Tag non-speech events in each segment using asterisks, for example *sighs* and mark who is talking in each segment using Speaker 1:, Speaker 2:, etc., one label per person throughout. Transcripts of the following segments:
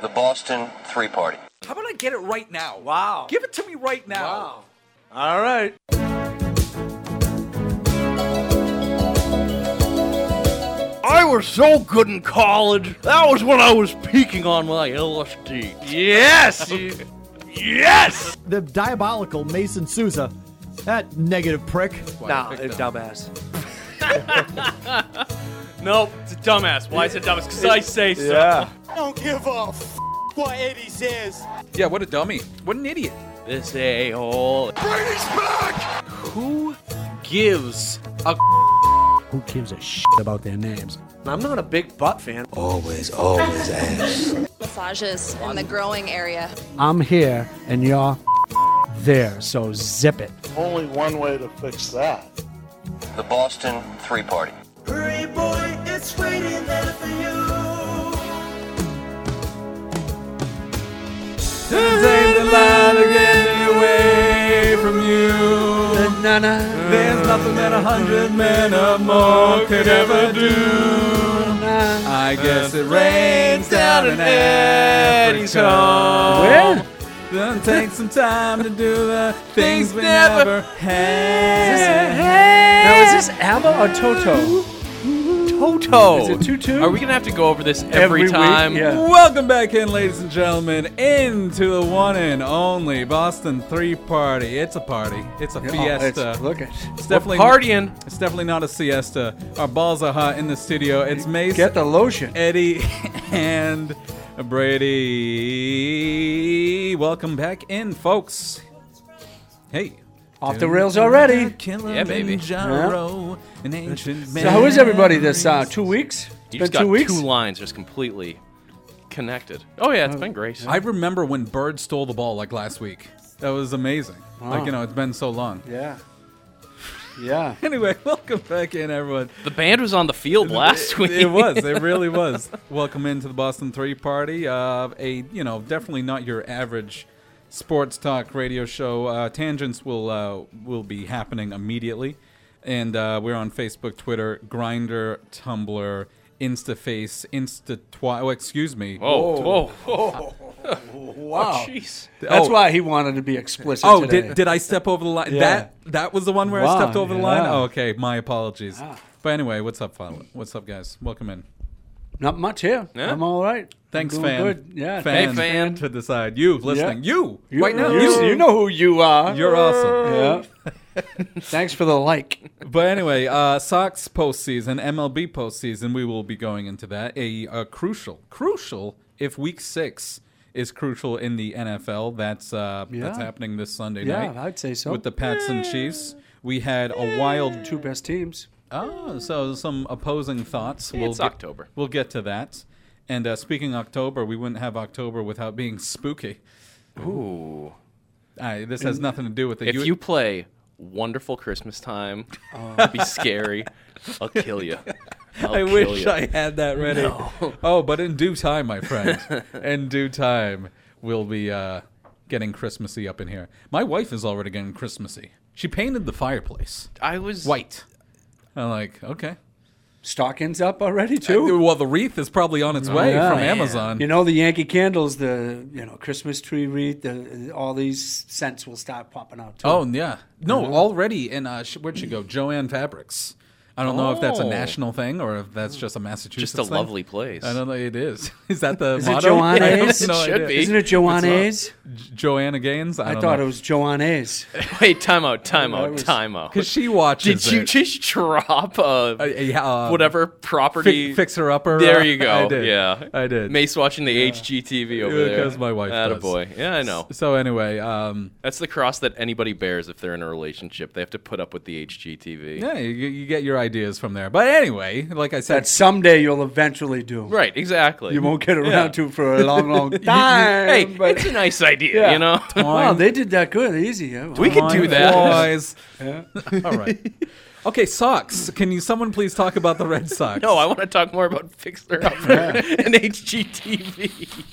Speaker 1: The Boston Three Party.
Speaker 2: How about I get it right now?
Speaker 3: Wow.
Speaker 2: Give it to me right now.
Speaker 3: Wow. All right.
Speaker 4: I was so good in college. That was when I was peaking on my LSD.
Speaker 3: Yes. you-
Speaker 4: Yes!
Speaker 5: The diabolical Mason Souza. That negative prick.
Speaker 3: Nah, it's dumbass.
Speaker 6: *laughs* Nope, it's a dumbass. Why is it dumbass? Because I say so.
Speaker 3: Yeah.
Speaker 7: don't give a f- what Eddie says.
Speaker 2: Yeah, what a dummy. What an idiot.
Speaker 4: This a hole.
Speaker 8: Who gives a Who gives a shit about their names?
Speaker 3: I'm not a big butt fan.
Speaker 9: massages in the growing area.
Speaker 8: I'm here and you're there, so zip it.
Speaker 10: Only one way to fix that.
Speaker 1: The Boston Three Party.
Speaker 7: Hurry, boy, it's waiting there for you.
Speaker 3: Save the light again away from you. Na-na.
Speaker 2: There's nothing that a hundred men or
Speaker 3: more could ever do.
Speaker 2: I guess it rains down in Attica.
Speaker 6: Oh.
Speaker 3: Where?
Speaker 2: Gonna take some time to do
Speaker 3: *laughs*
Speaker 2: the things we
Speaker 3: never
Speaker 2: never had.
Speaker 3: Now, is this ABBA or Toto?
Speaker 6: Toto.
Speaker 3: Is it tutu?
Speaker 6: Are we gonna have to go over this every,
Speaker 3: Every week,
Speaker 6: time?
Speaker 3: yeah.
Speaker 2: Welcome back in, ladies and gentlemen, into the one and only Boston Three Party. It's a party. It's a fiesta.
Speaker 3: Oh, It's, look at
Speaker 2: it's
Speaker 6: We're
Speaker 2: definitely
Speaker 6: partying.
Speaker 2: It's definitely not a siesta. Our balls are hot in the studio. It's Mason.
Speaker 3: Get the lotion.
Speaker 2: Eddie *laughs* and Brady. Welcome back in, folks. Hey.
Speaker 3: Off the rails already.
Speaker 2: Killer
Speaker 6: Yeah, baby.
Speaker 2: Kilimanjaro, an ancient
Speaker 3: So how is everybody this uh, two weeks? It's
Speaker 6: You
Speaker 3: been
Speaker 6: just got
Speaker 3: two weeks.
Speaker 6: lines just completely connected. Oh yeah, it's been great.
Speaker 2: I remember when Bird stole the ball like last week. That was amazing. Like, you know, it's been so long.
Speaker 3: yeah. Yeah.
Speaker 2: *laughs* Anyway, *laughs* welcome back in, everyone.
Speaker 6: the band was on the field last
Speaker 2: it,
Speaker 6: week.
Speaker 2: It was. It really was. *laughs* Welcome into the Boston Three Party. Uh, a you know definitely not your average sports talk radio show. Uh, tangents will uh, will be happening immediately, and uh, we're on Facebook, Twitter, Grinder, Tumblr, Instaface, Instatwi. Oh, excuse me.
Speaker 6: *laughs* Whoa, whoa, whoa!
Speaker 3: Wow.
Speaker 6: Jeez.
Speaker 3: That's
Speaker 2: Oh.
Speaker 3: why he wanted to be explicit.
Speaker 2: Oh,
Speaker 3: today.
Speaker 2: did, did I step over the line?
Speaker 3: Yeah.
Speaker 2: That that was the one where
Speaker 3: Wow,
Speaker 2: I stepped over the line.
Speaker 3: yeah. Ah.
Speaker 2: Oh, okay, my apologies. But anyway, what's up, Fallon? What's up, guys? Welcome in.
Speaker 3: Not much here.
Speaker 6: Yeah.
Speaker 3: I'm all right.
Speaker 2: Thanks,
Speaker 3: I'm
Speaker 2: fan.
Speaker 3: doing Good. Yeah.
Speaker 2: fan.
Speaker 6: Hey, fan.
Speaker 2: To the side. You listening. You,
Speaker 3: You,
Speaker 2: right now.
Speaker 3: You, you know who you are.
Speaker 2: You're awesome.
Speaker 3: Yeah. *laughs* Thanks for the like.
Speaker 2: But anyway, uh, Sox postseason, MLB postseason, we will be going into that. A, a crucial, crucial, if week six is crucial in the NFL, that's uh, that's
Speaker 3: Yeah.
Speaker 2: happening this Sunday
Speaker 3: Yeah,
Speaker 2: night.
Speaker 3: I'd say so.
Speaker 2: With the Pats and Chiefs. We had a wild
Speaker 3: Two best teams.
Speaker 2: Oh, so some opposing thoughts.
Speaker 6: it's
Speaker 2: get-
Speaker 6: October.
Speaker 2: We'll get to that. And uh, speaking October, we wouldn't have October without being spooky.
Speaker 6: Ooh.
Speaker 2: I, this has nothing to do with it.
Speaker 6: If you play Wonderful Christmas Time, be scary. I'll kill you. I'll
Speaker 2: I
Speaker 6: kill
Speaker 2: wish
Speaker 6: ya.
Speaker 2: I had that ready. Oh, but in due time, my *laughs* friend. in due time, we'll be uh, getting Christmassy up in here. My wife is already getting Christmassy. She painted the fireplace
Speaker 6: I was
Speaker 2: white. I'm like, okay.
Speaker 3: Stockings up already too.
Speaker 2: Well, the wreath is probably on its way
Speaker 3: yeah.
Speaker 2: from
Speaker 3: Man.
Speaker 2: Amazon.
Speaker 3: You know the Yankee candles, the you know Christmas tree wreath, the, all these scents will start popping out too.
Speaker 2: Oh yeah, no,
Speaker 6: Uh-huh.
Speaker 2: already in uh, sh- where'd she go? Joanne Fabrics. I don't know if that's a
Speaker 6: Oh.
Speaker 2: national thing or if that's just a Massachusetts.
Speaker 6: just a
Speaker 2: thing.
Speaker 6: lovely place.
Speaker 2: I don't know. It is. *laughs* Is that the
Speaker 3: Is it
Speaker 2: motto? *laughs* I have
Speaker 3: Joanne's? It
Speaker 2: no
Speaker 6: should
Speaker 2: idea.
Speaker 6: be.
Speaker 3: Isn't it Joanne's?
Speaker 2: J- Joanna Gaines. I,
Speaker 3: I
Speaker 2: don't
Speaker 3: thought
Speaker 2: know.
Speaker 3: it was Joanne's.
Speaker 6: Wait, time out, time
Speaker 3: That
Speaker 6: out,
Speaker 3: was-
Speaker 6: time out.
Speaker 2: because she watches.
Speaker 6: Did you
Speaker 2: it.
Speaker 6: just drop a
Speaker 2: Uh, yeah, uh,
Speaker 6: whatever
Speaker 2: Fi-
Speaker 6: property?
Speaker 2: fix her upper.
Speaker 6: There you go.
Speaker 2: *laughs* I did.
Speaker 6: Yeah,
Speaker 2: I did.
Speaker 6: Mace watching the HGTV over there.
Speaker 2: Because my wife does.
Speaker 6: Attaboy. Yeah, I
Speaker 2: *laughs*
Speaker 6: know.
Speaker 2: So anyway, um,
Speaker 6: That's the cross that anybody bears if they're in a relationship. They have to put up with the HGTV.
Speaker 2: yeah, you, you get your ideas from there. But anyway, like I said,
Speaker 3: That someday you'll eventually do.
Speaker 6: Right. Exactly.
Speaker 3: You won't get around
Speaker 6: Yeah.
Speaker 3: to for a long, long time.
Speaker 6: Hey,
Speaker 3: but
Speaker 6: it's a nice idea.
Speaker 3: Yeah.
Speaker 6: You know. *laughs*
Speaker 3: wow, they did that good, easy. Yeah.
Speaker 6: We could do
Speaker 2: Fine,
Speaker 6: that.
Speaker 2: Boys. *laughs* All right. Okay, socks. Can you someone please talk about
Speaker 6: *laughs*
Speaker 2: the Red
Speaker 6: *laughs*
Speaker 2: Sox?
Speaker 6: No, I want to talk more about Fixer Upper *laughs* and HGTV.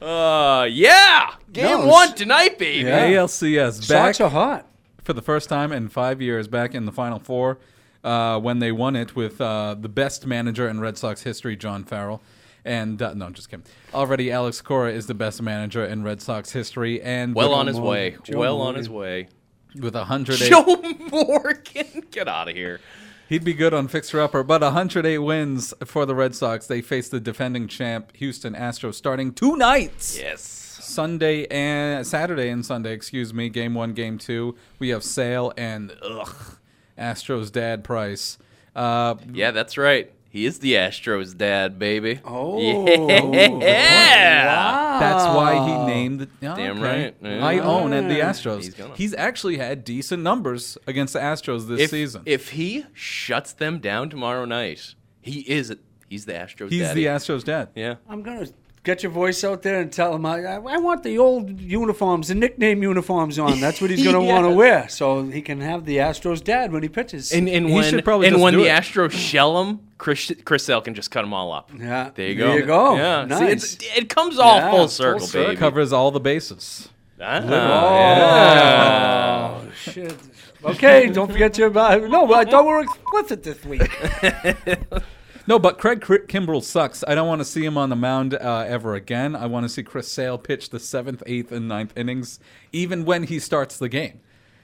Speaker 6: Uh, yeah, game
Speaker 3: No,
Speaker 6: one
Speaker 3: s-
Speaker 6: tonight, baby.
Speaker 3: Yeah.
Speaker 2: ALCS back
Speaker 3: Socks are hot.
Speaker 2: for the first time in five years, back in the Final Four uh, when they won it with uh, the best manager in Red Sox history, John Farrell. And uh, no, I'm just kidding. Already, Alex Cora is the best manager in Red Sox history, and
Speaker 6: Well
Speaker 2: with,
Speaker 6: on his
Speaker 3: Morgan.
Speaker 6: way.
Speaker 3: Joe
Speaker 6: well on
Speaker 3: Morgan.
Speaker 6: his way.
Speaker 2: with 108,
Speaker 6: Joe *laughs* Morgan, get out of here.
Speaker 2: he'd be good on Fixer Upper. But 108 wins for the Red Sox. They face the defending champ Houston Astros starting two nights.
Speaker 6: Yes.
Speaker 2: Sunday and Saturday and Sunday, excuse me, game one, game two. We have Sale and ugh, Astros dad Price. Uh,
Speaker 6: Yeah, that's right. He is the Astros dad, baby.
Speaker 3: Oh,
Speaker 6: Yeah.
Speaker 2: That's why he named the. Oh,
Speaker 6: Damn
Speaker 2: okay.
Speaker 6: right. Yeah.
Speaker 2: I own and the Astros.
Speaker 6: He's
Speaker 2: He's,
Speaker 6: gonna.
Speaker 2: actually had decent numbers against the Astros this
Speaker 6: If,
Speaker 2: season.
Speaker 6: if he shuts them down tomorrow night, he is he's the Astros
Speaker 2: He's
Speaker 6: daddy.
Speaker 2: the Astros dad.
Speaker 6: yeah.
Speaker 3: I'm gonna get your voice out there and tell him I, I I want the old uniforms, the nickname uniforms on. That's what he's gonna want to
Speaker 6: Yes.
Speaker 3: wear, so he can have the Astros dad when he pitches.
Speaker 6: And, and
Speaker 2: He
Speaker 6: when,
Speaker 2: should probably
Speaker 6: and
Speaker 2: just
Speaker 6: when
Speaker 2: do
Speaker 6: the
Speaker 2: it.
Speaker 6: Astros shell him, Chris, Chris Sale can just cut them all up.
Speaker 3: Yeah.
Speaker 6: There you go.
Speaker 3: There you go.
Speaker 6: Yeah. See,
Speaker 3: Nice.
Speaker 6: it's, it comes all
Speaker 3: Yeah,
Speaker 6: full
Speaker 3: full
Speaker 6: circle,
Speaker 2: So
Speaker 6: baby.
Speaker 2: it covers all the bases.
Speaker 6: Ah,
Speaker 3: Oh shit! Okay, don't forget your Bible. No, but I thought we were explicit this week.
Speaker 2: No, but Craig Kri- Kimbrell sucks. I don't want to see him on the mound uh, ever again. I want to see Chris Sale pitch the seventh, eighth, and ninth innings, even when he starts the game.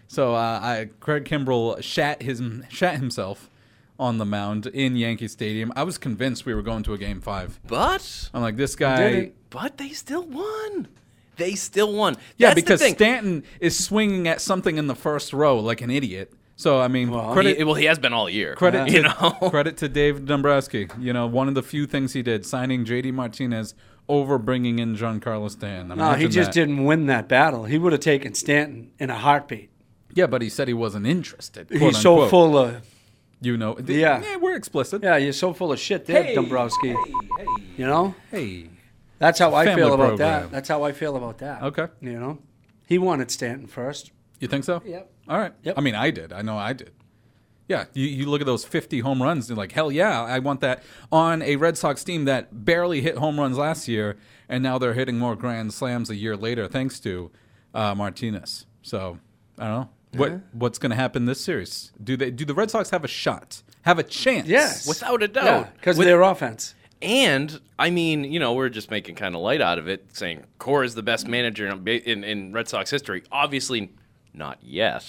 Speaker 2: So uh, I, Craig Kimbrell shat his shat himself on the mound in Yankee Stadium. I was convinced we were going to a game five.
Speaker 6: But
Speaker 2: I'm like, this guy.
Speaker 3: Didn't.
Speaker 6: but they still won. They still won.
Speaker 2: Yeah,
Speaker 6: That's the
Speaker 2: because
Speaker 6: thing.
Speaker 2: Stanton is swinging at something in the first row like an idiot. So I mean, credit
Speaker 6: He- well, he has been all year.
Speaker 2: credit to,
Speaker 6: you know.
Speaker 2: credit to Dave Dombrowski. You know, one of the few things he did, signing J.D. Martinez over bringing in Giancarlo Stanton.
Speaker 3: No, he
Speaker 2: Imagine
Speaker 3: just
Speaker 2: that.
Speaker 3: didn't win that battle. He would have taken Stanton in a heartbeat.
Speaker 2: Yeah, but he said he wasn't interested.
Speaker 3: He's
Speaker 2: quote
Speaker 3: so
Speaker 2: unquote.
Speaker 3: full of
Speaker 2: You know.
Speaker 3: Yeah.
Speaker 2: yeah we're explicit.
Speaker 3: yeah. You're so full of shit, there, Dombrowski. You know,
Speaker 2: Hey.
Speaker 3: that's how I
Speaker 2: family
Speaker 3: feel about
Speaker 2: program.
Speaker 3: that. That's how I feel about that.
Speaker 2: Okay.
Speaker 3: You know, he wanted Stanton first.
Speaker 2: You think so?
Speaker 3: Yep.
Speaker 2: All right.
Speaker 3: Yep.
Speaker 2: I mean, I did. I know I did. Yeah, you, you look at those 50 home runs, and you're like, hell yeah, I want that on a Red Sox team that barely hit home runs last year, and now they're hitting more grand slams a year later thanks to uh, Martinez. So, I don't know. What what's going to happen this series? Do they do the Red Sox have a shot? Have a chance?
Speaker 3: Yes.
Speaker 6: Without a doubt.
Speaker 3: Yeah, because
Speaker 6: With-
Speaker 3: of their offense.
Speaker 6: And I mean, you know, we're just making kind of light out of it, saying Cora is the best manager in, in, in Red Sox history. Obviously, not yet.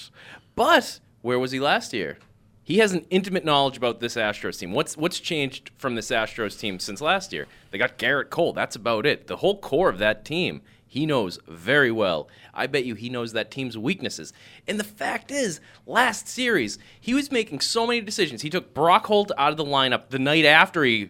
Speaker 6: But where was he last year? He has an intimate knowledge about this Astros team. What's what's changed from this Astros team since last year? They got Garrett Cole. That's about it. The whole core of that team, he knows very well. I bet you he knows that team's weaknesses. And the fact is, last series, he was making so many decisions. He took Brock Holt out of the lineup the night after he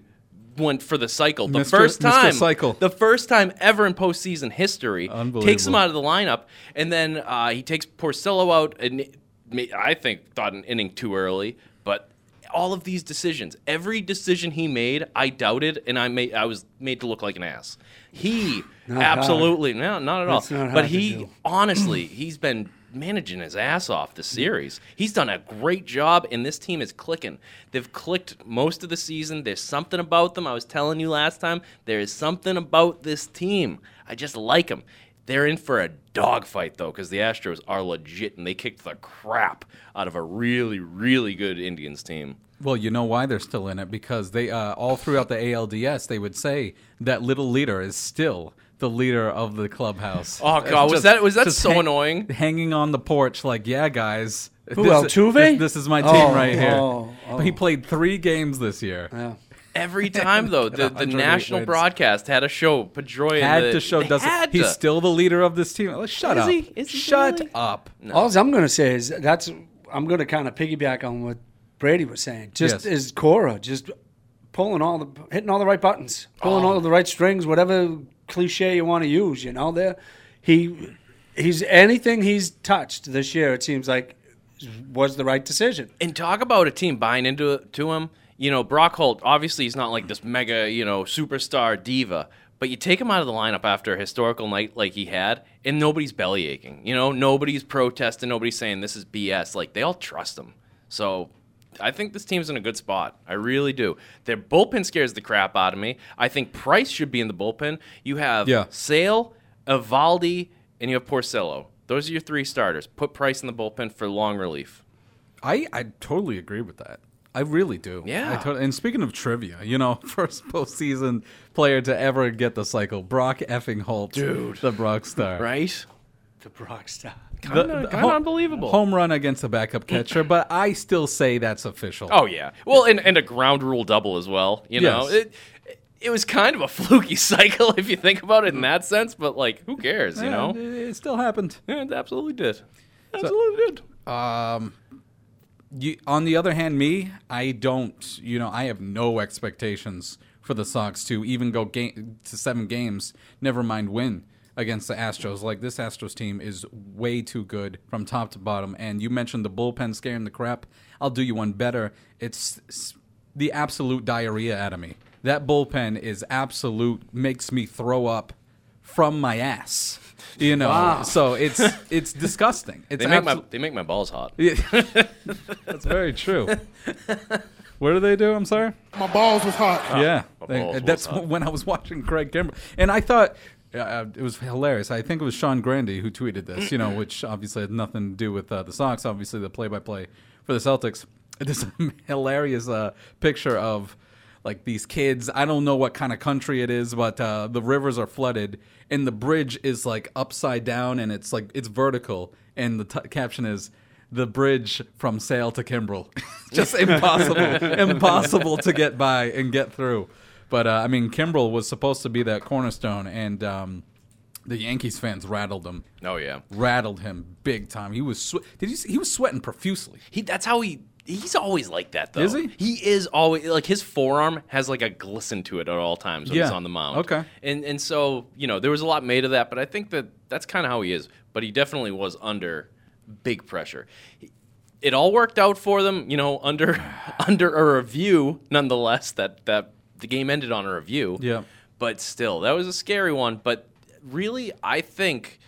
Speaker 6: went for the cycle. The
Speaker 2: Mr.
Speaker 6: first
Speaker 2: Mr.
Speaker 6: time,
Speaker 2: Cycle.
Speaker 6: the first time ever in postseason history, takes him
Speaker 2: Unbelievable.
Speaker 6: out of the lineup, and then uh, he takes Porcello out, and ma- I think thought an inning too early, but. All of these decisions, every decision he made, I doubted, and I made I was made to look like an ass.
Speaker 2: *sighs*
Speaker 6: He absolutely no, not at all.
Speaker 3: That's not
Speaker 6: Oh, but
Speaker 3: hard to
Speaker 6: he
Speaker 3: do.
Speaker 6: honestly, he's been managing his ass off this series. He's done a great job, and this team is clicking. They've clicked most of the season. There's something about them. I was telling you last time, there is something about this team. I just like them. They're in for a dogfight, though, because the Astros are legit, and they kicked the crap out of a really, really good Indians team.
Speaker 2: Well, you know why they're still in it because they uh, all throughout the ALDS they would say that little leader is still the leader of the clubhouse.
Speaker 6: Oh, God, was that- was that
Speaker 2: just
Speaker 6: so annoying?
Speaker 2: Hanging on the porch, like, yeah, guys.
Speaker 3: Who,
Speaker 2: this-
Speaker 3: Altuve?
Speaker 2: This, this is my team
Speaker 3: Oh,
Speaker 2: right here.
Speaker 3: oh,
Speaker 2: But He played three games this year.
Speaker 6: Every time, though, the, the
Speaker 2: 108
Speaker 6: national
Speaker 2: wins.
Speaker 6: broadcast had a show. Pedroia
Speaker 2: Had
Speaker 6: the-
Speaker 2: to show
Speaker 6: they
Speaker 2: doesn't.
Speaker 6: had
Speaker 2: He's
Speaker 6: to.
Speaker 2: still the leader of this team. Like, Shut
Speaker 6: Is
Speaker 2: up.
Speaker 6: he- is he
Speaker 2: Shut
Speaker 6: really?
Speaker 2: up.
Speaker 3: All I'm going to say is that's I'm going to kind of piggyback on what Brady was saying. Just
Speaker 2: Yes.
Speaker 3: is Cora just pulling all the hitting all the right buttons, pulling
Speaker 6: Oh.
Speaker 3: all the right strings, whatever cliche you want to use. You know, there he he's anything he's touched this year. It seems like was the right decision.
Speaker 6: And talk about a team buying into to him. You know, Brock Holt, obviously he's not like this mega, you know, superstar diva, but you take him out of the lineup after a historical night like he had, and nobody's belly aching. You know, nobody's protesting, nobody's saying this is BS. Like they all trust him. So I think this team's in a good spot. I really do. Their bullpen scares the crap out of me. I think Price should be in the bullpen. You have
Speaker 2: Yeah.
Speaker 6: Sale, Evaldi, and you have Porcello. Those are your three starters. Put Price in the bullpen for long relief.
Speaker 2: I, I totally agree with that. I really do.
Speaker 6: Yeah.
Speaker 2: I totally- and speaking of trivia, you know, *laughs* first postseason player to ever get the cycle, Brock effing Holt,
Speaker 6: Dude.
Speaker 2: the Brock star,
Speaker 6: right?
Speaker 3: *laughs* The Brock star.
Speaker 2: The-
Speaker 6: Kinda-
Speaker 2: the
Speaker 6: kinda
Speaker 2: ho-
Speaker 6: unbelievable.
Speaker 2: Home run against a backup
Speaker 6: *laughs*
Speaker 2: catcher, but I still say that's official.
Speaker 6: Oh yeah. Well, and, and a ground rule double as well. You know,
Speaker 2: Yes.
Speaker 6: it it was kind of a *laughs* fluky cycle if you think about it in that sense. But like, who cares? You
Speaker 2: Yeah,
Speaker 6: know,
Speaker 2: it, it still happened.
Speaker 6: yeah, it absolutely did. Absolutely did.
Speaker 2: You, on the other hand, me, I don't. You know, I have no expectations for the Sox to even go game to seven games. Never mind win against the Astros. Like this Astros team is way too good from top to bottom. And you mentioned the bullpen scaring the crap. I'll do you one better. It's s- the absolute diarrhea out of me. That bullpen is absolute. Makes me throw up from my ass. You know, so it's it's disgusting. It's
Speaker 6: Ah. They make
Speaker 2: absolute-
Speaker 6: my they make my balls hot.
Speaker 2: that's very true. what do they do? I'm sorry.
Speaker 11: My balls was hot.
Speaker 2: yeah,
Speaker 6: my
Speaker 2: They-
Speaker 6: balls
Speaker 2: that's
Speaker 6: was hot.
Speaker 2: when I was watching Craig Kimbrell, and I thought uh, it was hilarious. I think it was Sean Grandy who tweeted this, you know, which obviously had nothing to do with uh, the Sox. Obviously, the play-by-play for the Celtics. *laughs* This hilarious uh, picture of like these kids. I don't know what kind of country it is, but uh, the rivers are flooded, and the bridge is like upside down, and it's like it's vertical, and the t- caption is the bridge from Sale to Kimbrel. *laughs* Just impossible, impossible to get by and get through. But uh, I mean, Kimbrel was supposed to be that cornerstone, and um, the Yankees fans rattled him,
Speaker 6: Oh yeah.
Speaker 2: rattled him big time. He was swe- did you see, he was sweating profusely.
Speaker 6: He that's how he he's always like that though.
Speaker 2: Is he?
Speaker 6: He is always like his forearm has like a glisten to it at all times when he's
Speaker 2: Yeah.
Speaker 6: on the mound.
Speaker 2: Okay.
Speaker 6: And and so, you know, there was a lot made of that, but I think that that's kind of how he is, but he definitely was under big pressure. He- It all worked out for them, you know, under *laughs* under a review nonetheless that that the game ended on a review.
Speaker 2: Yeah.
Speaker 6: But still, that was a scary one, but really I think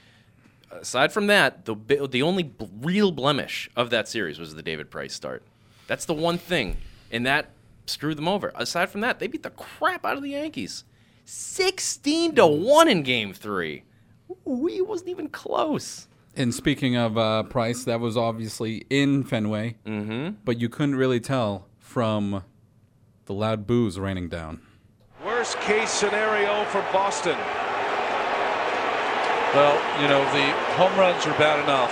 Speaker 6: aside from that, the bi- the only b- real blemish of that series was the David Price start. That's the one thing, and that screwed them over. Aside from that, they beat the crap out of the Yankees, sixteen to one in Game Three. We wasn't even close. *laughs*
Speaker 2: And speaking of uh, Price, that was obviously in Fenway, mm-hmm. but you couldn't really tell from the loud boos raining down.
Speaker 12: Worst case scenario for Boston. Well, you know, the home runs were bad enough,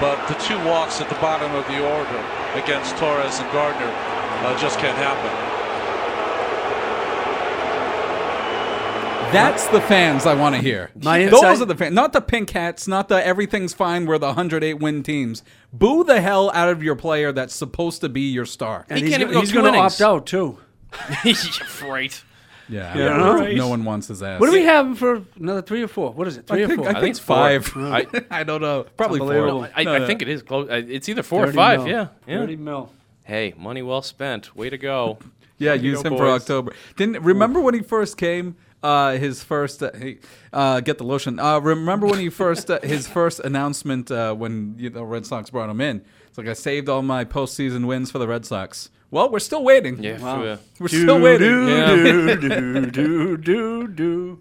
Speaker 12: but the two walks at the bottom of the order against Torres and Gardner uh, just can't happen.
Speaker 2: That's the fans I want to hear.
Speaker 3: My
Speaker 2: Those
Speaker 3: inside-
Speaker 2: are the fans, not the pink hats, not the everything's fine. We're the 108 win teams. Boo the hell out of your player that's supposed to be your star.
Speaker 3: And
Speaker 6: He
Speaker 3: he's,
Speaker 6: can't
Speaker 3: go-
Speaker 6: even go
Speaker 3: he's
Speaker 6: two
Speaker 3: going to opt
Speaker 6: innings.
Speaker 3: out too.
Speaker 6: right.
Speaker 2: Yeah,
Speaker 3: Yeah,
Speaker 2: I mean,
Speaker 3: right.
Speaker 2: no one wants his ass.
Speaker 3: What do we have him for another three or four? What is it? Three
Speaker 2: I
Speaker 3: or
Speaker 2: think,
Speaker 3: four?
Speaker 2: I think
Speaker 6: think
Speaker 2: it's five.
Speaker 6: four. I-
Speaker 2: *laughs* I don't know. Probably
Speaker 3: Unbelievable.
Speaker 2: four. Uh,
Speaker 6: I,
Speaker 2: No,
Speaker 6: I
Speaker 2: no.
Speaker 6: think it is close. I- It's either four or
Speaker 3: 30
Speaker 6: five.
Speaker 3: mil.
Speaker 6: Yeah, yeah.
Speaker 3: Thirty mil.
Speaker 6: Hey, money well spent. Way to go.
Speaker 2: Yeah,
Speaker 6: Way to
Speaker 2: use
Speaker 6: go,
Speaker 2: him for
Speaker 6: boys.
Speaker 2: October. Didn't remember when he first came. Uh, his first, uh, hey, uh, get the lotion. Uh, remember when he first, uh, his first announcement uh, when you know Red Sox brought him in. It's like I saved all my postseason wins for the Red Sox. Well, we're still waiting.
Speaker 6: Yeah, for-
Speaker 2: We're still waiting.
Speaker 3: *laughs* Do, do, do, do, do.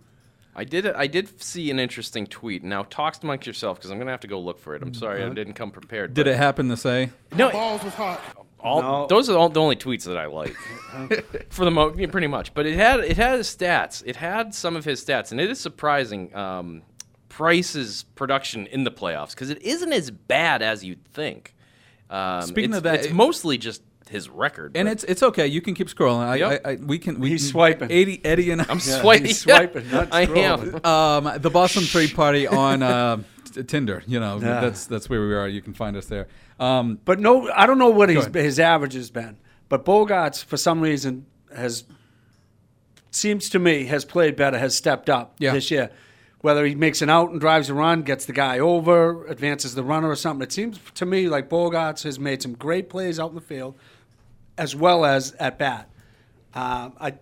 Speaker 6: I did. I did see an interesting tweet. Now, talk amongst yourself because I'm gonna have to go look for it. I'm sorry I didn't come prepared.
Speaker 2: Mm-hmm. Uh-huh. Did
Speaker 6: but-
Speaker 2: it happen to say?
Speaker 6: No,
Speaker 11: Balls was hot.
Speaker 6: All
Speaker 3: No.
Speaker 6: those are all the only tweets that I like for the mo yeah, pretty much. But it had it had his stats. It had some of his stats, and it is surprising. Um, Price's production in the playoffs because it isn't as bad as you'd think. Um,
Speaker 2: Speaking
Speaker 6: it's-
Speaker 2: of that-
Speaker 6: it's mostly just his record.
Speaker 2: And
Speaker 6: but
Speaker 2: it's it's okay. You can keep scrolling. I,
Speaker 6: Yep.
Speaker 2: I, I we can. We
Speaker 3: He's
Speaker 2: can-
Speaker 3: swiping.
Speaker 2: Eddie, Eddie, and I. *laughs*
Speaker 6: I'm swiping.
Speaker 3: he's swiping, not
Speaker 6: *laughs* I am.
Speaker 3: scrolling.
Speaker 2: um, the Boston Tree Party on uh, t- Tinder. You know, that's that's where we are. You can find us there. Um,
Speaker 3: But no, I don't know what his,
Speaker 2: ahead.
Speaker 3: his average has been. But Bogarts, for some reason, has seems to me has played better, has stepped up
Speaker 2: Yeah.
Speaker 3: this year. Whether he makes an out and drives a run, gets the guy over, advances the runner or something. It seems to me like Bogarts has made some great plays out in the field, as well as at bat. Uh, I,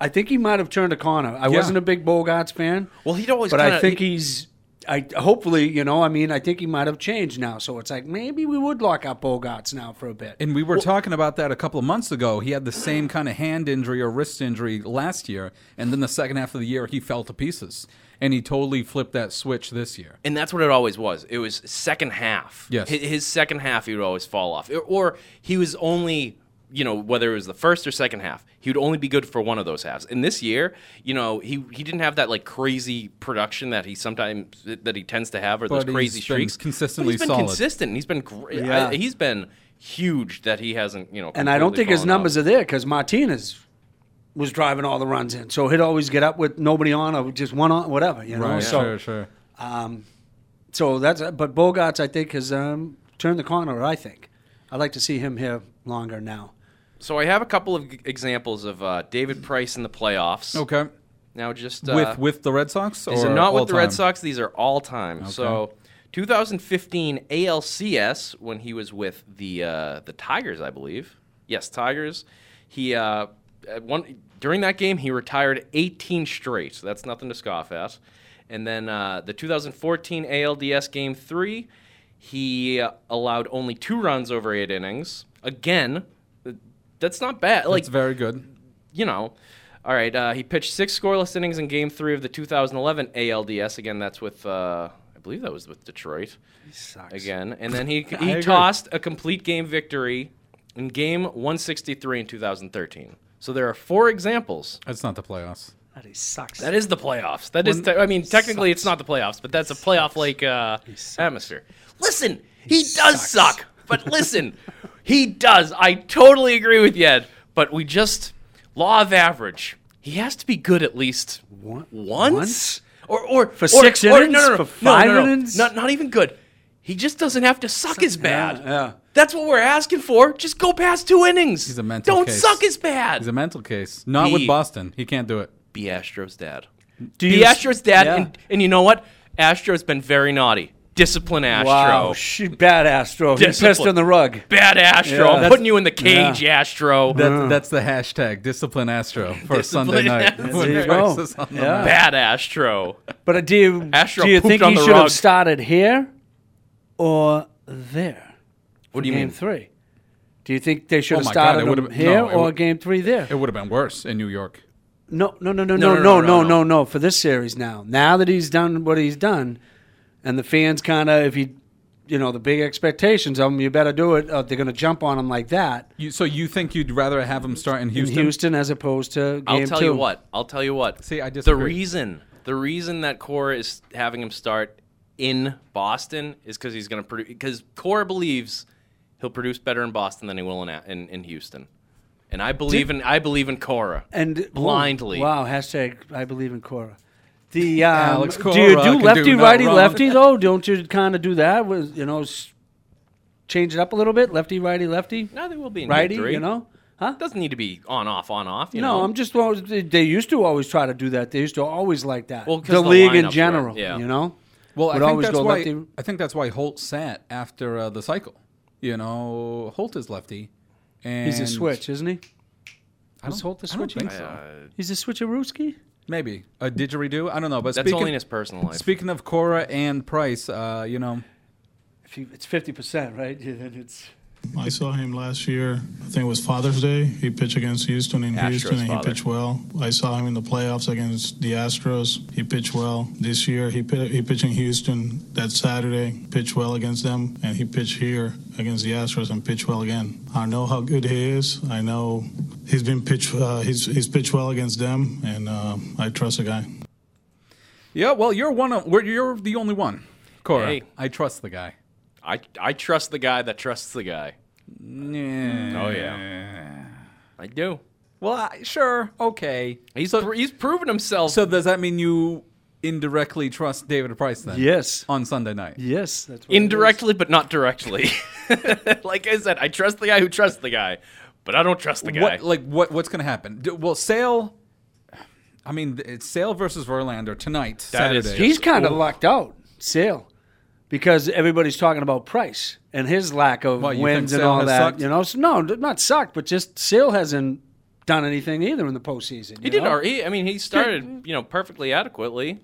Speaker 3: I think he might have turned a corner. I
Speaker 2: Yeah.
Speaker 3: wasn't a big Bogarts fan.
Speaker 6: Well, he'd always
Speaker 3: but I
Speaker 6: kinda-
Speaker 3: think
Speaker 6: he-
Speaker 3: he's. I hopefully, you know, I mean, I think he might have changed now. So it's like maybe we would lock up Bogarts now for a bit.
Speaker 2: And we were talking about that a couple of months ago. He had the same kind of hand injury or wrist injury last year, and then the second half of the year he fell to pieces, and he totally flipped that switch this year.
Speaker 6: And that's what it always was. It was second half.
Speaker 2: Yes.
Speaker 6: Hi- His, second half, he would always fall off, Or- or he was only you know, whether it was the first or second half, he would only be good for one of those halves. And this year, you know, he he didn't have that like crazy production that he sometimes that he tends to have or
Speaker 2: But
Speaker 6: those
Speaker 2: he's
Speaker 6: crazy
Speaker 2: been
Speaker 6: streaks. but
Speaker 2: consistently
Speaker 6: he's been
Speaker 2: solid.
Speaker 6: consistent. And he's been great.
Speaker 3: Yeah.
Speaker 6: I- he's been huge that he hasn't, you know,
Speaker 3: And I don't
Speaker 6: completely
Speaker 3: think his
Speaker 6: fallen off.
Speaker 3: numbers are there because Martinez was driving all the runs in, so he'd always get up with nobody on or just one on, whatever you know.
Speaker 2: Right,
Speaker 3: so,
Speaker 2: sure, sure.
Speaker 3: Um, so that's but Bogarts, I think, has um, turned the corner. I think I'd like to see him here longer now.
Speaker 6: So I have a couple of g- examples of uh, David Price in the playoffs.
Speaker 2: Okay.
Speaker 6: Now just uh,
Speaker 2: With with the Red Sox?
Speaker 6: These
Speaker 2: or
Speaker 6: are not
Speaker 2: all
Speaker 6: with the
Speaker 2: time?
Speaker 6: Red Sox. These are all time.
Speaker 2: Okay.
Speaker 6: So 2015 ALCS when he was with the uh, the Tigers, I believe. Yes, Tigers. He uh, at one during that game he retired 18 straight. So that's nothing to scoff at. And then uh, the 2014 ALDS Game Three, he uh, allowed only two runs over eight innings. Again, th- that's not bad. Like
Speaker 2: That's very good.
Speaker 6: you know, all right. Uh, he pitched six scoreless innings in Game Three of the 2011 ALDS. Again, that's with uh, I believe that was with Detroit. Again, and
Speaker 3: *laughs*
Speaker 6: then he
Speaker 3: I
Speaker 6: he
Speaker 3: agree.
Speaker 6: tossed a complete game victory in Game 163 in 2013. So there are four examples.
Speaker 2: That's not the playoffs.
Speaker 3: That is sucks.
Speaker 6: That is the playoffs. That is.
Speaker 2: When-
Speaker 6: te- I mean, technically, it's not the playoffs, but that's a playoff-like uh, atmosphere. Listen, he, does suck, but listen, he does. I totally agree with you, Ed. But we just law of average. He has to be good at least once, or or
Speaker 3: For
Speaker 6: or-
Speaker 3: six
Speaker 6: or-
Speaker 3: innings?
Speaker 6: No, no, no,
Speaker 3: For
Speaker 6: no,
Speaker 3: five
Speaker 6: no, no, no.
Speaker 3: innings?
Speaker 6: Not not even good. He just doesn't have to suck as bad.
Speaker 3: yeah.
Speaker 6: That's what we're asking for. Just go past two innings.
Speaker 2: He's a mental
Speaker 6: Don't
Speaker 2: case.
Speaker 6: suck as bad.
Speaker 2: He's a mental case. Not with
Speaker 6: He-
Speaker 2: Boston. He can't do it.
Speaker 6: Be Astro's dad.
Speaker 3: Do
Speaker 6: Be
Speaker 3: you-
Speaker 6: Astro's dad,
Speaker 3: Yeah.
Speaker 6: and, and you know what? Astro's been very naughty. Discipline Astro.
Speaker 3: Wow, she bad Astro. He
Speaker 6: Discipline.
Speaker 3: pissed on the rug.
Speaker 6: Bad Astro. I'm
Speaker 3: Yeah.
Speaker 6: putting you in the cage, Astro.
Speaker 2: That, That's the hashtag
Speaker 6: *laughs*
Speaker 2: discipline Astro for Sunday
Speaker 6: Discipline
Speaker 2: night.
Speaker 6: Astro.
Speaker 2: when
Speaker 3: There you
Speaker 2: Price
Speaker 3: go.
Speaker 2: is on the
Speaker 3: Yeah.
Speaker 2: mound.
Speaker 6: Bad Astro.
Speaker 3: But uh, do you
Speaker 6: Astro
Speaker 3: do you
Speaker 6: pooped
Speaker 3: think
Speaker 6: on
Speaker 3: he
Speaker 6: the
Speaker 3: should
Speaker 6: rug.
Speaker 3: have started here or there?
Speaker 6: What do you
Speaker 3: game
Speaker 6: mean?
Speaker 3: three? Do you think they should
Speaker 2: Oh
Speaker 3: have
Speaker 2: my God,
Speaker 3: started
Speaker 2: it would've
Speaker 3: him
Speaker 2: been-
Speaker 3: here
Speaker 2: no, it
Speaker 3: or
Speaker 2: would-
Speaker 3: game three there?
Speaker 2: It would have been worse in New York.
Speaker 3: No, no, no, no, no,
Speaker 6: No, no,
Speaker 3: no,
Speaker 6: no,
Speaker 3: no,
Speaker 6: no,
Speaker 3: no,
Speaker 6: no.
Speaker 3: no, For this series now, now that he's done what he's done, and the fans kind of, if you, you know, the big expectations of him, you better do it. Or they're going to jump on him like that
Speaker 2: You, so you think you'd rather have him start in Houston?
Speaker 3: in Houston as opposed to game
Speaker 6: I'll tell
Speaker 3: two.
Speaker 6: you what. I'll tell you what.
Speaker 2: See, I
Speaker 6: the
Speaker 2: disagree.
Speaker 6: reason the reason that Cora is having him start in Boston is because he's going to produce. Because Cora believes he'll produce better in Boston than he will in A- in, in Houston. And I believe in I believe in Cora.
Speaker 3: and
Speaker 6: Blindly.
Speaker 3: Oh, wow, hashtag I believe in Cora. *laughs* The um,
Speaker 2: Alex
Speaker 3: do you
Speaker 2: Cora can
Speaker 3: do
Speaker 2: do
Speaker 3: lefty
Speaker 2: no
Speaker 3: righty
Speaker 2: wrong.
Speaker 3: lefty though? Don't you kind of do that with you know, s- change it up a little bit, lefty righty lefty,
Speaker 6: No, they will be in game
Speaker 3: righty,
Speaker 6: three.
Speaker 3: you know.
Speaker 6: It doesn't need to be on off on off. You
Speaker 3: no,
Speaker 6: know?
Speaker 3: I'm just well, they they used to always try to do that. They used to always like that.
Speaker 6: Well, 'cause
Speaker 3: the,
Speaker 6: the
Speaker 3: league
Speaker 6: lineups
Speaker 3: in
Speaker 6: were-
Speaker 3: general,
Speaker 6: yeah.
Speaker 3: you know.
Speaker 2: Well, I
Speaker 3: Would
Speaker 2: think,
Speaker 3: always
Speaker 2: that's
Speaker 3: go
Speaker 2: why,
Speaker 3: lefty.
Speaker 2: I think that's why Holt sat after uh, the cycle. You know, Holt is lefty. And
Speaker 3: He's a switch, isn't he?
Speaker 2: I don't,
Speaker 3: Is Holt a
Speaker 2: I don't
Speaker 3: switch?
Speaker 2: think
Speaker 6: Uh,
Speaker 2: so.
Speaker 3: He's a switcherooski.
Speaker 2: Maybe a didgeridoo. I don't know. But
Speaker 6: that's
Speaker 2: speaking,
Speaker 6: only in his personal life.
Speaker 2: speaking of Cora and Price, uh, you know,
Speaker 3: If you, it's fifty percent, right? *laughs* Yeah, Then it's
Speaker 11: I saw him last year. I think it was Father's Day. He pitched against Houston in
Speaker 6: Astros
Speaker 11: Houston, and
Speaker 6: father.
Speaker 11: he pitched well. I saw him in the playoffs against the Astros. He pitched well this year. He pi- he pitched in Houston that Saturday. Pitched well against them, and he pitched here against the Astros and pitched well again. I know how good he is. I know he's been pitched. Uh, he's he's pitched well against them, and uh, I trust the guy.
Speaker 2: yeah. Well, you're one of. We're, you're the only one. Cora,
Speaker 6: Hey.
Speaker 2: I trust the guy.
Speaker 6: I I trust the guy that trusts the guy.
Speaker 2: Yeah.
Speaker 6: Oh yeah, I do.
Speaker 2: Well, I, sure. Okay.
Speaker 6: He's pr- he's proven himself.
Speaker 2: So does that mean you indirectly trust David Price then?
Speaker 3: yes,
Speaker 2: On Sunday night.
Speaker 3: yes. That's what it is.
Speaker 6: indirectly but not directly *laughs* like i said i trust the guy who trusts the guy but i don't trust the guy
Speaker 2: What like what what's going to happen? Do, well, Sale. I mean, th- it's Sale versus Verlander tonight.
Speaker 6: That is just-
Speaker 2: Saturday.
Speaker 3: He's kind of locked out, Sale, because everybody's talking about Price and his lack of
Speaker 2: What, you think
Speaker 3: wins and
Speaker 2: Sale
Speaker 3: all
Speaker 2: has
Speaker 3: that.
Speaker 2: sucked?
Speaker 3: You know, so, no, not sucked, but just Sale hasn't done anything either in the postseason.
Speaker 6: he
Speaker 3: you
Speaker 6: did
Speaker 3: know?
Speaker 6: our, he, i mean he started you know perfectly adequately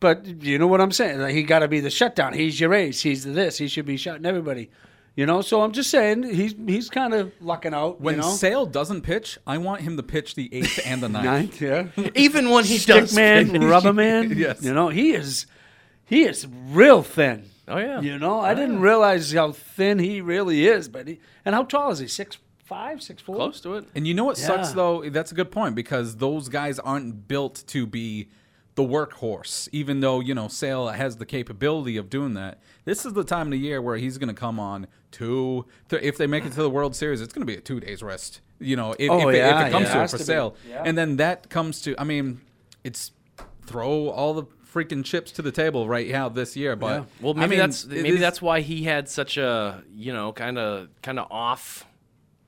Speaker 3: But you know what I'm saying? Like, he got to be the shutdown. He's your ace. He's the this. He should be shutting everybody. You know. So I'm just saying he's he's kind of lucking out.
Speaker 2: when
Speaker 3: you know?
Speaker 2: Sale doesn't pitch, I want him to pitch the eighth
Speaker 3: *laughs*
Speaker 2: and the ninth.
Speaker 3: ninth, yeah,
Speaker 6: even when he does
Speaker 3: man,
Speaker 6: finish- *laughs*
Speaker 3: rubber man.
Speaker 2: Yes.
Speaker 3: You know he is he is real thin.
Speaker 6: oh yeah
Speaker 3: You know I didn't realize how thin he really is, but he, and how tall is he? Six five, six four.
Speaker 6: Close to it.
Speaker 2: And you know what sucks
Speaker 3: Yeah.
Speaker 2: though? That's a good point because those guys aren't built to be the workhorse. Even though you know Sale has the capability of doing that, this is the time of the year where he's going to come on two. th if they make it to the World Series, it's going to be a two days rest. You know, if,
Speaker 3: Oh,
Speaker 2: if, it- if
Speaker 3: yeah,
Speaker 2: it comes
Speaker 3: yeah.
Speaker 2: to it
Speaker 3: Has
Speaker 2: for
Speaker 3: to be.
Speaker 2: Sale,
Speaker 3: Yeah.
Speaker 2: and then that comes to. I mean, it's throw all the freaking chips to the table right now this year. But
Speaker 6: Yeah. well, maybe
Speaker 2: I mean,
Speaker 6: that's
Speaker 2: it
Speaker 6: maybe
Speaker 2: is-
Speaker 6: that's why he had such a you know kind of kind of off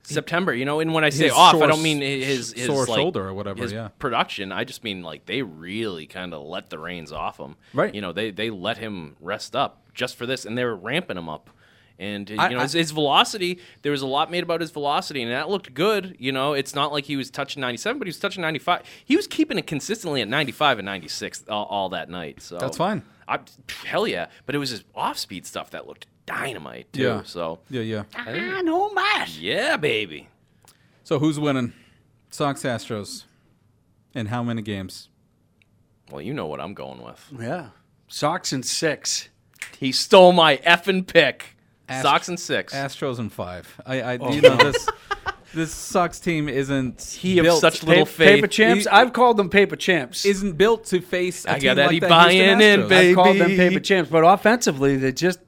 Speaker 6: September. You know, and when I say
Speaker 2: His
Speaker 6: off, I
Speaker 2: sore
Speaker 6: don't mean
Speaker 2: sh-
Speaker 6: his his
Speaker 2: sore
Speaker 6: like,
Speaker 2: shoulder or whatever,
Speaker 6: his
Speaker 2: yeah.
Speaker 6: production. I just mean like they really kind of let the reins off him.
Speaker 2: Right.
Speaker 6: You know, they they let him rest up just for this, and they were ramping him up. And you know
Speaker 2: I- I-
Speaker 6: his, his velocity. There was a lot made about his velocity, and that looked good. You know, it's not like he was touching 97, but he was touching 95. He was keeping it consistently at 95 and 96 all, all that night. So
Speaker 2: That's fine.
Speaker 6: I, hell yeah! But it was his off-speed stuff that looked dynamite too.
Speaker 2: Yeah.
Speaker 6: So
Speaker 2: yeah, yeah.
Speaker 6: I
Speaker 3: know much.
Speaker 6: yeah, baby.
Speaker 2: So who's winning? Sox Astros. And how many games?
Speaker 6: Well, you know what I'm going with.
Speaker 3: Yeah. Sox and six.
Speaker 6: He stole my effing pick. Sox and six.
Speaker 2: Astros and five. I, I
Speaker 6: Oh,
Speaker 2: you know
Speaker 6: no. *laughs*
Speaker 2: this this Sox team isn't he
Speaker 6: of such little faith.
Speaker 3: Paper champs.
Speaker 2: He-
Speaker 3: I've called them paper champs.
Speaker 2: Isn't built to face. a
Speaker 6: I got
Speaker 2: team like
Speaker 6: Eddie
Speaker 2: the
Speaker 6: buying
Speaker 2: Houston
Speaker 6: in,
Speaker 2: Astros.
Speaker 6: baby.
Speaker 3: I've called them paper champs, but offensively they just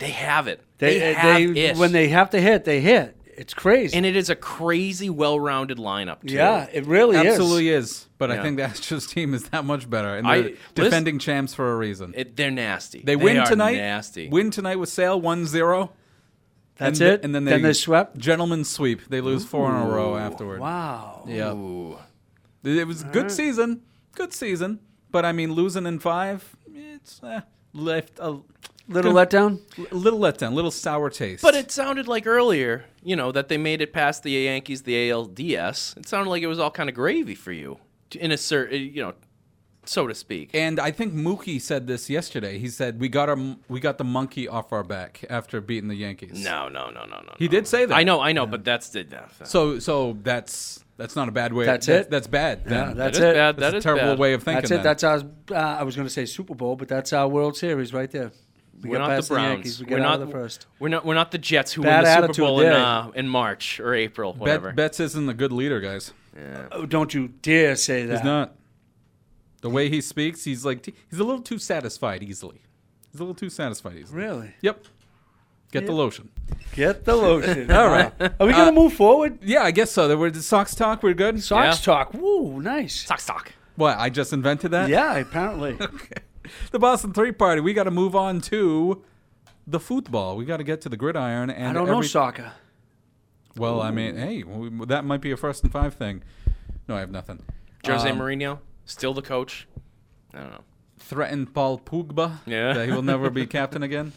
Speaker 6: They have it.
Speaker 3: they uh,
Speaker 6: They,
Speaker 3: they,
Speaker 6: have it.
Speaker 3: when they have to hit they hit. It's crazy.
Speaker 6: and it is a crazy, well-rounded lineup. Too.
Speaker 3: yeah, it really is.
Speaker 2: Absolutely is, but I
Speaker 6: Yeah.
Speaker 2: think the Astros team is that much better, and
Speaker 6: I-
Speaker 2: they're defending champs for a reason.
Speaker 6: It, they're nasty.
Speaker 2: they, win
Speaker 6: are
Speaker 2: tonight.
Speaker 6: Nasty.
Speaker 2: Win tonight with Sale 1-0.
Speaker 3: That's
Speaker 2: and,
Speaker 3: it?
Speaker 2: And then they
Speaker 3: Then they swept?
Speaker 2: Gentlemen sweep. They lose four in a row
Speaker 3: Ooh,
Speaker 2: afterward.
Speaker 3: Wow.
Speaker 2: Yeah. It was a good
Speaker 3: right.
Speaker 2: season. Good season. But I mean, losing in five, it's eh, left a
Speaker 3: Little
Speaker 2: good-
Speaker 3: letdown?
Speaker 2: l- Little letdown. Little sour taste.
Speaker 6: But it sounded like earlier, you know, that they made it past the Yankees, the ALDS. It sounded like it was all kind of gravy for you, t- in a certain, you know, so to speak.
Speaker 2: and I think Mookie said this yesterday. He said we got our m- we got the monkey off our back after beating the Yankees.
Speaker 6: No, no, no, no, no.
Speaker 2: He did say that.
Speaker 6: I know, I know, but that's the.
Speaker 2: So so that's that's not a bad way.
Speaker 3: That's
Speaker 2: that-
Speaker 3: it?
Speaker 2: That's bad.
Speaker 3: Yeah, that's
Speaker 2: then.
Speaker 3: That is it. bad.
Speaker 2: That's
Speaker 6: That
Speaker 2: a
Speaker 6: is
Speaker 2: terrible
Speaker 6: bad.
Speaker 2: way of thinking.
Speaker 3: That's
Speaker 2: then.
Speaker 3: it. That's our. Uh, I was going to say Super Bowl, but that's our World Series right there. We
Speaker 6: we're
Speaker 3: got
Speaker 6: not
Speaker 3: past
Speaker 6: the Browns.
Speaker 3: Yankees. We
Speaker 6: are
Speaker 3: got
Speaker 6: not
Speaker 3: out of the first.
Speaker 6: We're not. We're not the Jets who
Speaker 3: Bad
Speaker 6: win the
Speaker 3: attitude
Speaker 6: Super Bowl in,
Speaker 3: there.
Speaker 6: uh, in March or April, whatever.
Speaker 2: Bet, Betts isn't a good leader, guys.
Speaker 3: Oh, don't you dare say that.
Speaker 2: He's not. The way he speaks, he's like he's a little too satisfied easily. He's a little too satisfied easily.
Speaker 3: Really?
Speaker 2: Yep. Get the
Speaker 3: Yeah.
Speaker 2: lotion.
Speaker 3: Get the
Speaker 6: *laughs*
Speaker 3: lotion.
Speaker 2: All right.
Speaker 3: Are we
Speaker 6: Uh,
Speaker 3: going to move forward?
Speaker 2: Yeah, I guess so. There were the Sox talk. We're good.
Speaker 3: Sox talk. Woo, nice.
Speaker 6: Sox talk.
Speaker 2: What? I just invented that.
Speaker 3: Yeah,
Speaker 6: *laughs*
Speaker 3: apparently.
Speaker 2: *laughs* The Boston Three Party. We got to move on to the football. We got to get to the gridiron. And
Speaker 3: I don't know
Speaker 2: every-
Speaker 3: soccer.
Speaker 2: Well, I mean, hey, we- that might be a first and five thing. No, I have nothing.
Speaker 6: Jose
Speaker 2: Um,
Speaker 6: Mourinho still the coach. I don't know.
Speaker 2: threatened Paul Pugba.
Speaker 6: Yeah.
Speaker 2: That he will never
Speaker 6: *laughs*
Speaker 2: be captain again.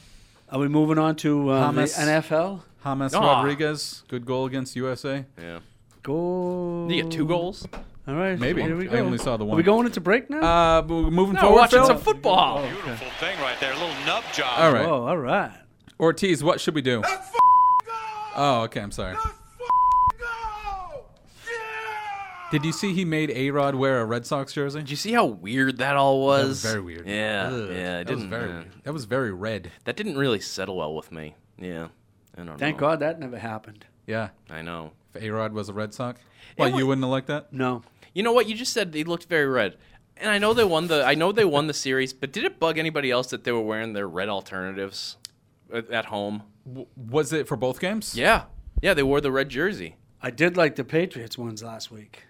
Speaker 3: Are we moving on to uh, the
Speaker 2: Hamas.
Speaker 3: NFL?
Speaker 2: James
Speaker 6: Ah.
Speaker 2: Rodriguez, good goal against USA.
Speaker 6: Yeah.
Speaker 3: Go.
Speaker 6: Did he get two goals?
Speaker 3: All right.
Speaker 2: Maybe.
Speaker 3: Here we
Speaker 2: I
Speaker 3: go.
Speaker 2: only saw the
Speaker 3: Are
Speaker 2: one.
Speaker 3: we going into break now?
Speaker 2: Uh, but we're moving
Speaker 6: No,
Speaker 2: forward.
Speaker 6: we're watching
Speaker 2: Phil?
Speaker 6: some football.
Speaker 2: Oh.
Speaker 12: Beautiful thing right there. A little nub job.
Speaker 2: All right,
Speaker 3: Whoa, Oh, all right.
Speaker 2: Ortiz, what should we do? Oh, okay. I'm sorry. Did you see he made A Rod wear a Red Sox jersey?
Speaker 6: Did you see how weird that all
Speaker 2: That
Speaker 6: was?
Speaker 2: was very weird.
Speaker 6: Yeah.
Speaker 2: Ugh,
Speaker 6: yeah. It
Speaker 2: that was
Speaker 6: didn't-
Speaker 2: very
Speaker 6: yeah.
Speaker 2: weird. That was very red.
Speaker 6: That didn't really settle well with me. Yeah. I don't
Speaker 3: Thank
Speaker 6: know.
Speaker 3: God that never happened.
Speaker 2: Yeah.
Speaker 6: I know.
Speaker 2: If A Rod was a Red Sox, well,
Speaker 6: wa-
Speaker 2: you wouldn't have liked that.
Speaker 3: No.
Speaker 6: You know what? You just said they looked very red. And I know they won the I know they won the series, but did it bug anybody else that they were wearing their red alternatives at at home?
Speaker 2: W- was it for both games?
Speaker 6: Yeah. Yeah, they wore the red jersey.
Speaker 3: I did like the Patriots ones last week.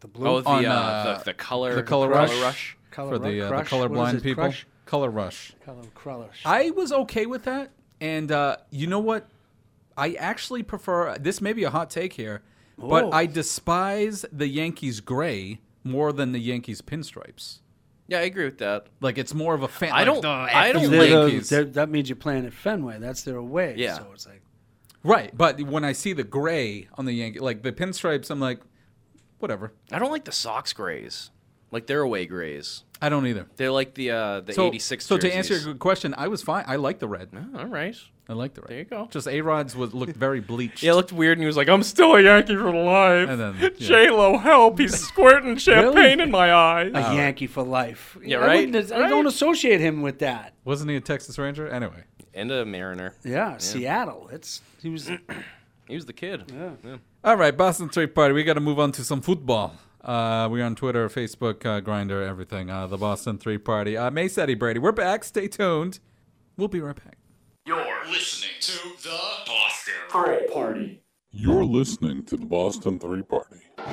Speaker 3: The blue.
Speaker 6: Oh, the,
Speaker 2: On,
Speaker 6: uh,
Speaker 2: uh,
Speaker 6: the, the color
Speaker 2: the color
Speaker 3: Crush.
Speaker 2: rush,
Speaker 6: rush.
Speaker 3: Color
Speaker 2: for
Speaker 3: Ru-
Speaker 2: the uh, the
Speaker 3: Crush? What is
Speaker 2: colorblind
Speaker 3: it,
Speaker 2: people.
Speaker 3: Crush?
Speaker 2: Color rush.
Speaker 3: Color crullers.
Speaker 2: I was okay with that, and uh, you know what? I actually prefer. This may be a hot take here,
Speaker 3: Oh.
Speaker 2: but I despise the Yankees gray more than the Yankees pinstripes.
Speaker 6: Yeah, I agree with that.
Speaker 2: Like it's more of a fan.
Speaker 6: I don't-
Speaker 2: Like,
Speaker 6: I
Speaker 2: F
Speaker 6: don't
Speaker 2: you,
Speaker 6: like-
Speaker 3: They're the-
Speaker 2: Yankees.
Speaker 3: they're- that means you're playing at Fenway. That's their away.
Speaker 6: Yeah.
Speaker 3: So it's like
Speaker 2: right, but when I see the gray on the Yankee, like the pinstripes, I'm like, whatever.
Speaker 6: I don't like the Sox grays. Like their away grays.
Speaker 2: I don't either.
Speaker 6: They're like the uh the
Speaker 2: So,
Speaker 6: 86
Speaker 2: so to answer
Speaker 6: jerseys.
Speaker 2: your question, I was fine. I like the red.
Speaker 6: Oh, all right.
Speaker 2: I like the red. There
Speaker 6: you go.
Speaker 2: Just A Rod's was
Speaker 6: *laughs*
Speaker 2: looked very bleached.
Speaker 6: Yeah, it looked weird, and he was like, "I'm still a Yankee for life."
Speaker 2: And
Speaker 6: *laughs*
Speaker 2: then, yeah.
Speaker 6: J Lo, help! He's
Speaker 2: *laughs*
Speaker 6: squirting champagne in my eyes.
Speaker 2: Oh,
Speaker 3: a Yankee for life.
Speaker 6: Yeah,
Speaker 3: I wouldn't-
Speaker 6: right?
Speaker 3: I don't associate him with that.
Speaker 2: Wasn't he a Texas Ranger? Anyway.
Speaker 6: and a Mariner.
Speaker 3: Yeah, Seattle. It's he was.
Speaker 6: He was the kid. Yeah.
Speaker 2: All right, Boston Three Party. We got to move on to some football. Uh, we're on Twitter, Facebook, uh, Grinder, everything. Uh, the Boston Three Party. Uh, Mace Eddie Brady. We're back. Stay tuned. We'll be right back.
Speaker 13: You're listening to the Boston Three Party.
Speaker 14: You're listening to the Boston Three Party.
Speaker 3: *clears throat*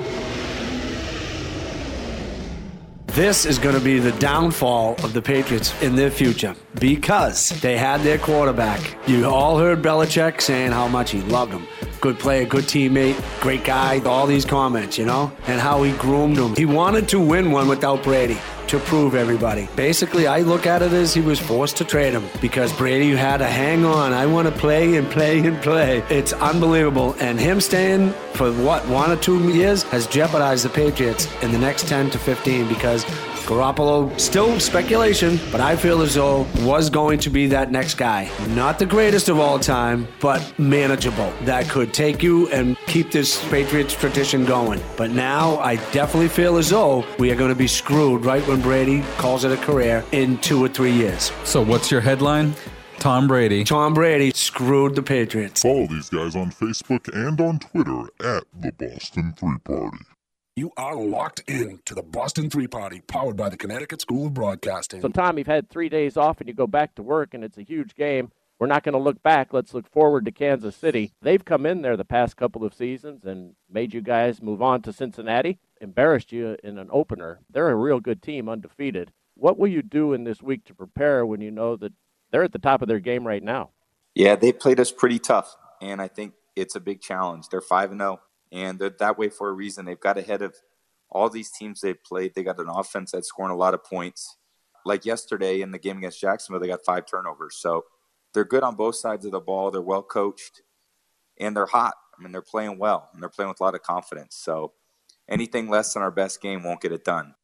Speaker 3: This is going to be the downfall of the Patriots in their future because they had their quarterback. You all heard Belichick saying how much he loved him. Good player, good teammate, great guy, all these comments, you know, and how he groomed him. He wanted to win one without Brady to prove everybody. Basically, I look at it as he was forced to trade him because Brady had to hang on. I want to play and play and play. It's unbelievable. And him staying for what, one or two years has jeopardized the Patriots in the next 10 to 15 because Garoppolo, still speculation, but I feel as though was going to be that next guy. Not the greatest of all time, but manageable. That could take you and keep this Patriots tradition going. But now I definitely feel as though we are going to be screwed right when Brady calls it a career in two or three years.
Speaker 2: So, what's your headline? Tom Brady.
Speaker 3: Tom Brady screwed the Patriots.
Speaker 14: Follow these guys on Facebook and on Twitter at the Boston Three Party.
Speaker 15: You are locked in to the Boston Three Party, powered by the Connecticut School of Broadcasting.
Speaker 16: So, Tom, you've had three days off and you go back to work and it's a huge game. We're not going to look back. Let's look forward to Kansas City. They've come in there the past couple of seasons and made you guys move on to Cincinnati, embarrassed you in an opener. They're a real good team, undefeated. What will you do in this week to prepare when you know that they're at the top of their game right now?
Speaker 17: Yeah, they played us pretty tough, and I think it's a big challenge. They're 5 and 0 and they're that way for a reason. They've got ahead of all these teams they've played. They got an offense that's scoring a lot of points. Like yesterday in the game against Jacksonville, they got five turnovers. So they're good on both sides of the ball. They're well coached, and they're hot. I mean, they're playing well, and they're playing with a lot of confidence. So anything less than our best game won't get it done.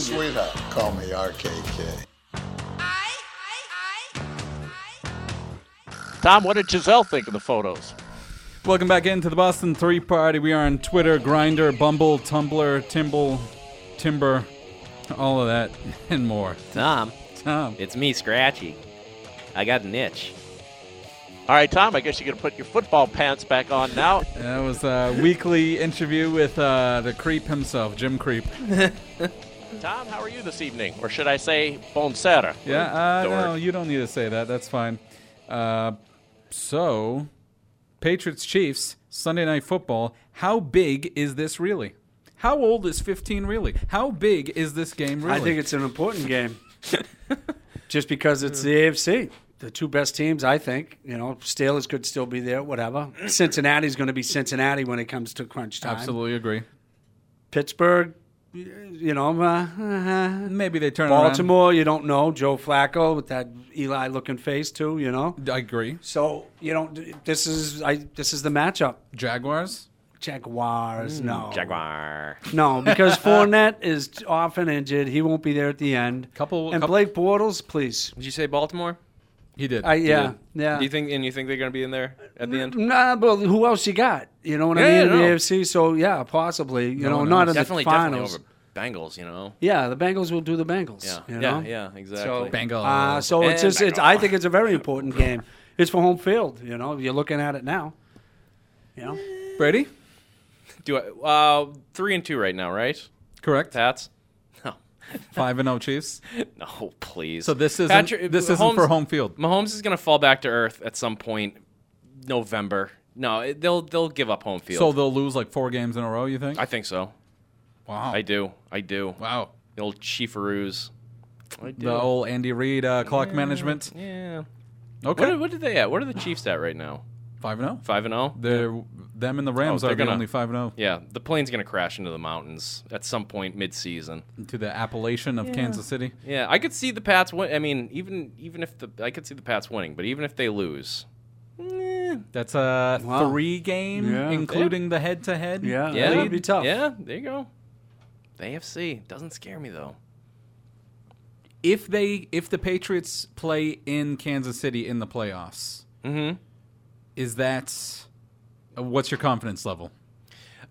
Speaker 4: Sweetheart, call me RKK.
Speaker 16: Tom, what did Giselle think of the photos?
Speaker 2: Welcome back into the Boston Three Party. We are on Twitter, Grinder, Bumble, Tumblr, Timble, Timber, all of that and more. *laughs*
Speaker 6: Tom.
Speaker 2: Tom.
Speaker 6: It's me, Scratchy. I got an itch.
Speaker 16: All right, Tom, I guess you're going to put your football pants back on now.
Speaker 2: That was a weekly interview with uh, the creep himself, Jim Creep.
Speaker 16: Tom, how are you this evening? Or should I say, Bonsera?
Speaker 2: Yeah, uh, no, you don't need to say that. That's fine. Uh, so, Patriots Chiefs, Sunday Night Football. How big is this really? How old is 15 really? How big is this game really?
Speaker 18: I think it's an
Speaker 3: *laughs*
Speaker 18: important game, just because it's the AFC. The two best teams, I think. You know, Steelers could still be there. Whatever. Cincinnati's going to be Cincinnati when it comes to crunch time.
Speaker 2: Absolutely agree.
Speaker 18: Pittsburgh, you know, uh,
Speaker 2: maybe they turn around.
Speaker 18: Baltimore, you don't know. Joe Flacco with that Eli looking face too, you know.
Speaker 2: I agree.
Speaker 18: So you don't. This is I. This is the matchup.
Speaker 2: Jaguars.
Speaker 18: Jaguars, no.
Speaker 6: Hmm, Jaguar. *laughs*
Speaker 18: No, because Fournette is often injured. He won't be there at the end.
Speaker 2: Couple
Speaker 18: and
Speaker 2: couple-
Speaker 18: Blake Bortles, please.
Speaker 6: Did you say Baltimore?
Speaker 2: He did.
Speaker 18: I, yeah,
Speaker 6: did.
Speaker 18: yeah.
Speaker 6: Do you think and you think they're going to be in there at the
Speaker 2: Mm-hmm.
Speaker 6: end?
Speaker 18: Nah, but who else you got? You know what
Speaker 6: Yeah,
Speaker 18: I mean? in
Speaker 6: no.
Speaker 18: The AFC. So yeah, possibly. You
Speaker 6: No
Speaker 18: know,
Speaker 6: one
Speaker 18: not
Speaker 6: else.
Speaker 18: in
Speaker 6: definitely,
Speaker 18: the finals.
Speaker 6: Definitely over Bengals, you know.
Speaker 18: Yeah, the Bengals will do the Bengals.
Speaker 6: Yeah.
Speaker 18: you
Speaker 6: Yeah,
Speaker 18: know?
Speaker 6: yeah, exactly.
Speaker 18: So,
Speaker 6: Bengals.
Speaker 18: Uh, so it's
Speaker 6: And
Speaker 18: just, it's, I think it's a very important game. It's for home field. You know, you're looking at it now. You know,
Speaker 2: Brady.
Speaker 6: Do I? Uh, three and two right now, right?
Speaker 2: Correct.
Speaker 6: Pats. No,
Speaker 2: Five and zero Chiefs.
Speaker 6: no, please.
Speaker 2: So this isn't- this isn't for home field.
Speaker 6: Mahomes is going to fall back to earth at some point, November. No, it- they'll they'll give up home field.
Speaker 2: So they'll lose like four games in a row. You think?
Speaker 6: I think so.
Speaker 2: Wow.
Speaker 6: I do. I do.
Speaker 2: Wow.
Speaker 6: The old Chieferoos. I do.
Speaker 2: The old Andy Reid uh, clock
Speaker 6: Yeah,
Speaker 2: management.
Speaker 6: Yeah.
Speaker 2: Okay.
Speaker 6: What, what did they at? What are the Chiefs at right now?
Speaker 2: Five and zero.
Speaker 6: Five and zero.
Speaker 2: They're them and the Rams
Speaker 6: Oh,
Speaker 2: are
Speaker 6: they're
Speaker 2: the
Speaker 6: gonna-
Speaker 2: only five and zero
Speaker 6: Yeah, the plane's going to crash into the mountains at some point mid-season.
Speaker 2: to the appellation of
Speaker 6: Yeah.
Speaker 2: Kansas City.
Speaker 6: Yeah, I could see the Pats win. I mean, even even if the I could see the Pats winning, but even if they lose,
Speaker 18: Eh,
Speaker 2: That's a
Speaker 6: Wow.
Speaker 2: three game,
Speaker 6: Yeah.
Speaker 2: including the head to head.
Speaker 6: yeah,
Speaker 18: that'd be tough.
Speaker 6: Yeah, there you go. The AFC doesn't scare me though.
Speaker 2: If they if the Patriots play in Kansas City in the playoffs,
Speaker 6: Mhm.
Speaker 2: is uh, that what's your confidence level?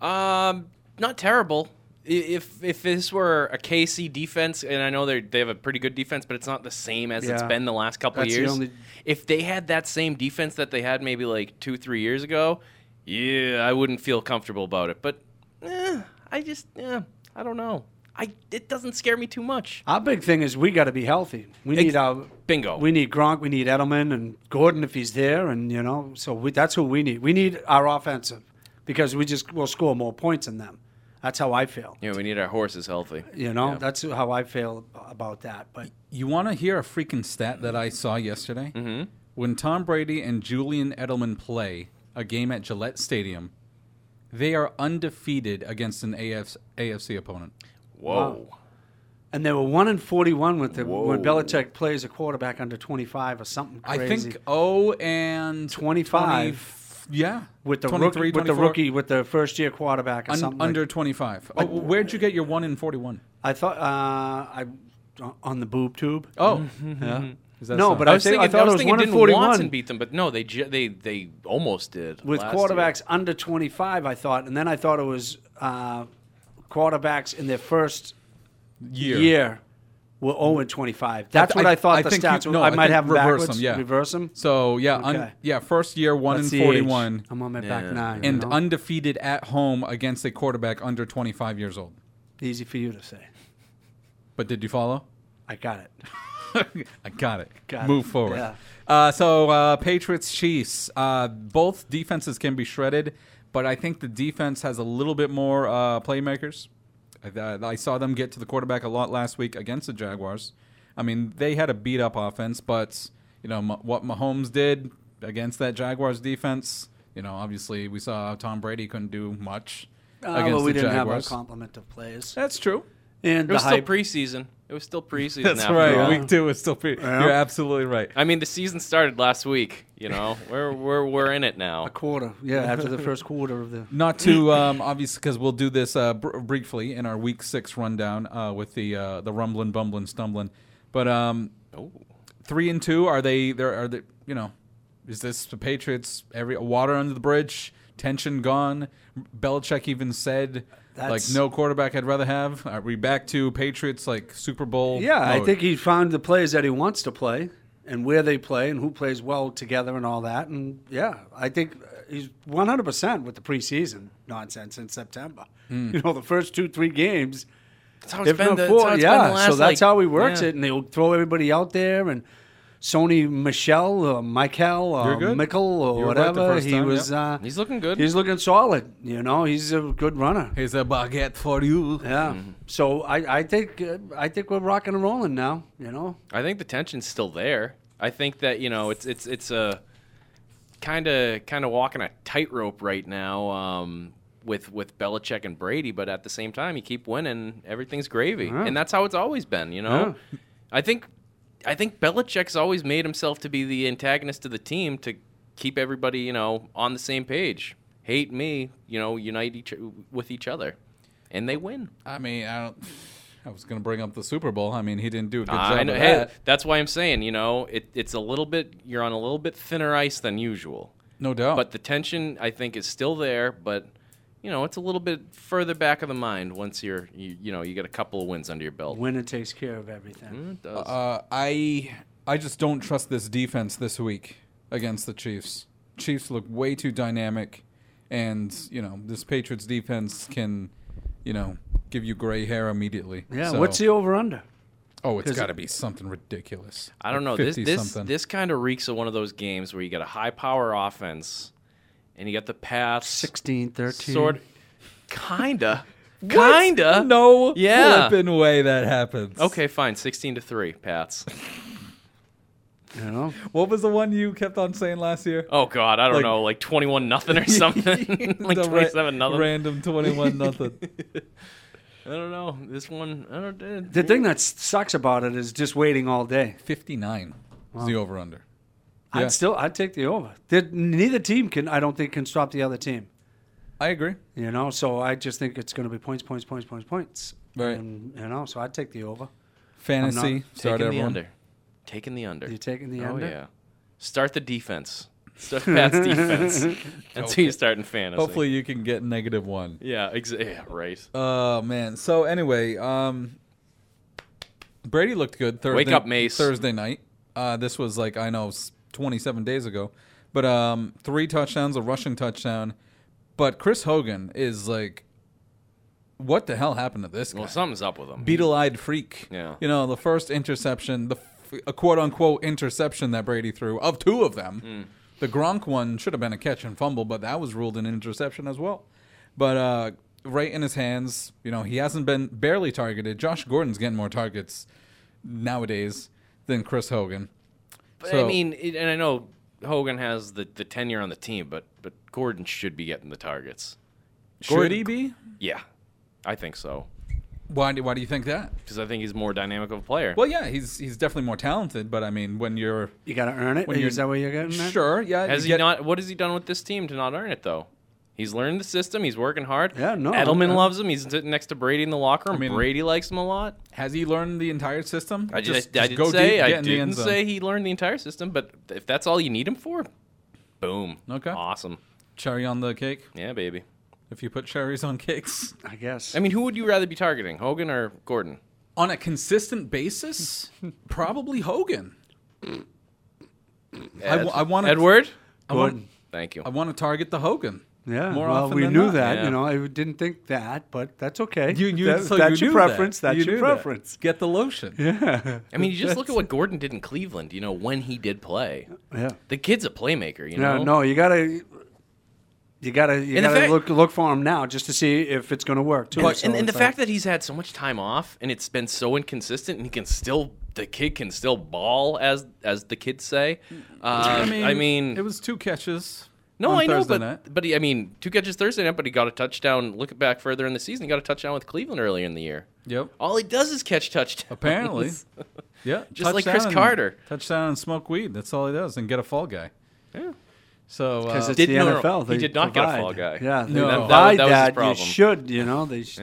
Speaker 6: Um, not terrible. i- if if this were a KC defense, and I know they they have a pretty good defense, but it's not the same as it's
Speaker 18: Yeah.
Speaker 6: been the last couple
Speaker 18: That's the
Speaker 6: years.
Speaker 18: only-
Speaker 6: If they had that same defense that they had maybe like two three years ago, yeah, I wouldn't feel comfortable about it. But eh, I just yeah, I don't know. I it doesn't scare me too much.
Speaker 18: Our big thing is we got to be healthy. We
Speaker 6: Ex-
Speaker 18: need our
Speaker 6: bingo.
Speaker 18: We need Gronk. We need Edelman and Gordon if he's there, and you know. So we, that's who we need. We need our offensive because we just will score more points than them. That's how I feel.
Speaker 6: Yeah, we need our horses healthy.
Speaker 18: You know,
Speaker 6: Yeah.
Speaker 18: that's how I feel about that. But
Speaker 2: You want to hear a freaking stat that I saw yesterday? Mm-hmm. When Tom Brady and Julian Edelman play a game at Gillette Stadium, they are undefeated against an AFC, AFC opponent.
Speaker 18: Whoa. and they were one and forty-one with the when
Speaker 2: Whoa.
Speaker 18: Belichick plays a quarterback under twenty-five or something.
Speaker 2: I
Speaker 18: Crazy.
Speaker 2: think 0 and
Speaker 18: 25.
Speaker 2: 20 yeah.
Speaker 18: with the
Speaker 2: 23,
Speaker 18: rookie, with the
Speaker 2: 24.
Speaker 18: rookie, with the first-year quarterback or
Speaker 2: Un-
Speaker 18: something like
Speaker 2: under 25. Oh, where'd you get your 1 in 41?
Speaker 18: I thought uh, I on the boob tube.
Speaker 6: Uh-huh.
Speaker 2: Oh.
Speaker 18: *laughs* yeah.
Speaker 2: Is that
Speaker 18: no,
Speaker 2: so?
Speaker 18: but
Speaker 6: I
Speaker 18: I,
Speaker 6: was
Speaker 18: think,
Speaker 6: thinking,
Speaker 18: I thought
Speaker 6: was
Speaker 18: it was
Speaker 6: thinking
Speaker 18: one and
Speaker 6: didn't Watson
Speaker 18: forty-one
Speaker 6: beat them, but no, they ju- they they almost did
Speaker 18: with
Speaker 6: last year.
Speaker 18: quarterbacks under twenty-five. I thought, and then I thought it was uh, quarterbacks in their first
Speaker 2: Year.
Speaker 18: were zero and twenty-five. That's
Speaker 2: th-
Speaker 18: what I, thought the
Speaker 2: think
Speaker 18: stats.
Speaker 2: you-
Speaker 18: were.
Speaker 2: no,
Speaker 18: I might
Speaker 2: think
Speaker 18: have them
Speaker 2: reverse
Speaker 18: backwards.
Speaker 2: them. Yeah,
Speaker 18: reverse them.
Speaker 2: So yeah, un,
Speaker 18: Okay.
Speaker 2: yeah. First year, one
Speaker 18: That's
Speaker 2: in
Speaker 18: the age.
Speaker 2: forty-one.
Speaker 18: I'm on my back Yeah. nine, you
Speaker 2: and
Speaker 18: know?
Speaker 2: undefeated at home against a quarterback under twenty-five years old.
Speaker 18: Easy for you to say.
Speaker 2: But did you follow?
Speaker 18: I got it.
Speaker 2: *laughs* I got it.
Speaker 18: Got it.
Speaker 2: Move forward.
Speaker 18: Yeah.
Speaker 2: Uh, so uh, Patriots Chiefs. Uh, both defenses can be shredded, but I think the defense has a little bit more uh, playmakers. I, I- I saw them get to the quarterback a lot last week against the Jaguars. I mean, they had a beat up offense, but you know m- what Mahomes did against that Jaguars defense. You know, obviously we saw Tom Brady couldn't do much
Speaker 18: Uh,
Speaker 2: against
Speaker 18: well, we
Speaker 2: the
Speaker 18: didn't
Speaker 2: Jaguars.
Speaker 18: have our complement of players.
Speaker 2: That's true.
Speaker 18: And
Speaker 6: It
Speaker 18: the
Speaker 6: was still
Speaker 18: hype.
Speaker 6: preseason. It was still
Speaker 18: *laughs*
Speaker 6: preseason.
Speaker 2: That's
Speaker 6: after
Speaker 2: right.
Speaker 6: all.
Speaker 2: Week two is still pre-
Speaker 6: Yeah.
Speaker 2: You're absolutely right.
Speaker 6: I mean, the season started last week. You know, we're we're we're in it now. A
Speaker 18: quarter. Yeah, after the first quarter of the
Speaker 2: Not to um, obviously because we'll do this uh, br- briefly in our week six rundown uh, with the uh, the rumbling, bumbling, stumbling. But um,
Speaker 18: Oh.
Speaker 2: three and two are they? There are they? You know, is this the Patriots? Every water under the bridge, tension gone. Belichick even said.
Speaker 18: That's-
Speaker 2: Like no quarterback I'd rather have. Are we back to Patriots like Super Bowl?
Speaker 18: Yeah, I
Speaker 2: mode?
Speaker 18: think he found the plays that he wants to play and where they play and who plays well together and all that. And yeah, I think uh, he's 100% with the preseason nonsense in September.
Speaker 2: Hmm.
Speaker 18: You know, the first two, three games.
Speaker 6: That's how it's
Speaker 18: if
Speaker 6: been
Speaker 18: not
Speaker 6: the- that's
Speaker 18: four,
Speaker 6: how it's been
Speaker 18: yeah,
Speaker 6: the last,
Speaker 18: so that's
Speaker 6: like-
Speaker 18: how he works
Speaker 6: yeah.
Speaker 18: it. And they'll throw everybody out there and. Sony Michelle or Michael
Speaker 6: You're
Speaker 18: or
Speaker 6: good.
Speaker 18: Michael
Speaker 6: You
Speaker 18: or
Speaker 6: were right the
Speaker 18: whatever
Speaker 6: first
Speaker 18: he
Speaker 6: time,
Speaker 18: was.
Speaker 6: yep.
Speaker 18: Uh,
Speaker 6: He's looking good.
Speaker 18: He's looking solid. You know, he's a good runner.
Speaker 2: He's a baguette for you.
Speaker 18: Yeah.
Speaker 6: Mm-hmm.
Speaker 18: So I, I think uh, I think we're rocking and rolling now. You know,
Speaker 6: I think the tension's still there. I think that you know it's it's it's a kind of kind of walking a tightrope right now um, with with Belichick and Brady, but at the same time, you keep winning, everything's gravy,
Speaker 19: Yeah.
Speaker 6: and that's how it's always been. You know, I think I think Belichick's always made himself to be the antagonist of the team to keep everybody you know on the same page. Hate me, you know, unite each with each other, and they win.
Speaker 2: I mean, I don't. I was gonna bring up the Super Bowl. I mean, he didn't do a good
Speaker 6: I
Speaker 18: Ah,
Speaker 2: job.
Speaker 6: know-
Speaker 2: of
Speaker 6: hey,
Speaker 2: that.
Speaker 6: that's why I'm saying, you know, it, it's a little bit. You're on a little bit thinner ice than usual.
Speaker 2: No doubt.
Speaker 6: But the tension, I think, is still there. But you know, it's a little bit further back of the mind once you're, you, you know, you get a couple of wins under your belt.
Speaker 18: winner takes care of everything.
Speaker 2: Uh, I I just don't trust this defense this week against the Chiefs. Chiefs look way too dynamic, and you know this Patriots defense can, you know, give you gray hair immediately.
Speaker 18: Yeah.
Speaker 2: So-
Speaker 18: What's the over under?
Speaker 2: Oh, it's
Speaker 18: 'Cause
Speaker 2: got to be something ridiculous.
Speaker 6: I don't know.
Speaker 2: Like
Speaker 6: This
Speaker 2: 50
Speaker 6: this this kind of reeks of one of those games where you got a high power offense, and you got the pass
Speaker 18: 16, 13.
Speaker 6: sort, kinda,
Speaker 2: *laughs* What?
Speaker 6: kinda.
Speaker 2: No
Speaker 6: uh, yeah.
Speaker 2: flipping way that happens.
Speaker 6: Okay, fine. Sixteen to three, Pats.
Speaker 18: You know.
Speaker 2: What was the one you kept on saying last year?
Speaker 6: Oh God, I don't
Speaker 2: Like-
Speaker 6: know, like twenty-one nothing
Speaker 2: *laughs*
Speaker 6: or something, *laughs* like
Speaker 2: The ra-
Speaker 6: twenty-seven nothing. *laughs*
Speaker 2: Random 21 nothing.
Speaker 6: I don't know. This one, I don't. Uh,
Speaker 18: The thing that s- sucks about it is just waiting all day.
Speaker 2: Fifty nine is the over under. Yeah.
Speaker 18: I'd still I'd take the over. There- neither team can I don't think can stop the other team.
Speaker 2: I agree.
Speaker 18: You know, so I just think it's going to be points, points, points, points, points.
Speaker 2: Right.
Speaker 18: And, you know, so I'd take the over.
Speaker 2: Fantasy.
Speaker 18: I'm Um, not-
Speaker 6: taking
Speaker 2: Start
Speaker 6: the
Speaker 2: everyone.
Speaker 6: under. Taking the under.
Speaker 18: You're taking the
Speaker 6: oh,
Speaker 18: under?
Speaker 6: yeah. Start the defense. Start Pat's defense. That's who you start in fantasy.
Speaker 2: Hopefully, you can get negative one.
Speaker 6: Yeah, ex- yeah, right.
Speaker 2: Oh man. So anyway, um, Brady looked good Thursday.
Speaker 6: Wake up, Mace.
Speaker 2: Thursday night. Uh, this was like I know s- 27 days ago, but um, three touchdowns, a rushing touchdown. But Chris Hogan is like, what the hell happened to this guy?
Speaker 6: Well, something's up with him.
Speaker 2: Beetle-eyed freak.
Speaker 6: Yeah.
Speaker 2: You know, the first interception, the f- a quote-unquote interception that Brady threw of two of them.
Speaker 6: Hmm.
Speaker 2: The Gronk one should have been a catch and fumble, but that was ruled an interception as well. But uh, right in his hands, you know, he hasn't been barely targeted. Josh Gordon's getting more targets nowadays than Chris Hogan.
Speaker 6: But I
Speaker 2: So-
Speaker 6: mean, it, and I know Hogan has the, the tenure on the team, but but Gordon should be getting the targets.
Speaker 2: Should
Speaker 6: Gordon-
Speaker 2: he be?
Speaker 6: Yeah, I think so.
Speaker 2: Why do Why do you think that?
Speaker 6: Because I think he's more dynamic of a player.
Speaker 2: Well, yeah, he's he's definitely more talented, but I mean, when you're
Speaker 20: you got to earn it. Is that what you're getting at?
Speaker 2: Sure, yeah.
Speaker 6: Has
Speaker 2: you
Speaker 6: he
Speaker 2: get-
Speaker 6: not? What has he done with this team to not earn it though? He's learned the system. He's working hard.
Speaker 20: Yeah, no,
Speaker 6: Edelman
Speaker 20: I-
Speaker 6: loves him. He's sitting next to Brady in the locker room.
Speaker 2: I mean-
Speaker 6: Brady likes him a lot.
Speaker 2: Has he learned the entire system?
Speaker 6: I just,
Speaker 2: Just-
Speaker 6: I
Speaker 2: just
Speaker 6: did
Speaker 2: go
Speaker 6: say
Speaker 2: deep, get
Speaker 6: I
Speaker 2: in the end
Speaker 6: didn't
Speaker 2: zone.
Speaker 6: say he learned the entire system, but if that's all you need him for, boom. Okay. Awesome.
Speaker 2: cherry on the cake?
Speaker 6: Yeah, baby.
Speaker 2: If you put cherries on cakes,
Speaker 20: I guess.
Speaker 6: *laughs* I mean, who would you rather be targeting, Hogan or Gordon?
Speaker 2: on a
Speaker 6: *laughs*
Speaker 2: consistent basis, probably Hogan. I
Speaker 6: Ed-
Speaker 2: wa- I wanna-
Speaker 6: Edward.
Speaker 2: I wanna-
Speaker 6: Gordon. Thank you.
Speaker 2: I want to target the Hogan.
Speaker 20: Yeah.
Speaker 2: more
Speaker 20: well,
Speaker 2: often
Speaker 20: we
Speaker 2: than
Speaker 20: knew
Speaker 2: not.
Speaker 20: that. You know, I didn't think that, but that's okay.
Speaker 2: You- you-
Speaker 20: That-
Speaker 2: so
Speaker 20: that's
Speaker 2: you
Speaker 20: your
Speaker 2: knew that.
Speaker 20: preference. That's
Speaker 2: You
Speaker 20: your
Speaker 2: knew that.
Speaker 20: preference.
Speaker 2: Get the lotion.
Speaker 20: Yeah.
Speaker 6: I mean, you just look at what Gordon did in Cleveland. You know when he did play.
Speaker 20: Yeah.
Speaker 6: The kid's a playmaker. You
Speaker 20: No,
Speaker 6: know.
Speaker 20: no, you gotta, you gotta, you
Speaker 6: And the
Speaker 20: gotta
Speaker 6: fact-
Speaker 20: look look for him now just to see if it's gonna work too.
Speaker 6: And,
Speaker 20: So
Speaker 6: and, and the
Speaker 20: it's
Speaker 6: fact that he's had so much time off and it's been so inconsistent, and he can still the kid can still ball as as the kids say. Uh, I, mean,
Speaker 2: it was two catches.
Speaker 6: no,
Speaker 2: on
Speaker 6: I know,
Speaker 2: Thursday
Speaker 6: but
Speaker 2: night.
Speaker 6: but he, I mean, two catches Thursday night, but he got a touchdown. Look back further in the season, he got a touchdown with Cleveland earlier in the year.
Speaker 2: Yep.
Speaker 6: All he does is catch touchdowns. *laughs*
Speaker 2: Apparently. *laughs* yeah,
Speaker 6: Just like
Speaker 2: touchdown
Speaker 6: Chris
Speaker 2: and-
Speaker 6: Carter.
Speaker 2: Touchdown and smoke weed. That's all he does, and get a fall guy.
Speaker 6: Yeah.
Speaker 2: So uh,
Speaker 20: 'Cause it's Did- the no, no, NFL,
Speaker 6: he
Speaker 20: they
Speaker 6: did not get a fall guy.
Speaker 20: provide. Yeah, they
Speaker 2: No.
Speaker 20: provide
Speaker 6: That- that was his
Speaker 20: that,
Speaker 6: problem.
Speaker 20: You should, you know, they. sh-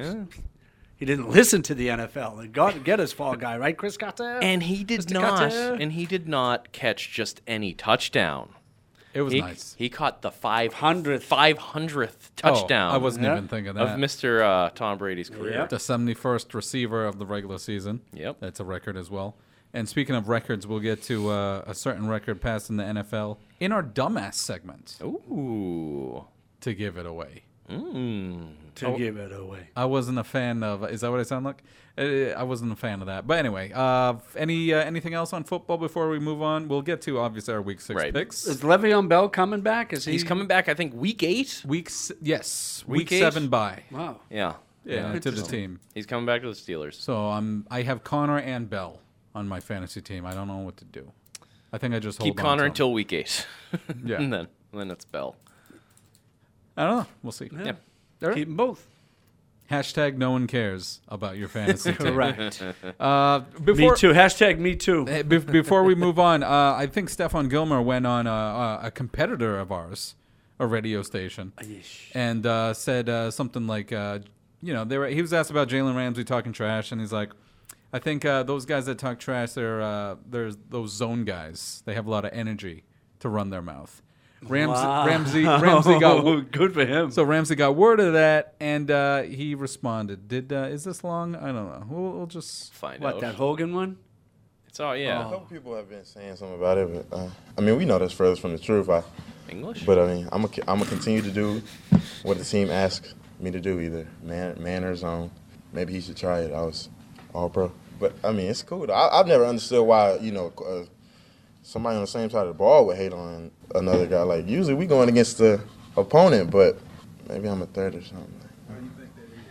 Speaker 20: He didn't listen to the NFL. They got get his fall guy right, Chris Carter.
Speaker 6: And he did
Speaker 20: Mr.
Speaker 6: not.
Speaker 20: Carter.
Speaker 6: And he did not catch just any touchdown.
Speaker 2: It was
Speaker 6: he,
Speaker 2: nice.
Speaker 6: He caught the five hundredth touchdown.
Speaker 2: Oh, I wasn't even thinking of that.
Speaker 6: Mr. Uh, Tom Brady's career.
Speaker 2: The 71st receiver of the regular season.
Speaker 6: Yep.
Speaker 2: That's a record as well. And speaking of records, we'll get to uh, a certain record passed in the NFL in our dumbass segment.
Speaker 6: Ooh.
Speaker 2: To give it away.
Speaker 6: Mm.
Speaker 20: to give it away.
Speaker 2: I wasn't a fan of. Is that what I sound like? Uh, I wasn't a fan of that. But anyway, uh, any uh, anything else on football before we move on? We'll get to obviously our week six
Speaker 6: Right.
Speaker 2: picks.
Speaker 20: Is Le'Veon Bell coming back? Is he?
Speaker 6: He's coming back. I think week eight.
Speaker 2: Weeks yes,
Speaker 6: Week
Speaker 2: week,
Speaker 6: eight?
Speaker 2: seven by.
Speaker 20: Wow.
Speaker 6: Yeah.
Speaker 2: Yeah, to the
Speaker 6: So
Speaker 2: team.
Speaker 6: He's coming back to the Steelers.
Speaker 2: So I'm. I have Connor and Bell on my fantasy team. I don't know what to do. I think I just hold
Speaker 6: Keep
Speaker 2: on
Speaker 6: Connor
Speaker 2: to 'em.
Speaker 6: until week eight. *laughs*
Speaker 2: Yeah.
Speaker 6: and then and then it's Bell.
Speaker 2: I don't know. We'll see.
Speaker 6: Yeah.
Speaker 2: All right.
Speaker 20: Keep 'em both.
Speaker 2: Hashtag no one cares about
Speaker 6: *laughs*
Speaker 2: your fantasy team.
Speaker 20: Correct.
Speaker 2: Uh,
Speaker 20: *laughs*
Speaker 2: before,
Speaker 20: me too. Hashtag me too.
Speaker 2: Eh, bef- before we move on, uh, I think Stefan Gilmer went on a, a, a competitor of ours, a radio station, and uh, said uh, something like, uh, you know, they were, he was asked about Jalen Ramsey talking trash, and he's like, I think uh, those guys that talk trash, they're, uh, they're those zone guys. They have a lot of energy to run their mouth. Ramsey,
Speaker 20: Wow.
Speaker 2: Ramsey, Ramsey got
Speaker 20: Good for him.
Speaker 2: So Ramsey got word of that, and uh, he responded. Did uh, is this long? I don't know. We'll, we'll just
Speaker 6: Find
Speaker 20: What
Speaker 6: out.
Speaker 20: that Hogan one?
Speaker 6: It's all yeah.
Speaker 18: Some people have been saying something about it, but uh, I mean, we know that's furthest from the truth. I,
Speaker 6: English?
Speaker 18: But I mean, I'm gonna I'm gonna continue to do what the team asks me to do. Either man, manners on. Maybe he should try it. I was all pro. But I mean, it's cool. I, I've never understood why you know uh, somebody on the same side of the ball would hate on another guy. Like usually we going against the opponent, but maybe I'm a third or something.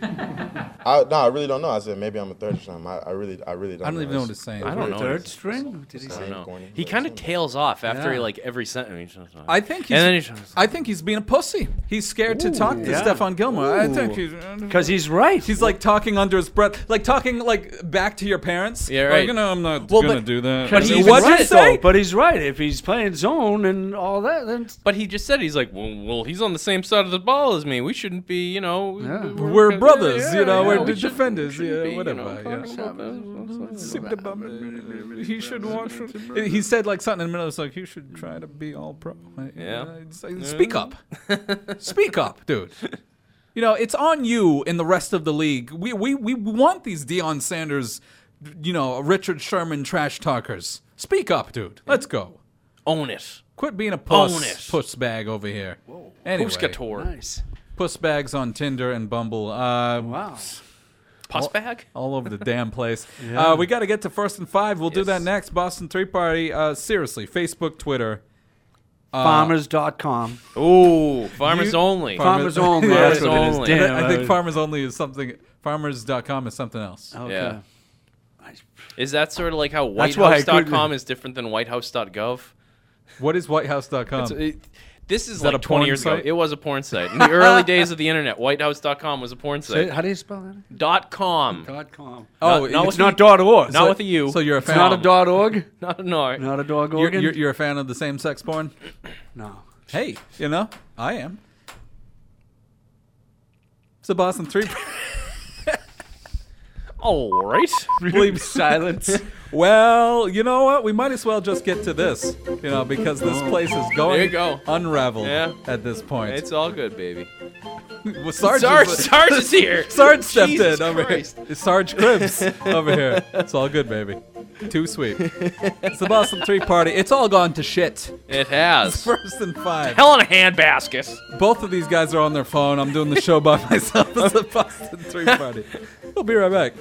Speaker 2: *laughs*
Speaker 18: I, no, I really don't know. I said maybe I'm a third or something. I, I really, I really don't.
Speaker 2: I don't even know what
Speaker 18: It's-
Speaker 2: to say.
Speaker 6: I don't know.
Speaker 20: Third string? Did he
Speaker 6: I
Speaker 20: say?
Speaker 6: don't know. He kind of tails off after
Speaker 2: Yeah.
Speaker 6: like every sentence.
Speaker 2: I think he's.
Speaker 6: And then he's-
Speaker 2: I think he's being a pussy. He's scared to talk to
Speaker 20: yeah.
Speaker 2: Stefan Gilmore. I
Speaker 20: Ooh.
Speaker 2: think he's uh,
Speaker 20: Because he's right.
Speaker 2: he's like talking under his breath, like talking like back to your parents.
Speaker 6: Yeah,
Speaker 2: Like,
Speaker 6: right.
Speaker 2: you know, I'm not
Speaker 6: Well,
Speaker 2: gonna
Speaker 6: but-
Speaker 2: do that.
Speaker 20: But
Speaker 2: And
Speaker 20: he's
Speaker 2: what
Speaker 20: right,
Speaker 2: you say?
Speaker 20: though. But he's right. If he's playing zone and all that, then
Speaker 6: But he just said he's like, well, well, he's on the same side of the ball as me. We shouldn't be, you know,
Speaker 2: We're brothers, you know.
Speaker 6: yeah,
Speaker 2: we're
Speaker 6: we
Speaker 2: defenders, yeah, whatever. yeah. Super bummer. He should want. He said like something in the middle. It's like you should try to be all pro.
Speaker 6: Yeah.
Speaker 2: Uh, it's like,
Speaker 6: *laughs*
Speaker 2: Speak up. Speak up, dude. You know it's on you and the rest of the league. We we we want these Deion Sanders, you know Richard Sherman trash talkers. Speak up, dude. Let's go.
Speaker 6: Own it.
Speaker 2: Quit being a puss.
Speaker 6: Own it.
Speaker 2: Puss bag over here. Whoa. Anyway,
Speaker 6: Puskator.
Speaker 3: Nice.
Speaker 2: Puss bags on Tinder and Bumble. Uh, wow.
Speaker 6: Puss bag?
Speaker 2: All over the
Speaker 6: *laughs*
Speaker 2: damn place.
Speaker 6: Yeah.
Speaker 2: uh, we got to get to first and five. We'll do that next. Boston Three Party. Uh, seriously, Facebook, Twitter. Uh,
Speaker 3: Farmers.com.
Speaker 6: Ooh, farmers
Speaker 2: you-
Speaker 6: only.
Speaker 3: Farmers
Speaker 2: *laughs*
Speaker 3: only. That's
Speaker 2: Farmers
Speaker 3: what it is.
Speaker 2: only.
Speaker 3: Damn,
Speaker 2: I think
Speaker 3: I-
Speaker 2: farmers only is something. Farmers.com is something else.
Speaker 3: Okay.
Speaker 6: Yeah. Is that sort of like how
Speaker 2: That's why I
Speaker 6: WhiteHouse.com
Speaker 2: couldn't-
Speaker 6: is different than WhiteHouse.gov?
Speaker 2: What is WhiteHouse.com?
Speaker 6: It's- uh, it- this is,
Speaker 2: Um, Is that a
Speaker 6: like 20
Speaker 2: porn
Speaker 6: years
Speaker 2: site?
Speaker 6: ago. It was a
Speaker 2: *laughs*
Speaker 6: porn site. In the early days of the internet, WhiteHouse.com was a porn
Speaker 3: Say-
Speaker 6: site.
Speaker 3: how do you spell that?
Speaker 6: Dot com.
Speaker 3: Dot com.
Speaker 2: Oh,
Speaker 6: not
Speaker 2: it's
Speaker 6: with
Speaker 2: not
Speaker 6: a-
Speaker 2: dot org.
Speaker 6: Not
Speaker 2: So-
Speaker 6: with a U.
Speaker 2: so you're a
Speaker 6: It's
Speaker 2: fan.
Speaker 6: not
Speaker 2: Not a
Speaker 3: dot org.
Speaker 6: Not an org.
Speaker 3: Not a dog
Speaker 2: You're,
Speaker 3: organ.
Speaker 2: you're, you're a fan of the same sex porn?
Speaker 3: No.
Speaker 2: Hey, you know, I am. It's the Boston Three.
Speaker 6: All right.
Speaker 2: Bleep
Speaker 3: silence.
Speaker 2: Well, you know what? We might as well just get to this, you know, because this place is going
Speaker 6: Oh. There you go.
Speaker 2: unraveled
Speaker 6: Yeah.
Speaker 2: at this point.
Speaker 6: It's all good, baby.
Speaker 2: *laughs* Well, Sarge,
Speaker 6: Sarge,
Speaker 2: is,
Speaker 6: Sarge is here.
Speaker 2: Sarge stepped
Speaker 6: Jesus
Speaker 2: in over
Speaker 6: Christ.
Speaker 2: here. Sarge Cribs over here. It's all good, baby. Too sweet. It's the Boston Three Party. It's all gone to shit.
Speaker 6: It
Speaker 2: *laughs*
Speaker 6: has.
Speaker 2: First and five.
Speaker 6: Hell in a handbasket.
Speaker 2: Both of these guys are on their phone. I'm doing the show by *laughs* myself. It's the Boston Three Party. We'll be right back.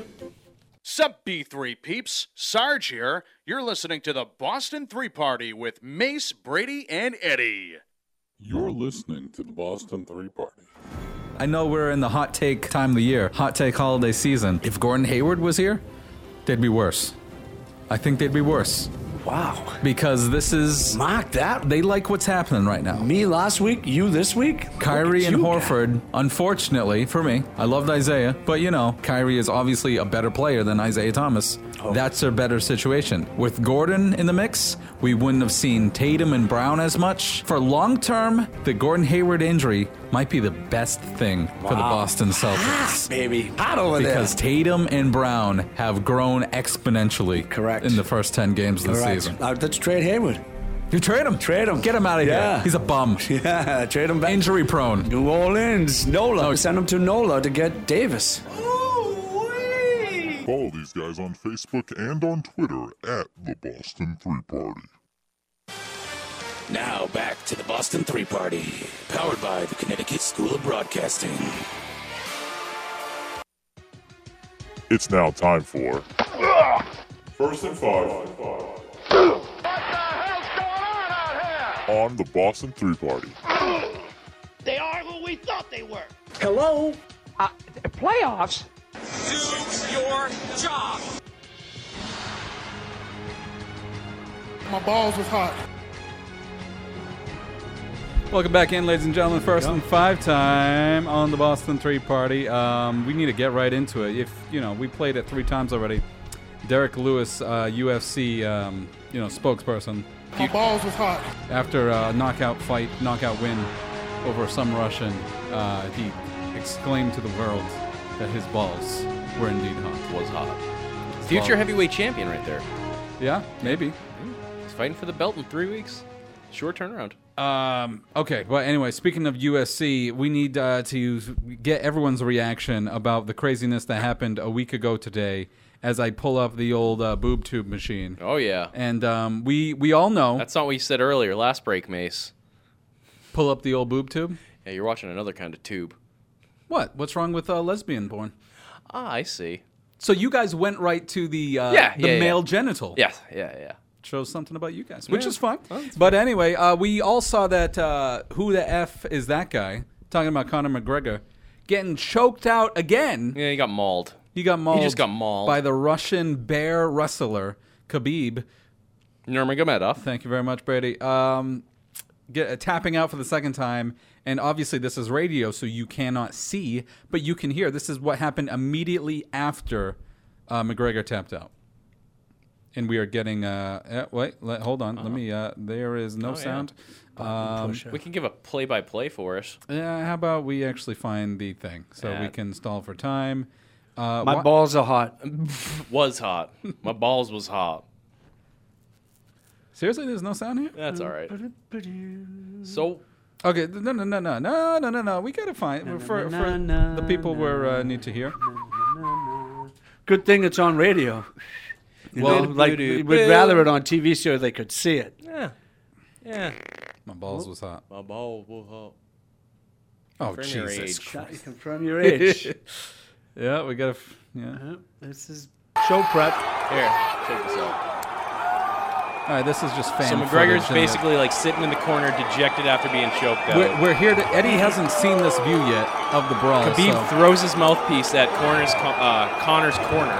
Speaker 21: Sup, B3 peeps. Sarge here. You're listening to the Boston Three Party with Mace, Brady, and Eddie.
Speaker 22: You're listening to the Boston Three Party.
Speaker 2: I know we're in the hot take time of the year, hot take holiday season. If Gordon Hayward was here, they'd be worse. I think they'd be worse.
Speaker 20: Wow.
Speaker 2: Because this is
Speaker 20: mock that.
Speaker 2: They like what's happening right now.
Speaker 20: Me last week, you this week.
Speaker 2: Kyrie
Speaker 20: at
Speaker 2: and
Speaker 20: you,
Speaker 2: Horford, unfortunately for me, I loved Isaiah, but you know, Kyrie is obviously a better player than Isaiah Thomas. That's a better situation. With Gordon in the mix, we wouldn't have seen Tatum and Brown as much. For long term, the Gordon Hayward injury might be the best thing for the
Speaker 20: Wow.
Speaker 2: Boston Celtics.
Speaker 20: Baby, hot over there.
Speaker 2: because Tatum and Brown have grown exponentially. Correct. In the first 10 games of the
Speaker 20: Correct.
Speaker 2: season.
Speaker 20: Uh, let's trade Hayward.
Speaker 2: You trade him.
Speaker 20: Trade him.
Speaker 2: Get him out of
Speaker 20: Yeah.
Speaker 2: here. He's a bum.
Speaker 20: *laughs* Yeah, trade him back.
Speaker 2: Injury prone.
Speaker 20: New Orleans, Nola. Send him to Nola to get Davis.
Speaker 14: Follow these guys on Facebook and on Twitter at the Boston Three Party.
Speaker 23: Now back to the Boston Three Party, powered by the Connecticut School of Broadcasting.
Speaker 14: It's now time for First and Five on the Boston Three Party.
Speaker 7: They are who we thought they were.
Speaker 24: Hello? Uh, playoffs?
Speaker 7: Your job.
Speaker 25: My balls was hot.
Speaker 2: Welcome back in, ladies and gentlemen. First and five time on the Boston Three Party. Um, we need to get right into it. If you know, we played it three times already. Derek Lewis, uh, UFC, um, you know, spokesperson,
Speaker 25: My balls was hot.
Speaker 2: after a knockout fight, knockout win over some Russian, uh, he exclaimed to the world that his balls were indeed hot.
Speaker 6: Was hot. Future heavyweight champion right there.
Speaker 2: Yeah, maybe.
Speaker 6: He's fighting for the belt in three weeks. Short turnaround.
Speaker 2: Um, okay, well, anyway, speaking of USC, we need uh, to get everyone's reaction about the craziness that happened a week ago today as I pull up the old uh, boob tube machine.
Speaker 6: Oh, yeah.
Speaker 2: And um, we, we all know.
Speaker 6: That's not what you said earlier, last break, Mace.
Speaker 2: Pull up the old boob tube?
Speaker 6: Yeah, you're watching another kind of tube.
Speaker 2: What? What's wrong with uh, lesbian porn?
Speaker 6: Ah, I see.
Speaker 2: So you guys went right to the uh,
Speaker 6: Yeah,
Speaker 2: the
Speaker 6: yeah, yeah.
Speaker 2: male genital.
Speaker 6: Yeah, yeah, yeah.
Speaker 2: Shows something about you guys, which
Speaker 6: Yeah.
Speaker 2: is fine.
Speaker 6: Well, that's
Speaker 2: but anyway, uh, we all saw that uh, who the f is that guy talking about Conor McGregor getting choked out again.
Speaker 6: Yeah, he got mauled.
Speaker 2: He got mauled.
Speaker 6: He just got mauled.
Speaker 2: by the Russian bear wrestler Khabib.
Speaker 6: Nurmagomedov.
Speaker 2: Thank you very much, Brady. Um, get, uh, tapping out for the second time, and obviously this is radio, so you cannot see, but you can hear. This is what happened immediately after uh, McGregor tapped out. And we are getting. Uh, eh, wait, let, hold on. Let me. Uh, there is no
Speaker 6: Uh-huh. Oh, yeah.
Speaker 2: sound. Um,
Speaker 6: we can give a play-by-play for it.
Speaker 2: yeah, how about we actually find the thing so we
Speaker 6: Yeah.
Speaker 2: can stall for time? Uh,
Speaker 3: My balls are hot.
Speaker 6: was
Speaker 2: *laughs*
Speaker 6: hot. My balls was hot.
Speaker 2: Seriously, there's no sound here.
Speaker 6: That's all right. So
Speaker 2: Okay, th- no, no, no, no, no, no, no, no. We gotta find for, for the people we're uh, need to hear.
Speaker 3: Good thing it's on radio. You
Speaker 2: Well,
Speaker 3: know, like
Speaker 2: doo-doo.
Speaker 3: we'd rather it on TV so they could see it.
Speaker 6: Yeah. Yeah.
Speaker 2: My balls was hot.
Speaker 6: My balls was hot.
Speaker 2: Oh
Speaker 6: Confirm your
Speaker 2: Jesus
Speaker 6: age.
Speaker 2: Christ!
Speaker 3: Confirm your *laughs* age.
Speaker 2: yeah, we gotta. F- yeah.
Speaker 3: Uh-huh. this is show prep.
Speaker 6: Here, check this out.
Speaker 2: All right, this is just fan.
Speaker 6: So McGregor's
Speaker 2: footage and
Speaker 6: basically like sitting in the corner, dejected after being choked
Speaker 2: it-
Speaker 6: out.
Speaker 2: We're, we're here to. Eddie hasn't seen this view yet of the brawl.
Speaker 6: Khabib
Speaker 2: Oh, so-
Speaker 6: throws his mouthpiece at Connor's, uh, Connor's corner,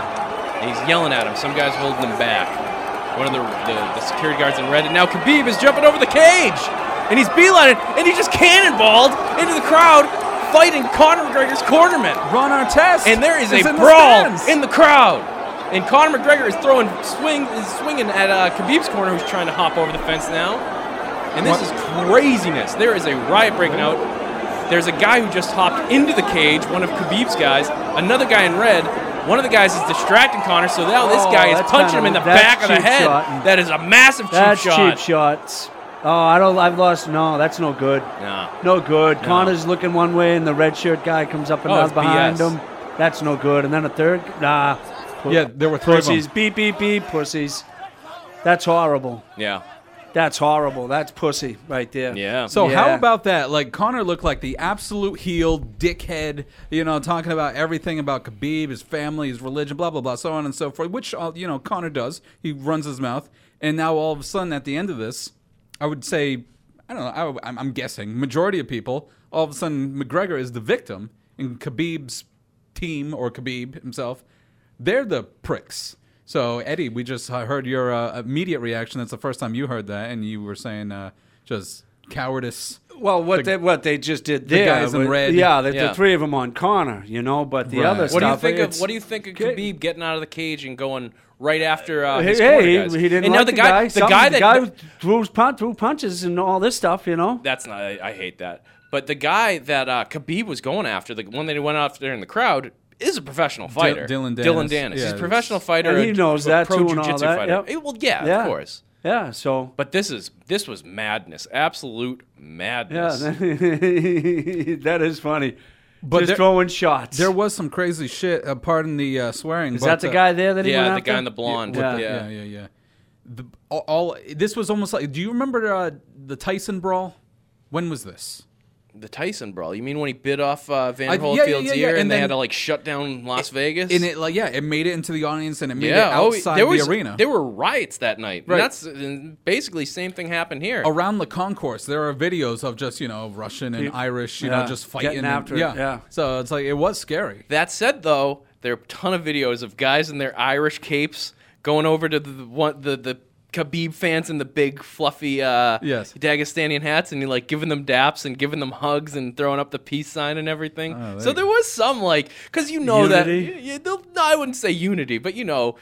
Speaker 6: and he's yelling at him. Some guy's holding him back. One of the, the, the security guards in red, and now Khabib is jumping over the cage, and he's beelining, and he just cannonballed into the crowd, fighting Conor McGregor's cornerman.
Speaker 2: Ron Artest,
Speaker 6: and there is,
Speaker 2: is
Speaker 6: a
Speaker 2: in the
Speaker 6: brawl
Speaker 2: stands.
Speaker 6: in the crowd. And Conor McGregor is throwing swing is swinging at uh, Khabib's corner, who's trying to hop over the fence now. And this is craziness. There is a riot breaking out. There's a guy who just hopped into the cage, one of Khabib's guys. Another guy in red. One of the guys is distracting Conor, so now this
Speaker 3: Oh,
Speaker 6: guy is
Speaker 3: that's kinda-
Speaker 6: punching him in the
Speaker 3: that's
Speaker 6: back of the
Speaker 3: cheap
Speaker 6: head.
Speaker 3: shot.
Speaker 6: That is a massive cheap
Speaker 3: That's
Speaker 6: shot.
Speaker 3: cheap shots. Oh, I don't. I've lost. No, that's no good.
Speaker 6: Nah.
Speaker 3: No good.
Speaker 6: No.
Speaker 3: Connor's looking one way, and the red shirt guy comes up and
Speaker 6: Oh,
Speaker 3: down
Speaker 6: it's
Speaker 3: behind
Speaker 6: BS.
Speaker 3: him. That's no good. And then a third. Nah.
Speaker 2: Yeah, there were three of 'em.
Speaker 3: pussies. Beep beep beep. Pussies. That's horrible.
Speaker 6: Yeah.
Speaker 3: That's horrible. That's pussy right there.
Speaker 6: Yeah.
Speaker 2: So how
Speaker 3: Yeah.
Speaker 2: about that? Like Connor looked like the absolute heel, dickhead. You know, talking about everything about Khabib, his family, his religion, blah blah blah, so on and so forth. Which uh, you know Connor does. He runs his mouth, and now all of a sudden, at the end of this, I would say, I don't know. I, would- I'm, I'm guessing majority of people, all of a sudden, McGregor is the victim, and Khabib's team or Khabib himself, they're the pricks. So Eddie, we just uh, heard your uh, immediate reaction. That's the first time you heard that, and you were saying uh, just cowardice.
Speaker 3: Well, what they what they just did
Speaker 2: the
Speaker 3: there,
Speaker 2: guys in
Speaker 3: with-
Speaker 2: red.
Speaker 3: Yeah, the, the
Speaker 6: Yeah.
Speaker 3: three of them on Connor, you know, but the
Speaker 2: Right.
Speaker 3: other
Speaker 2: What do
Speaker 6: What do you
Speaker 3: stuff.
Speaker 6: think of
Speaker 3: it's-
Speaker 6: What do you think of Khabib getting out of the cage and going right after? Uh,
Speaker 3: Hey,
Speaker 6: his
Speaker 3: hey,
Speaker 6: corner
Speaker 3: he,
Speaker 6: guys?
Speaker 3: he didn't
Speaker 6: And now
Speaker 3: like
Speaker 6: the guy, the
Speaker 3: Something-
Speaker 6: guy that
Speaker 3: who threw, his pun- threw punches and all this stuff, you know.
Speaker 6: That's not. I, I hate that. But the guy that uh, Khabib was going after, the one that he went after in the crowd, is a professional fighter.
Speaker 2: Dylan Dennis.
Speaker 6: Dylan Dennis.
Speaker 2: Yeah,
Speaker 6: He's a
Speaker 2: that's-
Speaker 6: professional fighter.
Speaker 3: And he
Speaker 6: a-
Speaker 3: knows
Speaker 6: a
Speaker 3: that
Speaker 6: pro
Speaker 3: too and all
Speaker 6: jiu-jitsu
Speaker 3: that,
Speaker 6: Fighter.
Speaker 3: yep.
Speaker 6: Eh, Well, yeah,
Speaker 3: Yeah.
Speaker 6: of course.
Speaker 3: Yeah, so
Speaker 6: But this is this was madness. Absolute
Speaker 3: yeah,
Speaker 6: madness.
Speaker 3: *laughs* that is funny. But
Speaker 2: there-
Speaker 3: just throwing shots.
Speaker 2: There was some crazy shit. Uh, pardon the uh, swearing.
Speaker 3: Is that
Speaker 2: but,
Speaker 3: the
Speaker 2: uh,
Speaker 3: guy there that he
Speaker 6: Yeah,
Speaker 3: went
Speaker 6: the
Speaker 3: after?
Speaker 6: guy in the blonde.
Speaker 3: Yeah.
Speaker 2: yeah, yeah, yeah. yeah. The, all, all this was almost like. Do you remember uh, the Tyson brawl? When was this?
Speaker 6: the Tyson brawl. You mean when he bit off uh, Van
Speaker 2: I- yeah, yeah,
Speaker 6: Holyfield's
Speaker 2: yeah, yeah,
Speaker 6: ear and,
Speaker 2: and
Speaker 6: they
Speaker 2: then-
Speaker 6: had to like shut down Las Vegas?
Speaker 2: And it like yeah, it made it into the audience and it made it
Speaker 6: oh,
Speaker 2: outside
Speaker 6: there
Speaker 2: the
Speaker 6: was-
Speaker 2: arena.
Speaker 6: There were riots that night.
Speaker 2: Right.
Speaker 6: And that's and basically same thing happened here.
Speaker 2: around the concourse there are videos of just you know russian and
Speaker 6: Yeah.
Speaker 2: irish you
Speaker 6: Yeah.
Speaker 2: know just
Speaker 6: Getting
Speaker 2: fighting and-
Speaker 6: after it,
Speaker 2: yeah.
Speaker 6: yeah.
Speaker 2: so it's like it was scary
Speaker 6: That said, though, there are a ton of videos of guys in their Irish capes going over to the the one the, the Khabib fans in the big fluffy uh,
Speaker 2: Yes.
Speaker 6: Dagestanian hats, and you're like giving them daps and giving them hugs and throwing up the peace sign and everything.
Speaker 2: Oh, there
Speaker 6: so
Speaker 2: you
Speaker 6: there was some like because you know
Speaker 3: Unity?
Speaker 6: that y- y- they'll- no, I wouldn't say unity, but you know.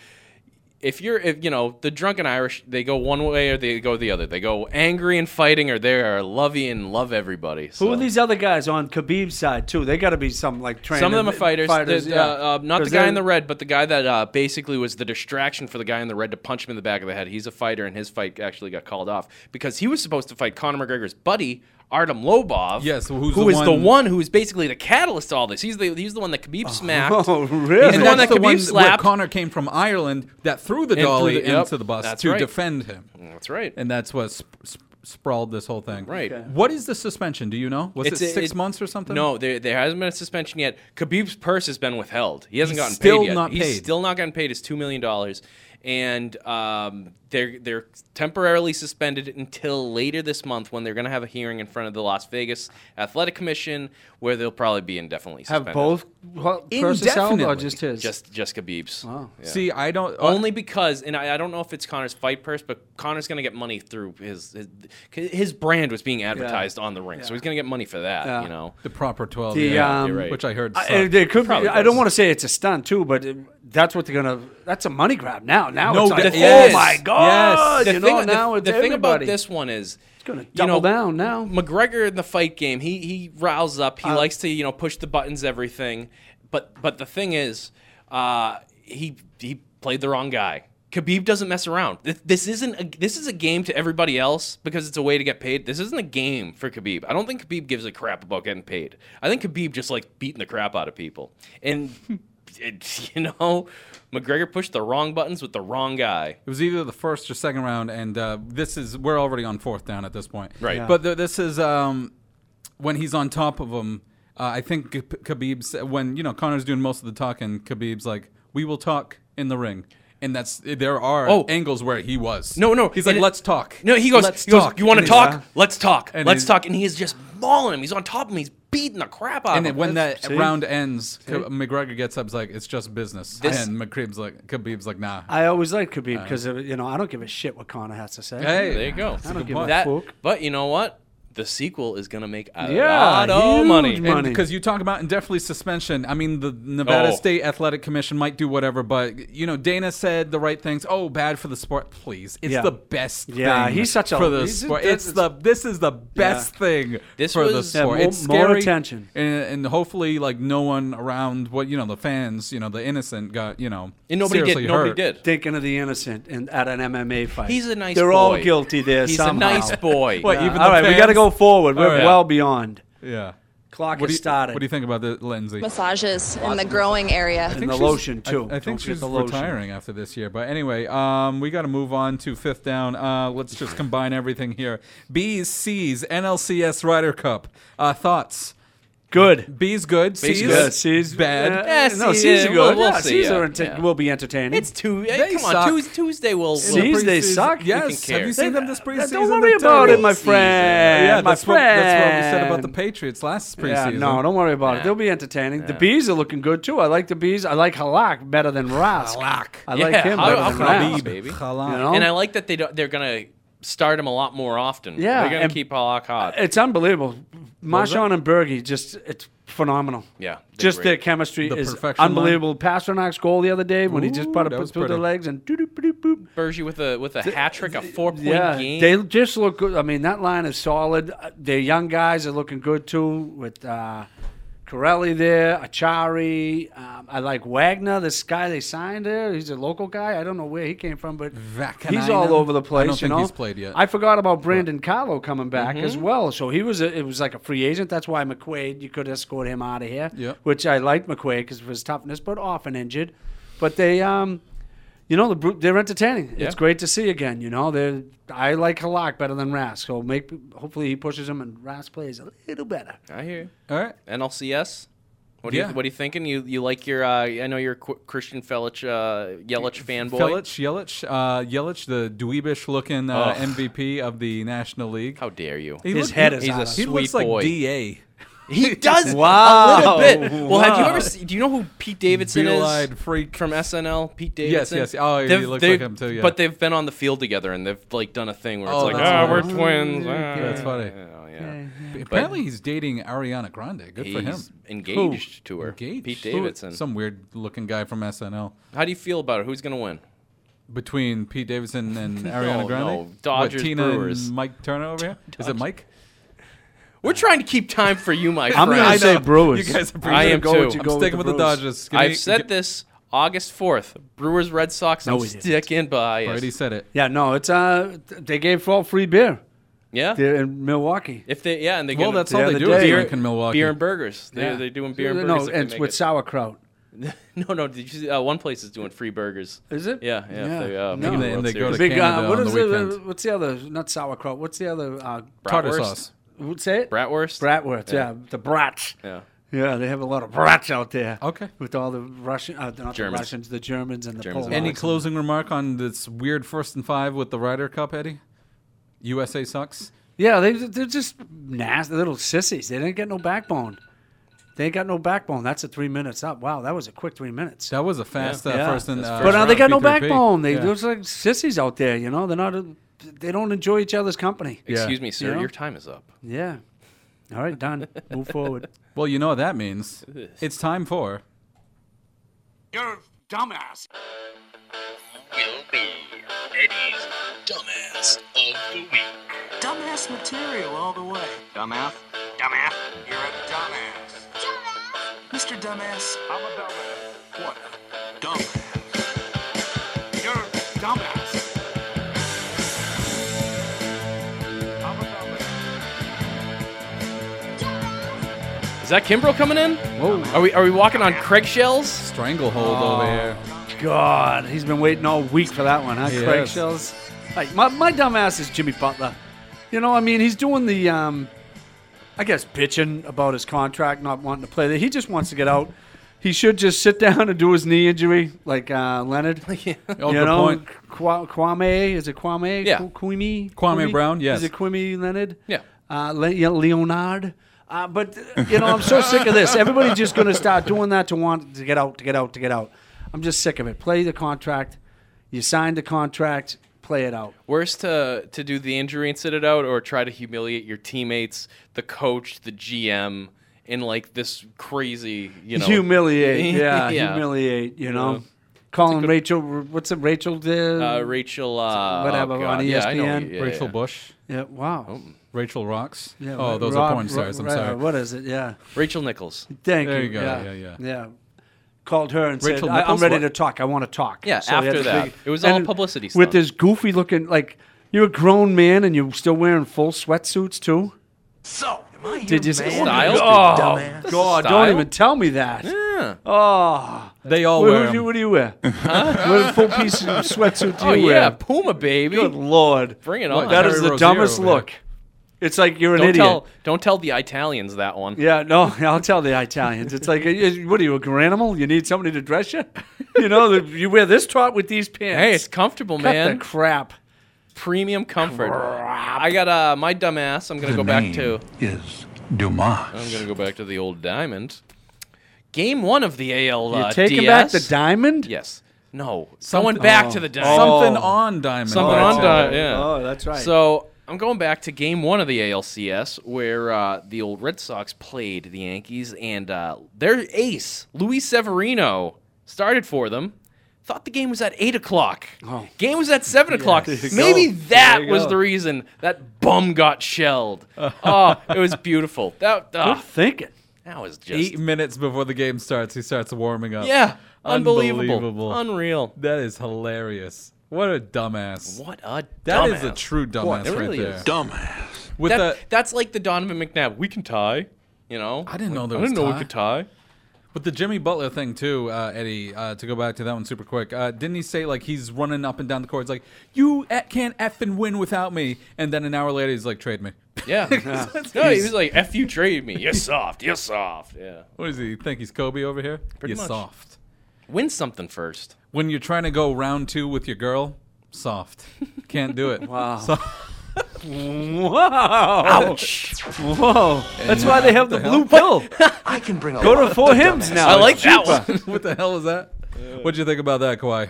Speaker 6: If you're, if you know, the drunken Irish, they go one way or they go the other. They go angry and fighting, or they are lovey and love everybody.
Speaker 3: Who
Speaker 6: So.
Speaker 3: are these other guys on Khabib's side too? They got to be some like trained.
Speaker 6: Some of them are fighters. The-
Speaker 3: yeah.
Speaker 6: uh, uh, not the
Speaker 3: 'Cause
Speaker 6: guy
Speaker 3: they're-
Speaker 6: in the red, but the guy that uh, basically was the distraction for the guy in the red to punch him in the back of the head. He's a fighter, and his fight actually got called off because he was supposed to fight Conor McGregor's buddy. Artem Lobov,
Speaker 2: Yes, who's
Speaker 6: who
Speaker 2: the
Speaker 6: is the
Speaker 2: one-
Speaker 6: one who is basically the catalyst to all this. He's the he's the one that
Speaker 2: *laughs*
Speaker 6: Khabib smacked.
Speaker 3: Oh, *laughs* really?
Speaker 6: He's the one that
Speaker 2: That's
Speaker 6: Khabib
Speaker 2: where
Speaker 6: slapped.
Speaker 2: connor came from ireland that threw the
Speaker 6: And threw
Speaker 2: dolly
Speaker 6: the- yep,
Speaker 2: into the bus
Speaker 6: that's
Speaker 2: to
Speaker 6: right.
Speaker 2: defend him
Speaker 6: That's right.
Speaker 2: and that's what sp- sp- sprawled this whole thing
Speaker 6: Right. Okay.
Speaker 2: what is the suspension do you know was
Speaker 6: It's
Speaker 2: it
Speaker 6: a-
Speaker 2: six
Speaker 6: it-
Speaker 2: months or something
Speaker 6: No, there, there hasn't been a suspension yet. Khabib's purse has been withheld. He hasn't
Speaker 2: He's
Speaker 6: gotten
Speaker 2: still
Speaker 6: paid yet.
Speaker 2: not
Speaker 6: He's
Speaker 2: paid.
Speaker 6: still not gotten paid his two million dollars, and um, they're they're temporarily suspended until later this month when they're going to have a hearing in front of the Las Vegas Athletic Commission, where they'll probably be indefinitely
Speaker 3: have
Speaker 6: suspended.
Speaker 3: both well, purses held or
Speaker 2: Indefinitely.
Speaker 3: just his?
Speaker 6: Just just Khabib's.
Speaker 3: Wow.
Speaker 6: Yeah.
Speaker 2: see i don't uh,
Speaker 6: Only because, and I, I don't know if it's Connor's fight purse, but Connor's going to get money through his, his his brand was being advertised on the ring, so he's going to get money for that.
Speaker 3: Yeah.
Speaker 6: You know,
Speaker 2: the proper 12
Speaker 3: The,
Speaker 2: yeah,
Speaker 3: um,
Speaker 2: you're right. which i heard
Speaker 3: I,
Speaker 2: sucked.
Speaker 3: there could be,
Speaker 2: Probably
Speaker 3: I don't
Speaker 2: does.
Speaker 3: want to say it's a stunt too, but it, that's what they're gonna. That's a money grab now. Now
Speaker 2: No,
Speaker 3: it's like,
Speaker 2: that-
Speaker 3: oh
Speaker 2: yes.
Speaker 3: my god!
Speaker 6: The
Speaker 3: you
Speaker 6: thing,
Speaker 3: know,
Speaker 6: the-
Speaker 3: now
Speaker 6: the,
Speaker 3: it's
Speaker 6: thing about
Speaker 3: everybody.
Speaker 6: this one is it's
Speaker 3: gonna double down now.
Speaker 6: McGregor in the fight game, he he riles up. He likes to you know push the buttons, everything. But but the thing is, uh, he he played the wrong guy. Khabib doesn't mess around. This, this isn't a, this is a game to everybody else because it's a way to get paid. This isn't a game for Khabib. I don't think Khabib gives a crap about getting paid. I think Khabib just likes beating the crap out of people. And *laughs* it, you know, McGregor pushed the wrong buttons with the wrong guy.
Speaker 2: It was either the first or second round, and uh, this is we're already on fourth down at this point.
Speaker 6: Right. Yeah.
Speaker 2: But th- this is um, when he's on top of him. Uh, I think K- Khabib's when you know Connor's doing most of the talking. Khabib's like, "We will talk in the ring." And that's there are
Speaker 6: Oh.
Speaker 2: angles where he was.
Speaker 6: No, no.
Speaker 2: He's like,
Speaker 6: and it-
Speaker 2: "Let's talk."
Speaker 6: No, he goes,
Speaker 2: "Let's
Speaker 6: he goes,
Speaker 2: talk."
Speaker 6: You want to
Speaker 2: And
Speaker 6: talk?
Speaker 2: he's- uh,
Speaker 6: Let's talk.
Speaker 2: And
Speaker 6: Let's
Speaker 2: he's-
Speaker 6: talk. And he is just mauling him. He's on top of him. He's beating the crap out of him.
Speaker 2: And then when that
Speaker 6: See?
Speaker 2: round ends,
Speaker 6: See?
Speaker 2: K- McGregor gets up, is like, "It's just business."
Speaker 6: This-
Speaker 2: and McKhabib's like, "Khabib's like, nah."
Speaker 3: I always like Khabib
Speaker 2: Uh,
Speaker 3: because you know I don't give a shit what Connor has to say.
Speaker 2: Hey,
Speaker 6: there you go.
Speaker 3: I don't give a
Speaker 6: That-
Speaker 3: fuck.
Speaker 6: But you know what? The sequel is gonna make a
Speaker 3: Yeah,
Speaker 6: lot of
Speaker 3: huge
Speaker 6: money.
Speaker 3: money.
Speaker 2: Because you talk about indefinitely suspension. I mean, the Nevada
Speaker 6: Oh.
Speaker 2: State Athletic Commission might do whatever, but you know, Dana said the right things. Oh, bad for the sport. Please, it's
Speaker 3: Yeah.
Speaker 2: the best.
Speaker 3: Yeah,
Speaker 2: thing
Speaker 3: he's such a-
Speaker 2: for the
Speaker 3: he's-
Speaker 2: sport.
Speaker 3: it's-
Speaker 2: It's, the this is the best
Speaker 3: Yeah.
Speaker 2: thing
Speaker 6: This
Speaker 2: for the
Speaker 6: was- Yeah,
Speaker 2: sport.
Speaker 3: more-
Speaker 2: it's
Speaker 3: more
Speaker 2: scary
Speaker 3: attention.
Speaker 2: and, and hopefully, like no one around. What you know, the fans, you know, the innocent got you know,
Speaker 6: And nobody did.
Speaker 2: seriously
Speaker 6: Nobody
Speaker 2: hurt.
Speaker 6: did.
Speaker 3: Thinking of the innocent and at an MMA fight.
Speaker 6: He's a nice
Speaker 3: They're
Speaker 6: boy.
Speaker 3: all guilty there.
Speaker 6: He's a nice boy. What, even
Speaker 3: all
Speaker 6: the
Speaker 3: right, we
Speaker 6: fans?
Speaker 3: got to go forward. We're
Speaker 2: All right.
Speaker 3: well beyond.
Speaker 2: Yeah.
Speaker 3: Clock
Speaker 2: What
Speaker 3: has
Speaker 2: do you,
Speaker 3: started.
Speaker 2: What do you think about the Lindsay?
Speaker 4: Massages in the growing area.
Speaker 2: I think she's- I, I think she's retiring after this year. But anyway, um, we got to move on to fifth down. Uh, let's just combine everything here. B's, C's, NLCS Ryder Cup. Uh, thoughts?
Speaker 3: Good.
Speaker 2: B's good.
Speaker 3: B's
Speaker 2: C's
Speaker 3: good. C's
Speaker 2: bad.
Speaker 3: uh, Yeah, no, C's are good.
Speaker 6: We'll, we'll
Speaker 3: Yeah,
Speaker 6: see.
Speaker 3: C's
Speaker 6: yeah.
Speaker 3: are enter-
Speaker 6: Yeah.
Speaker 3: will be entertaining.
Speaker 6: It's Tuesday.
Speaker 3: They
Speaker 6: Come
Speaker 3: suck.
Speaker 6: on, Tues- Tuesday will.
Speaker 3: C's, they suck.
Speaker 2: Yes. Have you seen them this preseason?
Speaker 3: Don't worry
Speaker 2: They're
Speaker 3: about it,
Speaker 2: terrible.
Speaker 3: my friend.
Speaker 2: Yeah,
Speaker 3: my
Speaker 2: that's,
Speaker 3: friend.
Speaker 2: What, that's what we said about the Patriots last
Speaker 3: Yeah,
Speaker 2: preseason.
Speaker 3: Uh, no, don't worry about it.
Speaker 2: Yeah.
Speaker 3: They'll be entertaining. The
Speaker 2: Yeah.
Speaker 3: bees are looking good too. I like the bees. I like Halak better than Rask. Halak. I like him
Speaker 6: I'll-
Speaker 3: better
Speaker 6: I'll
Speaker 3: than
Speaker 6: call
Speaker 3: Rask.
Speaker 6: it, baby.
Speaker 3: You know?
Speaker 6: And
Speaker 2: Um,
Speaker 6: I like that they don't, they're gonna start him a lot more often.
Speaker 3: Yeah,
Speaker 6: they're gonna
Speaker 3: and-
Speaker 6: keep Halak hot.
Speaker 3: It's unbelievable.
Speaker 6: was that?
Speaker 3: Marshawn and Bergie just it's phenomenal.
Speaker 6: Yeah, they're
Speaker 3: just
Speaker 6: great.
Speaker 3: their chemistry
Speaker 6: The
Speaker 3: is
Speaker 6: perfection
Speaker 3: unbelievable. Pastor Knox goal the other day when he just
Speaker 6: Ooh,
Speaker 3: put
Speaker 6: that
Speaker 3: it
Speaker 6: was
Speaker 3: through the
Speaker 6: pretty.
Speaker 3: legs and
Speaker 6: Bergie with a with a hat trick, a four point
Speaker 3: yeah,
Speaker 6: game.
Speaker 3: they just look good. I mean, that line is solid. Uh, Their young guys are looking good too with uh, Corelli there, Achari. Um, I like Wagner, this guy they signed there. He's a local guy. I don't know where he came from, but he's all over the place.
Speaker 2: I don't
Speaker 3: you
Speaker 2: think
Speaker 3: know?
Speaker 2: he's played yet.
Speaker 3: I forgot about Brandon Carlo coming back as
Speaker 6: Mm-hmm.
Speaker 2: Mhm.
Speaker 3: well. So he was a, it was like a free agent. That's why McQuaid you could escort him out of here.
Speaker 2: Yep.
Speaker 3: Which I liked McQuaid because of his toughness, but often injured. But they um, you know the Bru- they're entertaining.
Speaker 6: Yeah.
Speaker 3: It's great to see again. You know they are I like Halak better than Rask. So make hopefully he pushes him and Rask plays a little better.
Speaker 6: I hear. you.
Speaker 2: All right.
Speaker 6: NLCS. What are
Speaker 2: Yeah.
Speaker 6: you What are you thinking? You you like your? Uh, I know you're a Qu- Christian Felich, uh, Yelich fanboy.
Speaker 2: Felich, Yelich, uh, Yelich, the dweebish looking uh,
Speaker 6: Ugh.
Speaker 2: MVP of the National League. How
Speaker 6: dare you?
Speaker 2: He
Speaker 6: His
Speaker 2: look-
Speaker 6: head is
Speaker 2: he-
Speaker 6: out of
Speaker 2: He
Speaker 6: it.
Speaker 2: looks
Speaker 6: Sweet
Speaker 2: like
Speaker 6: boy.
Speaker 3: *laughs*
Speaker 2: DA.
Speaker 6: He does. A
Speaker 2: Wow. *laughs*
Speaker 6: little bit. Oh, Well, have you
Speaker 2: Wow.
Speaker 6: ever? Seen, do you know who Pete Davidson is?
Speaker 2: Beeline freak
Speaker 6: from SNL. Pete
Speaker 2: Yes,
Speaker 6: Davidson.
Speaker 2: yes. Oh, he
Speaker 6: They've-
Speaker 2: looks
Speaker 6: they've-
Speaker 2: like him too, yeah.
Speaker 6: But they've been on the field together and they've like done a thing where
Speaker 2: Oh,
Speaker 6: it's like,
Speaker 2: that's
Speaker 6: ah, we're
Speaker 2: funny.
Speaker 6: twins.
Speaker 2: Yeah,
Speaker 6: ah."
Speaker 2: that's funny.
Speaker 6: Oh, yeah. But-
Speaker 2: B- Apparently, he's dating Ariana Grande. Good for him.
Speaker 6: He's engaged to her.
Speaker 2: Engaged.
Speaker 6: Pete
Speaker 2: Who-
Speaker 6: Davidson.
Speaker 2: Some weird looking guy from SNL.
Speaker 6: How do you feel about it? Who's gonna win?
Speaker 2: Between Pete Davidson
Speaker 6: *laughs*
Speaker 2: and
Speaker 6: No,
Speaker 2: Ariana Grande.
Speaker 6: Oh, no.
Speaker 2: What,
Speaker 6: Dodgers,
Speaker 2: Tina and
Speaker 6: Brewers.
Speaker 2: Mike Turner over here? Is it Mike?
Speaker 6: We're trying to keep time for
Speaker 3: *laughs*
Speaker 6: you, my
Speaker 2: I'm
Speaker 6: friend.
Speaker 2: gonna I say know. Brewers. You guys are pretty
Speaker 6: I
Speaker 2: good
Speaker 6: am
Speaker 2: at
Speaker 6: too.
Speaker 2: going to I'm go with sticking the with the Brewers. Dodgers. Give me-
Speaker 6: I've said this August fourth. Brewers, Red Sox.
Speaker 3: No,
Speaker 6: I'm
Speaker 3: we didn't.
Speaker 6: sticking by it.
Speaker 2: said it.
Speaker 3: Yeah, no, it's uh they gave all free beer.
Speaker 6: Yeah.
Speaker 3: They're in Milwaukee.
Speaker 6: If they, yeah, and they
Speaker 3: Well,
Speaker 6: get
Speaker 3: that's all The they other do is day-
Speaker 6: Beer,
Speaker 3: drink in Milwaukee.
Speaker 6: Beer and burgers. They, They're doing beer and
Speaker 3: No,
Speaker 6: burgers. if they
Speaker 3: it's
Speaker 6: make
Speaker 3: with
Speaker 6: it.
Speaker 3: sauerkraut.
Speaker 6: No, no. Did you see, uh, one place is doing free burgers.
Speaker 3: Is it?
Speaker 6: Yeah, yeah.
Speaker 3: Yeah.
Speaker 6: If they,
Speaker 3: No.
Speaker 6: uh, make it
Speaker 2: And
Speaker 6: World
Speaker 2: they go to
Speaker 6: Series.
Speaker 2: Big, uh, Canada
Speaker 3: what
Speaker 2: on
Speaker 3: is
Speaker 2: the
Speaker 3: it-
Speaker 2: weekend.
Speaker 3: What's the other? Not sauerkraut. What's the other? Uh,
Speaker 2: Tartar Bratwurst. sauce.
Speaker 3: What's say it?
Speaker 6: Bratwurst.
Speaker 3: Bratwurst.
Speaker 6: Yeah.
Speaker 3: Yeah. the brats.
Speaker 6: Yeah.
Speaker 3: Yeah, they have a lot of brats out there.
Speaker 2: Okay.
Speaker 3: With all the Russian, uh, not
Speaker 2: Germans.
Speaker 3: the Russians, the Germans and the Germans
Speaker 6: Germans and
Speaker 2: Any closing remark on this weird first and five with the Ryder Cup, Eddie? USA sucks.
Speaker 3: Yeah, they they're just nasty little sissies. They didn't get no backbone. They ain't got no backbone. That's a three minutes up. Wow, that was a quick three minutes.
Speaker 2: That was a fast, uh, first and, That's uh,
Speaker 3: but now they
Speaker 2: first
Speaker 3: got no
Speaker 2: round P3P.
Speaker 3: backbone. They
Speaker 2: Yeah.
Speaker 3: there's like sissies out there. You know, they're not. A, they don't enjoy each other's company.
Speaker 6: Excuse me, sir.
Speaker 3: You know?
Speaker 6: Your time is up.
Speaker 3: Yeah. All right, done. *laughs* Move
Speaker 7: *laughs*
Speaker 3: forward.
Speaker 2: Well, you know what that *laughs* means. It's time for.
Speaker 7: You're dumbass.
Speaker 23: Will be Eddie's Dumbass of the Week.
Speaker 7: Dumbass material all the way.
Speaker 23: Dumbass?
Speaker 7: Dumbass. You're a dumbass. Mr. Dumbass? I'm a dumbass. What? Dumb. You're a dumbass.
Speaker 6: Is that Kimbrel coming in? Whoa. Are we are we walking on Craig shells?
Speaker 2: Stranglehold over here.
Speaker 3: God, he's been waiting all week for that one, huh?
Speaker 2: Yes.
Speaker 3: Craig Shells. Like, my my dumb ass is Jimmy Butler. You know, I mean, he's doing the, um, I guess, bitching about his contract, not wanting to play there. He just wants to get out. He should just sit *laughs* down and do his knee injury, like uh, Leonard.
Speaker 2: Oh,
Speaker 3: you
Speaker 2: good
Speaker 3: know,
Speaker 2: point.
Speaker 3: Kwa- Kwame is it Kwame?
Speaker 2: Yeah.
Speaker 3: Ku- Kwame.
Speaker 2: Kwame Brown, yes.
Speaker 3: Is it Kwame Leonard?
Speaker 6: Yeah.
Speaker 3: Uh, Le- yeah, Leonard. Uh, but uh, you know, I'm so sick of this. Everybody's just going to start doing that to want to get out, to get out, to get out. I'm just sick of it. Play the contract. You signed the contract. Play it out.
Speaker 6: Worse to to do the injury and sit it out, or try to humiliate your teammates, the coach, the GM, in like this crazy, you know,
Speaker 3: humiliate. Yeah, humiliate. You know,
Speaker 6: Yeah.
Speaker 3: calling Rachel. What's it? Rachel did.
Speaker 6: Uh, Rachel, uh,
Speaker 3: whatever
Speaker 6: oh,
Speaker 3: on E ESPN.
Speaker 6: God, yeah, I know, yeah,
Speaker 2: Rachel
Speaker 6: yeah.
Speaker 2: Bush.
Speaker 3: Yeah. Wow.
Speaker 2: Rachel Rocks.
Speaker 3: Yeah,
Speaker 2: oh,
Speaker 3: Ro-
Speaker 2: those
Speaker 3: Rob-
Speaker 2: are porn
Speaker 3: Ro-
Speaker 2: stars. I'm
Speaker 3: Ro-
Speaker 2: sorry.
Speaker 3: What is it? Yeah.
Speaker 6: Rachel Nichols.
Speaker 3: Thank
Speaker 2: There
Speaker 3: you.
Speaker 2: you go.
Speaker 3: Yeah.
Speaker 2: Yeah, yeah.
Speaker 3: Called her and
Speaker 6: Rachel
Speaker 3: said, I- "I'm
Speaker 6: Nichols?
Speaker 3: ready
Speaker 6: What?
Speaker 3: to talk. I want to talk."
Speaker 6: Yeah,
Speaker 3: he had
Speaker 6: after
Speaker 3: to
Speaker 6: that.
Speaker 3: figure-
Speaker 6: It was all
Speaker 3: and
Speaker 6: publicity
Speaker 3: With
Speaker 6: stunt.
Speaker 3: this goofy looking, like you're a grown man and you're still wearing full sweatsuits too.
Speaker 7: So, am I
Speaker 3: Did
Speaker 7: your
Speaker 3: you see-
Speaker 7: man?
Speaker 3: Oh,
Speaker 7: Dumbass.
Speaker 3: God!
Speaker 7: Style?
Speaker 3: Don't even tell me that.
Speaker 6: Oh, Yeah.
Speaker 3: Oh.
Speaker 2: They all
Speaker 3: what,
Speaker 2: wear
Speaker 3: what do you-
Speaker 2: 'em.
Speaker 3: What do you
Speaker 6: *laughs*
Speaker 3: wear? What full piece of sweatsuit do
Speaker 6: Oh,
Speaker 3: you
Speaker 6: yeah,
Speaker 3: wear?
Speaker 6: Puma baby.
Speaker 3: Good lord.
Speaker 6: Bring it
Speaker 3: Look,
Speaker 6: on.
Speaker 3: That is
Speaker 6: Harry
Speaker 3: the
Speaker 6: Rozier
Speaker 3: dumbest
Speaker 6: over here.
Speaker 3: look. It's like you're an
Speaker 6: don't
Speaker 3: idiot.
Speaker 6: tell don't tell the Italians that one.
Speaker 3: Yeah, no, *laughs* I'll tell the Italians. It's like, eh, what are you, a granimal? You need somebody to dress you? You know, the- you wear this top with these pants.
Speaker 6: Hey, it's comfortable,
Speaker 3: Cut
Speaker 6: man.
Speaker 3: the crap.
Speaker 6: Premium comfort. I got uh, my dumb ass. I'm gonna
Speaker 1: The
Speaker 6: go back
Speaker 1: name
Speaker 6: to.
Speaker 1: Is Dumas.
Speaker 6: I'm gonna go back to the old diamond. Game one of the AL.
Speaker 3: You're
Speaker 6: uh,
Speaker 3: taking back
Speaker 6: DS.
Speaker 3: the diamond?
Speaker 6: Yes. No.
Speaker 3: Something-
Speaker 6: Going back
Speaker 3: Oh.
Speaker 6: to the diamond.
Speaker 2: Something on diamond.
Speaker 6: Something
Speaker 2: Oh,
Speaker 6: on diamond.
Speaker 2: yeah.
Speaker 6: Yeah.
Speaker 2: Oh, that's right.
Speaker 6: So I'm going back to game one of the ALCS where uh, the old Red Sox played the Yankees and uh, their ace Luis Severino started for them. Thought the game was at eight o'clock. Game was at seven o'clock.
Speaker 2: Oh. There you go.
Speaker 6: Maybe
Speaker 2: There
Speaker 6: that
Speaker 2: you
Speaker 6: was
Speaker 2: go.
Speaker 6: the reason that bum got
Speaker 2: *laughs*
Speaker 6: shelled. oh, it was beautiful. That ah,
Speaker 3: thinking.
Speaker 6: that was just
Speaker 2: Eight minutes before the game starts, he starts warming up.
Speaker 6: Yeah, unbelievable.
Speaker 2: Unreal. That is hilarious. What a dumbass.
Speaker 6: What a
Speaker 2: That is a
Speaker 6: dumbass.
Speaker 2: true dumbass
Speaker 6: What? It
Speaker 2: right
Speaker 6: really
Speaker 2: there.
Speaker 6: is.
Speaker 2: Dumbass. With
Speaker 6: That-
Speaker 2: the
Speaker 6: that's like the Donovan McNabb. We can tie. You know,
Speaker 2: I didn't know there
Speaker 6: I
Speaker 2: was
Speaker 6: didn't know we could tie.
Speaker 2: But the Jimmy Butler thing too, uh, Eddie. Uh, to go back to that one super quick, uh, didn't he say like he's running up and down the court? It's like you at, can't f and win without me. And then an hour later, he's like, trade me. *laughs*
Speaker 6: *laughs* Yeah. no, he was like, "F you, trade me. You're soft. You're soft." Yeah.
Speaker 2: What is he think? He's Kobe over here.
Speaker 6: Pretty
Speaker 2: You're
Speaker 6: much.
Speaker 2: soft.
Speaker 6: *laughs* Win something first.
Speaker 2: When you're trying to go round two with your girl, soft. Can't do
Speaker 3: *laughs*
Speaker 2: it. wow.
Speaker 3: Whoa. Ouch. Whoa. That's why they have the, blue pill.
Speaker 7: I can bring a
Speaker 3: Go
Speaker 7: lot
Speaker 3: to
Speaker 7: of
Speaker 3: four
Speaker 7: the
Speaker 3: hymns
Speaker 7: dumbass.
Speaker 3: now.
Speaker 7: I
Speaker 3: It's
Speaker 7: like that
Speaker 3: cheaper.
Speaker 7: one.
Speaker 2: *laughs* what the hell is that? What'd you think about that, Kawhi?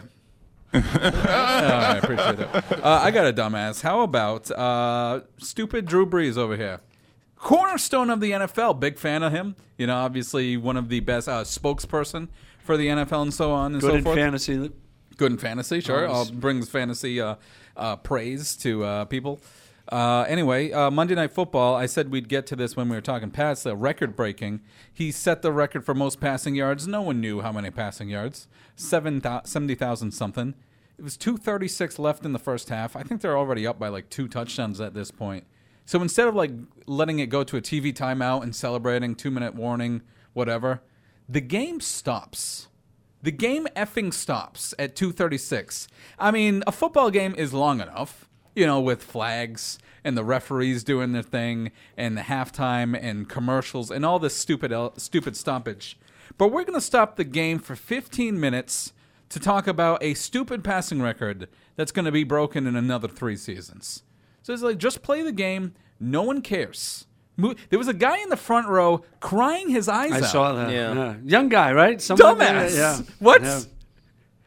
Speaker 2: I appreciate it. Uh, I got a dumbass. How about uh, stupid Drew Brees over here? Cornerstone of the NFL. Big fan of him. You know, obviously one of the best uh, spokesperson for the NFL and so on and
Speaker 3: Good
Speaker 2: so
Speaker 3: in
Speaker 2: forth.
Speaker 3: fantasy.
Speaker 2: Good in fantasy, sure.
Speaker 3: Always.
Speaker 2: Uh, brings fantasy uh, uh, praise to uh, people. Uh, anyway, uh, Monday Night Football, I said we'd get to this when we were talking past the record breaking. He set the record for most passing yards. No one knew how many passing yards. Seven thou- 70,000 something. It was 236 left in the first half. I think they're already up by like two touchdowns at this point. So instead of like letting it go to a TV timeout and celebrating, two minute warning, whatever, the game stops. The game effing stops at 2:36. I mean, a football game is long enough, you know, with flags and the referees doing their thing and the halftime and commercials and all this stupid el- stupid stoppage. But we're going to stop the game for 15 minutes to talk about a stupid passing record that's going to be broken in another 3 seasons. So it's like just play the game, no one cares. Mo- There was a guy in the front row crying his eyes
Speaker 3: I
Speaker 2: out.
Speaker 3: saw that. yeah. Young guy, right? Someone-
Speaker 2: Dumbass.
Speaker 3: Yeah.
Speaker 2: What?
Speaker 3: Yeah.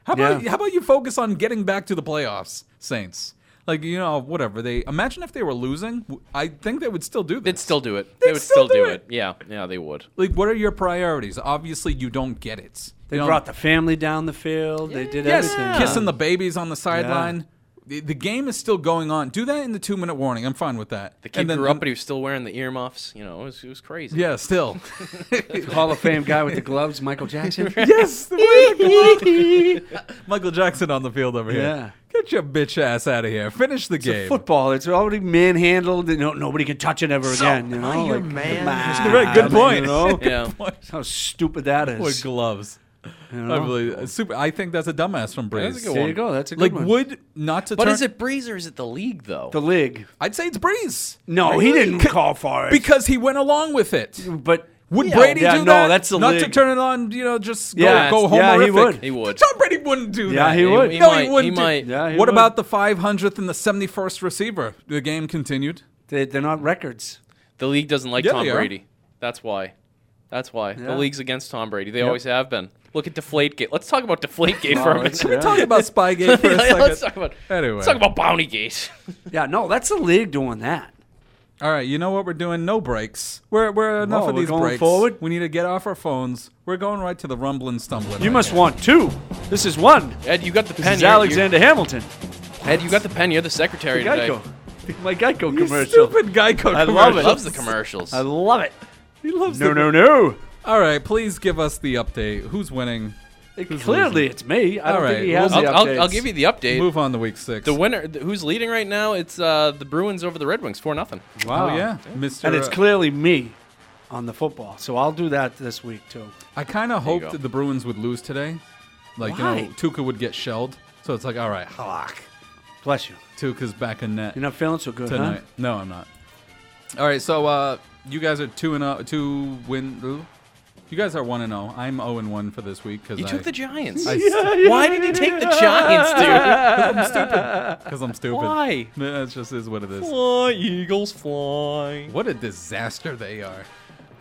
Speaker 2: How about
Speaker 3: Yeah.
Speaker 2: how about you focus on getting back to the playoffs, Saints? Like you know, whatever they imagine if they were losing, w- I think they would still do this.
Speaker 6: They'd still do it.
Speaker 2: They'd
Speaker 6: They would still, do it. Yeah. Yeah, they would.
Speaker 2: Like, what are your priorities? Obviously, you don't get it.
Speaker 3: They
Speaker 2: You know,
Speaker 3: brought the family down the field. They did
Speaker 2: yes,
Speaker 3: everything.
Speaker 2: kissing the babies on the sideline. the the game is still going on. Do that in the two minute warning. I'm fine with that.
Speaker 6: The kid grew up, and he was still wearing the earmuffs. You know, it was, it was crazy.
Speaker 2: *laughs* Yeah, still.
Speaker 6: *laughs*
Speaker 3: Hall of Fame guy with the gloves, Michael Jackson.
Speaker 2: yes, the way
Speaker 6: *laughs*
Speaker 2: the glove- Michael Jackson on the field over here.
Speaker 3: Yeah.
Speaker 2: Get your bitch ass out of here. Finish the game.
Speaker 3: Football, it's already manhandled. and No, nobody can touch it ever
Speaker 2: So
Speaker 3: again. You
Speaker 2: are
Speaker 3: know,
Speaker 2: you
Speaker 3: like,
Speaker 2: man?
Speaker 3: come
Speaker 6: Ah,
Speaker 3: on,
Speaker 2: Right, good point.
Speaker 3: You know?
Speaker 6: *laughs*
Speaker 2: Good point.
Speaker 3: How stupid that is.
Speaker 2: With gloves. I
Speaker 3: know?
Speaker 2: believe it's super. I think that's a dumbass from Breeze.
Speaker 3: good There one. you go, that's a good
Speaker 2: like
Speaker 3: one.
Speaker 2: would not to.
Speaker 6: But
Speaker 2: turn-
Speaker 6: is it Breeze or is it the league though?
Speaker 3: The league.
Speaker 2: I'd say it's Breeze.
Speaker 3: No, he didn't call for it.
Speaker 2: because he went along with it.
Speaker 3: But
Speaker 2: would
Speaker 3: Yeah,
Speaker 2: Brady
Speaker 3: yeah,
Speaker 2: do
Speaker 3: no,
Speaker 2: that?
Speaker 3: that's the
Speaker 2: not to
Speaker 3: league.
Speaker 2: turn it on. You know, just go,
Speaker 3: Yeah,
Speaker 2: go
Speaker 3: it's-
Speaker 2: home.
Speaker 3: yeah, he would.
Speaker 6: He would.
Speaker 2: Tom Brady wouldn't do
Speaker 3: Yeah,
Speaker 2: that.
Speaker 3: he He- would. he
Speaker 2: no,
Speaker 6: might,
Speaker 2: he
Speaker 6: he
Speaker 2: wouldn't. do-
Speaker 6: might.
Speaker 3: Yeah, he
Speaker 2: what
Speaker 3: would.
Speaker 2: about the 500th and the 71st receiver? The game continued.
Speaker 3: They, they're not records.
Speaker 6: The league doesn't like
Speaker 2: Yeah,
Speaker 6: Tom
Speaker 2: they are.
Speaker 6: Brady. That's why. That's why.
Speaker 3: Yeah.
Speaker 6: The league's against Tom Brady. They
Speaker 3: Yep.
Speaker 6: always have been. Look at Deflategate. Let's talk about Deflategate for a minute. *laughs*
Speaker 3: Can we talk
Speaker 2: about Spygate for a
Speaker 6: Let's
Speaker 2: second?
Speaker 6: talk about,
Speaker 2: Anyway.
Speaker 6: let's talk about Bountygate.
Speaker 3: Yeah, no, that's the league doing that.
Speaker 2: All right, you know what we're doing? No breaks. We're, we're enough
Speaker 3: Whoa,
Speaker 2: of
Speaker 3: we're
Speaker 2: these
Speaker 3: going
Speaker 2: breaks.
Speaker 3: forward?
Speaker 2: We need to get off our phones. We're going right to the rumbling, stumbling.
Speaker 3: You must want two. This is one.
Speaker 6: Ed, you got the
Speaker 3: This
Speaker 6: pen.
Speaker 3: is
Speaker 6: You're-
Speaker 3: Alexander Hamilton.
Speaker 6: you're- Ed, you got the pen. You're the secretary today.
Speaker 3: Geico. *laughs* My Geico
Speaker 2: You
Speaker 3: commercial.
Speaker 2: stupid Geico
Speaker 3: I love
Speaker 6: He
Speaker 3: it.
Speaker 6: loves the commercials.
Speaker 3: I love it.
Speaker 2: He loves
Speaker 3: No,
Speaker 2: the-
Speaker 3: no, no.
Speaker 2: All right, please give us the update. Who's winning? Who's
Speaker 3: Clearly,
Speaker 2: losing?
Speaker 3: it's me. I
Speaker 2: All
Speaker 3: don't
Speaker 2: right,
Speaker 3: think he has
Speaker 2: well,
Speaker 3: the
Speaker 6: I'll,
Speaker 3: updates.
Speaker 6: I'll, I'll give you the update.
Speaker 2: Move on to week six.
Speaker 6: The winner, th- who's leading right now? It's uh, the Bruins over the Red Wings, four nothing.
Speaker 3: Wow.
Speaker 2: Oh, yeah. Mr.
Speaker 3: And it's
Speaker 2: uh,
Speaker 3: clearly me on the football. So I'll do that this week, too.
Speaker 2: I kind of
Speaker 6: There you go.
Speaker 2: hoped that the Bruins would lose today. Like, you
Speaker 3: Why?
Speaker 2: know, Tuca would get shelled. So it's like, all right, Halak.
Speaker 3: Bless you.
Speaker 2: Tuca's back in net
Speaker 3: You're not feeling so good,
Speaker 2: tonight. No, I'm not. All right, so uh, you guys are 2 and oh, 2 win. ooh. You guys are 1 and 0. I'm 0 and 1 for this week cuz
Speaker 6: You
Speaker 2: I
Speaker 6: took the Giants.
Speaker 2: I st-
Speaker 6: Why did you take the Giants,
Speaker 3: *laughs*
Speaker 6: dude?
Speaker 2: I'm stupid. Because I'm stupid.
Speaker 6: Why?
Speaker 2: That just is what it is.
Speaker 6: Fly, Eagles, fly.
Speaker 2: What a disaster they are.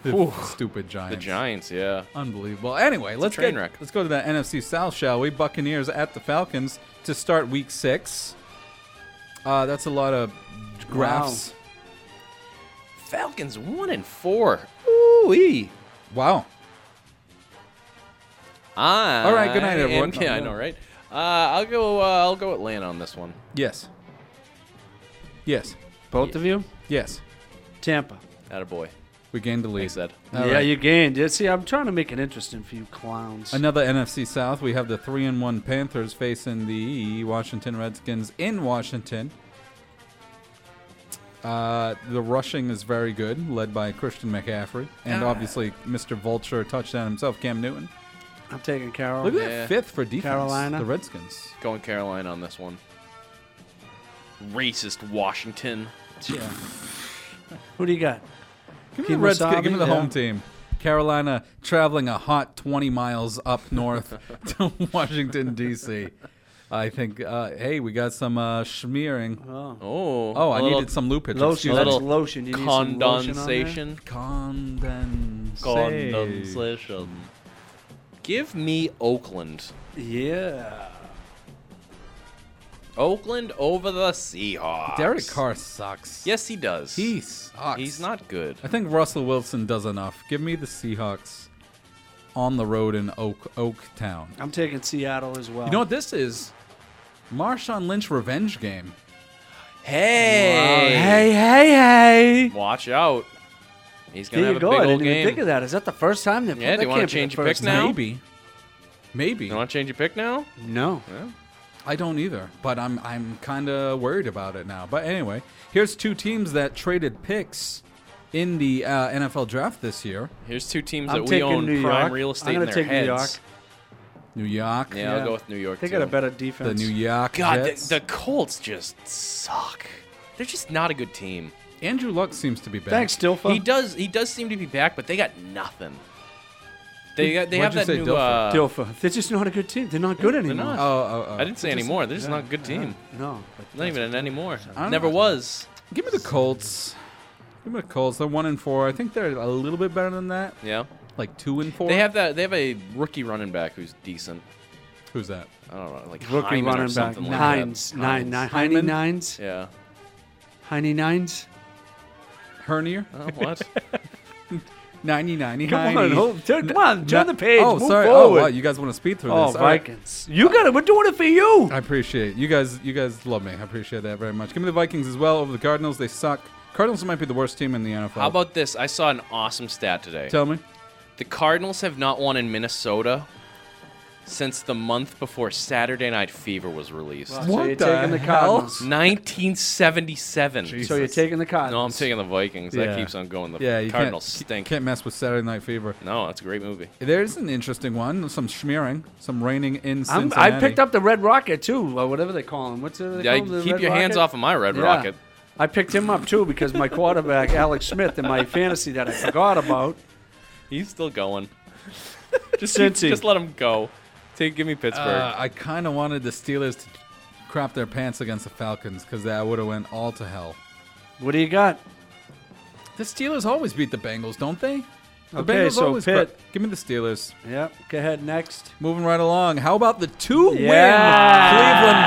Speaker 2: The stupid Giants.
Speaker 6: The Giants, yeah.
Speaker 2: Unbelievable. Anyway, let's
Speaker 6: train
Speaker 2: get,
Speaker 6: wreck.
Speaker 2: let's go to that NFC South, shall we? Buccaneers at the Falcons to start Week Six. Uh, that's a lot of graphs.
Speaker 6: Falcons one and four. Ooh wee.
Speaker 2: Wow.
Speaker 6: I
Speaker 2: All right, good night,
Speaker 6: am- *laughs*
Speaker 2: everyone.
Speaker 6: yeah, I know, right? Uh, I'll go. Uh, I'll go Atlanta on this one.
Speaker 2: Yes. Yes.
Speaker 3: Both of you?
Speaker 2: Yes.
Speaker 3: Tampa.
Speaker 6: Atta boy.
Speaker 2: We gained the lead.
Speaker 6: Thanks, Ed.
Speaker 2: All
Speaker 3: yeah,
Speaker 2: right.
Speaker 3: you gained. Yeah, See, I'm trying to make it interesting for you clowns.
Speaker 2: Another NFC South. We have the three and one Panthers facing the Washington Redskins in Washington. Uh, the rushing is very good, led by Christian McCaffrey and
Speaker 3: Ah.
Speaker 2: obviously Mr. Vulture touchdown himself, Cam Newton.
Speaker 3: I'm taking Carol.
Speaker 2: Look at
Speaker 6: yeah.
Speaker 2: that fifth for defense.
Speaker 3: Carolina.
Speaker 2: The Redskins.
Speaker 6: Going Carolina on this one. Racist Washington.
Speaker 3: Yeah. Who do you got?
Speaker 2: Give me the
Speaker 3: Keith
Speaker 2: Redskins.
Speaker 3: Wasabi,
Speaker 2: Give me the
Speaker 3: yeah.
Speaker 2: home team. Carolina traveling a hot 20 miles up north
Speaker 3: *laughs*
Speaker 2: to Washington D.C. I think. Uh, hey, we got some uh, smearing.
Speaker 3: Oh,
Speaker 6: Oh.
Speaker 2: Oh, I
Speaker 6: a little
Speaker 2: needed some loopage.
Speaker 3: Lotion.
Speaker 6: A
Speaker 2: Excuse me.
Speaker 6: little
Speaker 3: That's lotion. You need some lotion on there?
Speaker 6: condensation.
Speaker 2: Condensation.
Speaker 6: Condensation. Give me Oakland.
Speaker 3: yeah.
Speaker 6: Oakland over the Seahawks.
Speaker 2: Derek Carr sucks.
Speaker 6: Yes, he does.
Speaker 2: He sucks.
Speaker 6: He's not good.
Speaker 2: I think Russell Wilson does enough. Give me the Seahawks on the road in Oak Oak Town.
Speaker 3: I'm taking Seattle as well.
Speaker 6: Oh.
Speaker 2: You know what this is? Marshawn Lynch revenge game.
Speaker 6: Hey.
Speaker 3: Hey, hey, hey.
Speaker 6: Watch out. He's gonna
Speaker 3: There you
Speaker 6: have
Speaker 3: go.
Speaker 6: a big
Speaker 3: I
Speaker 6: old
Speaker 3: didn't
Speaker 6: game.
Speaker 3: even think of that. Is that the first time they've
Speaker 6: Yeah, do
Speaker 3: that
Speaker 6: you wanna
Speaker 3: can't be the
Speaker 6: change your pick
Speaker 3: first
Speaker 6: now?
Speaker 3: time.
Speaker 2: Maybe. Maybe.
Speaker 6: You want to change your pick now?
Speaker 3: No.
Speaker 2: I don't either, but I'm I'm kind of worried about it now. But anyway, here's two teams that traded picks in the uh, NFL draft this year.
Speaker 6: Here's two teams
Speaker 3: I'm
Speaker 6: that we
Speaker 3: taking
Speaker 6: own
Speaker 3: New
Speaker 6: prime
Speaker 3: York.
Speaker 6: real estate
Speaker 3: I'm
Speaker 6: in
Speaker 3: gonna
Speaker 6: their
Speaker 3: take
Speaker 6: heads.
Speaker 3: New
Speaker 2: New York,
Speaker 6: Yeah,
Speaker 3: Yeah.
Speaker 6: I'll go with New York.
Speaker 3: They
Speaker 6: too.
Speaker 3: got a better
Speaker 2: the
Speaker 3: defense.
Speaker 2: New York
Speaker 6: God, the,
Speaker 2: Jets.
Speaker 6: the Colts just suck. They're just not a good team.
Speaker 2: Andrew Luck seems to be back.
Speaker 3: Thanks, Dilfa.
Speaker 6: He does. He does seem to be back, but they got nothing. They got. They
Speaker 2: What'd you
Speaker 6: have that
Speaker 2: say,
Speaker 6: new.
Speaker 2: Dilfer?
Speaker 6: Uh,
Speaker 3: Dilfa. They're just not a good team. They're not good anymore.
Speaker 6: not.
Speaker 2: Oh, oh, oh.
Speaker 6: I didn't say anymore. They're just not a good team.
Speaker 3: No.
Speaker 6: Not even an anymore.
Speaker 2: don't
Speaker 6: Never
Speaker 2: know.
Speaker 6: was.
Speaker 2: Give me the Colts. Give me the Colts. They're one and four. I think they're a little bit better than that.
Speaker 6: Yeah.
Speaker 2: Like two and four.
Speaker 6: They have that. They have a rookie running back who's decent.
Speaker 2: Who's that?
Speaker 6: I don't know, like
Speaker 3: Rookie
Speaker 6: Hyman or
Speaker 3: running back.
Speaker 6: something like
Speaker 3: Nines.
Speaker 6: that.
Speaker 3: Nine. Nine. Heine
Speaker 2: Hyman?
Speaker 3: nines. *laughs*
Speaker 6: Yeah.
Speaker 3: Heine nines.
Speaker 2: Hernier.
Speaker 6: Oh, what?
Speaker 2: Ninety, ninety,
Speaker 3: Come
Speaker 2: ninety.
Speaker 3: on, hold- turn- come on, turn the page,
Speaker 2: Oh,
Speaker 3: move
Speaker 2: sorry.
Speaker 3: forward.
Speaker 2: Oh, wow, you guys want to speed through
Speaker 3: Oh,
Speaker 2: this? All right.
Speaker 3: Vikings. You got it. We're doing it for you.
Speaker 2: I appreciate it. you guys. You guys love me. I appreciate that very much. Give me the Vikings as well over the Cardinals. They suck. Cardinals might be the worst team in the NFL.
Speaker 6: How about this? I saw an awesome stat today.
Speaker 2: Tell me.
Speaker 6: The Cardinals have not won in Minnesota since the month before Saturday Night Fever was released.
Speaker 3: Wow, so What you're the taking the hell? Cardinals.
Speaker 6: 1977.
Speaker 3: So you're taking the Cardinals.
Speaker 6: No, I'm taking the Vikings.
Speaker 2: Yeah.
Speaker 6: That keeps on going. The
Speaker 2: yeah, you
Speaker 6: Cardinals
Speaker 2: can't,
Speaker 6: stink.
Speaker 2: Can't mess with Saturday Night Fever.
Speaker 6: No, that's a great movie.
Speaker 2: There's an interesting one. Some smearing. Some raining in
Speaker 3: I'm,
Speaker 2: Cincinnati.
Speaker 3: I picked up the Red Rocket too, or whatever they call him. What's the, they
Speaker 6: Yeah,
Speaker 3: call him, the
Speaker 6: keep
Speaker 3: Red
Speaker 6: your hands
Speaker 3: Rocket?
Speaker 6: off of my Red
Speaker 3: Yeah.
Speaker 6: Rocket.
Speaker 3: I picked him up too because my
Speaker 6: *laughs*
Speaker 3: quarterback Alex Smith in my fantasy that I
Speaker 2: *laughs*
Speaker 3: forgot about.
Speaker 6: He's still going. just,
Speaker 3: Cincy.
Speaker 6: just let him go. Take, give me Pittsburgh.
Speaker 2: Uh, I kind of wanted the Steelers to crap their pants against the Falcons because that would have went all to hell.
Speaker 3: What do you got?
Speaker 2: The Steelers always beat the Bengals, don't they? The
Speaker 3: Okay,
Speaker 2: Bengals
Speaker 3: so
Speaker 2: always
Speaker 3: Pitt.
Speaker 2: crap- Give me the Steelers.
Speaker 3: Yep. Go ahead next.
Speaker 2: Moving right along. How about the two win Cleveland
Speaker 3: Yeah.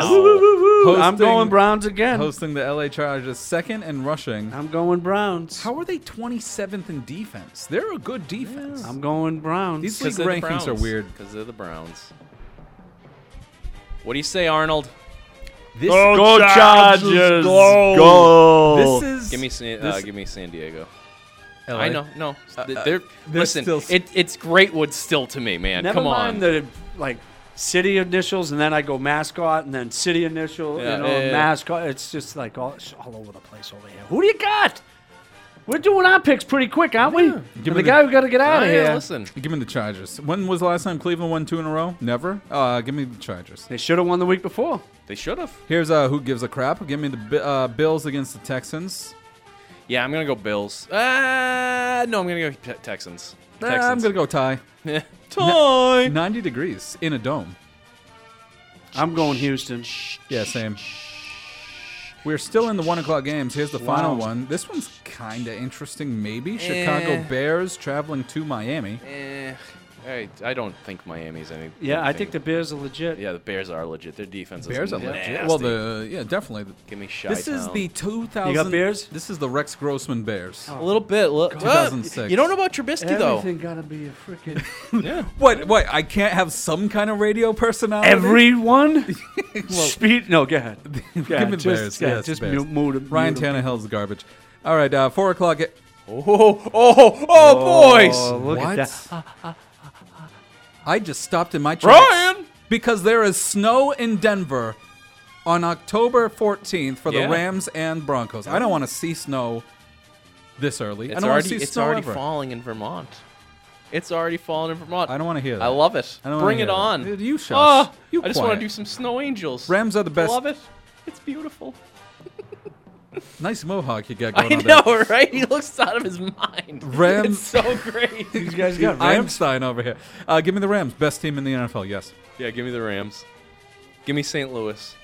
Speaker 2: Browns?
Speaker 3: Woo, woo, woo, woo. I'm
Speaker 2: Hosting-
Speaker 3: going Browns again.
Speaker 2: Hosting the LA Chargers second and rushing.
Speaker 3: I'm going Browns.
Speaker 2: How are they 27th in defense? They're a good defense.
Speaker 3: I'm going Browns.
Speaker 2: These
Speaker 6: 'Cause
Speaker 2: league
Speaker 6: they're the
Speaker 2: rankings are
Speaker 6: Browns.
Speaker 2: weird.
Speaker 6: Because they're the Browns. What do you say, Arnold?
Speaker 2: This
Speaker 3: Go Go Chargers, Chargers,
Speaker 21: Oh,
Speaker 3: go. go.
Speaker 2: This is
Speaker 6: give me San, uh,
Speaker 2: this-
Speaker 6: give me San Diego.
Speaker 2: LA.
Speaker 6: I know, no,
Speaker 2: Uh,
Speaker 6: Th-
Speaker 2: uh,
Speaker 6: they're,
Speaker 2: they're
Speaker 6: listen.
Speaker 2: still-
Speaker 6: it, it's Greatwood still to me, man.
Speaker 3: Never
Speaker 6: Come
Speaker 3: mind
Speaker 6: on.
Speaker 3: the like city initials, and then I go mascot, and then city initial,
Speaker 6: Yeah.
Speaker 3: you know,
Speaker 6: Yeah, yeah, yeah.
Speaker 3: mascot. It's just like all, it's all over the place over here. Who do you got? We're doing our picks pretty quick, aren't we?
Speaker 2: Give
Speaker 3: Give the
Speaker 2: me the-
Speaker 3: guy who got to get
Speaker 6: uh,
Speaker 3: out of here.
Speaker 2: Give me the Chargers. When was the last time Cleveland won two in a row? Never. Uh, give me the Chargers.
Speaker 3: They should have won the week before.
Speaker 6: They should have.
Speaker 2: Here's uh, who gives a crap. Give me the Bi- uh, Bills against the Texans.
Speaker 6: Yeah, I'm gonna go Bills. Uh, no, I'm gonna go Te- Texans.
Speaker 2: Nah,
Speaker 6: Texans. *laughs*
Speaker 2: Eh, I'm gonna *laughs* go tie.
Speaker 6: tie.
Speaker 2: Ninety degrees in a dome.
Speaker 3: I'm going Houston.
Speaker 2: Yeah, same. We're still in the one o'clock games. Here's the final
Speaker 3: Wow.
Speaker 2: one. This one's kind of interesting, maybe. Chicago Bears traveling to Miami.
Speaker 6: Eh, I, I don't think Miami's any.
Speaker 2: Yeah, I think
Speaker 3: the Bears are legit.
Speaker 6: Yeah, the Bears are legit. Their defense is
Speaker 2: Bears are
Speaker 6: nasty.
Speaker 2: legit. Well, the yeah, definitely.
Speaker 6: Give me
Speaker 2: This is
Speaker 6: Chi-town.
Speaker 2: the 2000.
Speaker 6: You got
Speaker 2: Bears? This is the Rex Grossman Bears.
Speaker 3: Oh.
Speaker 6: a little bit. Look,
Speaker 2: God. 2006.
Speaker 6: You don't know about Trubisky though.
Speaker 3: Everything got to be a
Speaker 2: *laughs*
Speaker 3: freaking.
Speaker 6: Yeah.
Speaker 2: What? What? I can't have some kind of radio personality.
Speaker 3: Everyone. Speed. No, go ahead. Go
Speaker 2: *laughs* Give
Speaker 3: ahead.
Speaker 2: me the
Speaker 3: just,
Speaker 2: Bears.
Speaker 3: yeah,
Speaker 2: yes,
Speaker 3: just
Speaker 2: Bears.
Speaker 3: mute, move them-
Speaker 2: Ryan
Speaker 3: mute 'em.
Speaker 2: Tannehill's garbage. All right, uh, four o'clock. At-
Speaker 6: oh, oh, oh, boys!
Speaker 3: look at
Speaker 2: what?
Speaker 3: that.
Speaker 2: I just stopped in my tracks because there is snow in Denver on October 14th for the
Speaker 6: Yeah.
Speaker 2: Rams and Broncos. I don't want to see snow this early. I
Speaker 6: It's
Speaker 2: don't want
Speaker 6: already
Speaker 2: to see
Speaker 6: it's
Speaker 2: snow
Speaker 6: already
Speaker 2: ever.
Speaker 6: falling in Vermont. It's already falling in Vermont.
Speaker 2: I don't want to hear that.
Speaker 6: I love it.
Speaker 2: I don't wanna
Speaker 6: Bring
Speaker 2: hear
Speaker 6: it
Speaker 2: that.
Speaker 6: on.
Speaker 2: Dude, you shush.
Speaker 6: Ah,
Speaker 2: You
Speaker 6: I just want
Speaker 2: quiet.
Speaker 6: to do some snow angels.
Speaker 2: Rams are the best.
Speaker 6: I love it. It's beautiful.
Speaker 2: Nice mohawk you got
Speaker 6: I
Speaker 2: going on
Speaker 6: know, *laughs*
Speaker 2: there.
Speaker 6: right? He looks out of his mind.
Speaker 2: Rams-
Speaker 6: It's so great.
Speaker 2: *laughs*
Speaker 3: These guys got Rams.
Speaker 2: Einstein over here. Uh, give me the Rams, best team in the NFL. Yes.
Speaker 6: Yeah, give me the Rams. Give me St. Louis.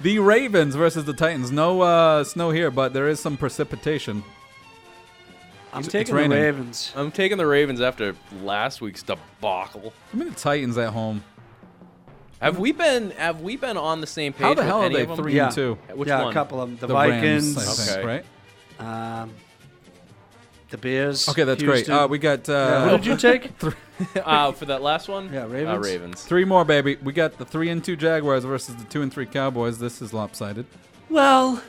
Speaker 2: The Ravens versus the Titans. No uh, snow here, but there is some precipitation.
Speaker 3: I'm
Speaker 2: It's- it's
Speaker 3: taking the
Speaker 2: raining.
Speaker 3: Ravens.
Speaker 6: I'm taking the Ravens after last week's debacle.
Speaker 2: Give me the Titans at home.
Speaker 6: Have we been have we been on the same page?
Speaker 2: How the
Speaker 6: with
Speaker 2: hell are
Speaker 6: any
Speaker 2: they
Speaker 6: of 'em?
Speaker 2: three and two?
Speaker 6: Which
Speaker 3: yeah,
Speaker 6: one?
Speaker 3: a couple of them. The,
Speaker 2: The Rams,
Speaker 3: Vikings.
Speaker 2: I think, Okay. right?
Speaker 3: Um, the Bears.
Speaker 2: Okay, that's great.
Speaker 3: Houston.
Speaker 2: Uh, we got. Uh,
Speaker 3: Yeah. What did you take?
Speaker 2: *laughs*
Speaker 6: uh, for that last one?
Speaker 3: Yeah,
Speaker 6: Uh,
Speaker 3: Ravens.
Speaker 6: Ravens.
Speaker 2: Three more, baby. We got the three and two Jaguars versus the two and three Cowboys. This is lopsided.
Speaker 3: Well,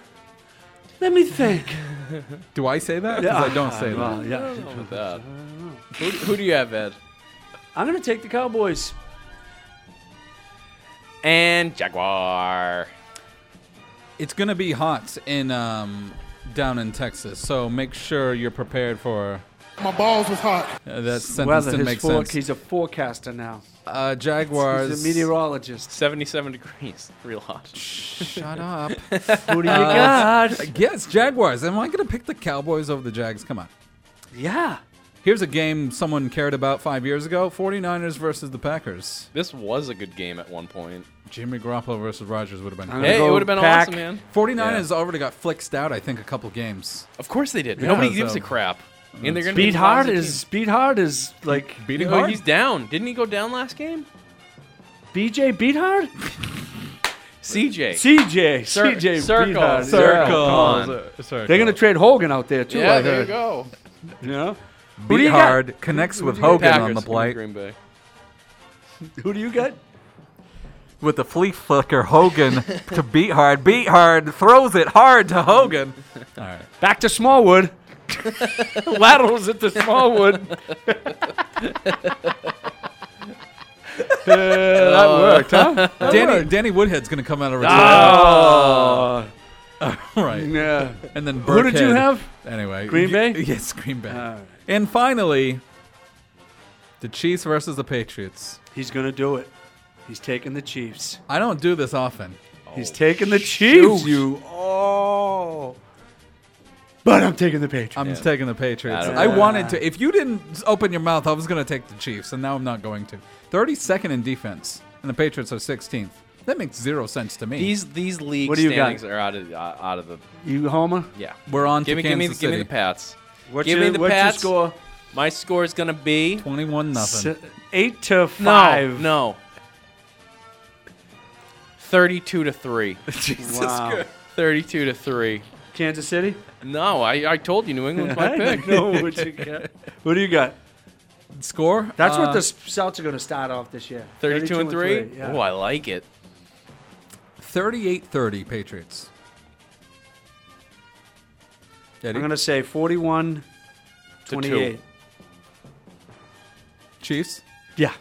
Speaker 3: let me think.
Speaker 2: Do I say that?
Speaker 3: Yeah.
Speaker 2: Because I don't
Speaker 3: *laughs*
Speaker 2: say
Speaker 3: Well,
Speaker 2: that.
Speaker 3: Uh, yeah.
Speaker 6: With that. Uh, Who, who do you have, Ed?
Speaker 3: I'm going to take the Cowboys.
Speaker 6: And Jaguar.
Speaker 2: It's gonna be hot in um, down in Texas, so make sure you're prepared for.
Speaker 25: My balls was hot.
Speaker 2: Uh, that sentence
Speaker 3: Weather,
Speaker 2: didn't
Speaker 3: his
Speaker 2: make
Speaker 3: fork-
Speaker 2: sense.
Speaker 3: He's a forecaster now.
Speaker 2: Uh, Jaguars.
Speaker 3: He's a
Speaker 6: *laughs*
Speaker 3: meteorologist.
Speaker 6: 77 degrees. *laughs* Real hot.
Speaker 3: *laughs*
Speaker 2: Shut up.
Speaker 3: Who do you
Speaker 2: Uh,
Speaker 3: got?
Speaker 2: Yes, Jaguars. Am I going to pick the Cowboys over the Jags? Come on.
Speaker 3: *laughs* Yeah.
Speaker 2: Here's a game someone cared about five years ago 49ers versus the Packers.
Speaker 6: This was a good game at one point.
Speaker 2: Jimmy Garoppolo versus Rogers would have been.
Speaker 3: I'm
Speaker 2: great.
Speaker 6: Hey,
Speaker 3: go
Speaker 6: it would have been
Speaker 3: pack.
Speaker 6: awesome, man.
Speaker 2: 49ers already got flexed out, I think, a couple games.
Speaker 6: Of course they did.
Speaker 2: Yeah.
Speaker 6: Nobody
Speaker 2: So-
Speaker 6: gives a crap. And they're gonna be
Speaker 3: Beat
Speaker 6: the
Speaker 3: Hard
Speaker 6: positive
Speaker 3: is Beat Hard is like
Speaker 2: Beating
Speaker 6: team. Oh,
Speaker 2: hard?
Speaker 6: he's down. Didn't he go down last game?
Speaker 3: BJ Beat Hard.
Speaker 6: CJ.
Speaker 18: CJ.
Speaker 6: Cir-
Speaker 18: CJ.
Speaker 6: Circle.
Speaker 18: Beathard.
Speaker 6: Circle.
Speaker 18: Yeah.
Speaker 2: Circle.
Speaker 18: They're going to trade Hogan out there, too.
Speaker 6: Yeah,
Speaker 18: I
Speaker 6: there you
Speaker 18: heard.
Speaker 6: go.
Speaker 18: You know? Who do you got?
Speaker 2: Beathard connects
Speaker 18: Who
Speaker 2: with
Speaker 18: do you got?
Speaker 2: Hogan on the
Speaker 6: Packers.
Speaker 2: plate
Speaker 6: Green Bay.
Speaker 18: Who do you got?
Speaker 2: with the flea flicker Hogan to beat hard. Beat hard throws it hard to Hogan. All right.
Speaker 18: Back
Speaker 2: *laughs*
Speaker 18: to Smallwood. Laterals it to Smallwood. that worked, huh? That
Speaker 2: Oh. Danny
Speaker 18: worked.
Speaker 2: Danny Woodhead's gonna come out of retirement.
Speaker 18: Ah.
Speaker 2: *laughs* All right.
Speaker 18: Yeah.
Speaker 2: And then
Speaker 18: Who did you
Speaker 2: Burkhead.
Speaker 18: have?
Speaker 2: Anyway,
Speaker 18: Green
Speaker 2: y-
Speaker 18: Bay?
Speaker 2: *laughs* Yes, Green Bay.
Speaker 18: All right.
Speaker 2: And finally, the Chiefs versus the Patriots.
Speaker 18: He's gonna do it. He's taking the Chiefs.
Speaker 2: I don't do this often.
Speaker 18: He's taking the Chiefs.
Speaker 2: shoot.
Speaker 18: You. Oh. But I'm taking the Patriots.
Speaker 2: I'm taking the Patriots.
Speaker 18: I don't
Speaker 2: I,
Speaker 18: know.
Speaker 2: wanted to. If you didn't s- open your mouth, I was going to take the Chiefs, and now I'm not going to. 32nd in defense, and the Patriots are 16th. That makes zero sense to me.
Speaker 6: These these league
Speaker 18: What do you got?
Speaker 6: standings are out of uh, out of the
Speaker 18: You Homer?
Speaker 6: yeah.
Speaker 2: We're on
Speaker 6: give
Speaker 2: to
Speaker 6: me, give me
Speaker 2: Kansas
Speaker 6: give me
Speaker 2: City.
Speaker 6: the Pats.
Speaker 18: What's
Speaker 6: give
Speaker 18: your-
Speaker 6: me the
Speaker 18: what's your
Speaker 6: Pats.
Speaker 18: score?
Speaker 6: My score is gonna be
Speaker 2: 21 nothing.
Speaker 18: S- eight to
Speaker 6: no
Speaker 18: five.
Speaker 6: no. Thirty-two to three.
Speaker 2: Jesus
Speaker 18: Wow.
Speaker 2: Christ.
Speaker 6: Thirty-two to three.
Speaker 18: Kansas City.
Speaker 6: No, I, I told you New England's my
Speaker 18: *laughs* I
Speaker 6: pick. *laughs*
Speaker 18: know what you got. What do you got?
Speaker 2: Score?
Speaker 18: That's what
Speaker 2: Uh,
Speaker 18: the S- Celtics are going to start off this year.
Speaker 6: 32, and 3?
Speaker 18: yeah.
Speaker 6: Oh, I like it.
Speaker 2: 38-30 Patriots.
Speaker 18: I'm
Speaker 2: Eddie?
Speaker 18: going to say 41 28.
Speaker 2: Chiefs?
Speaker 18: Yeah.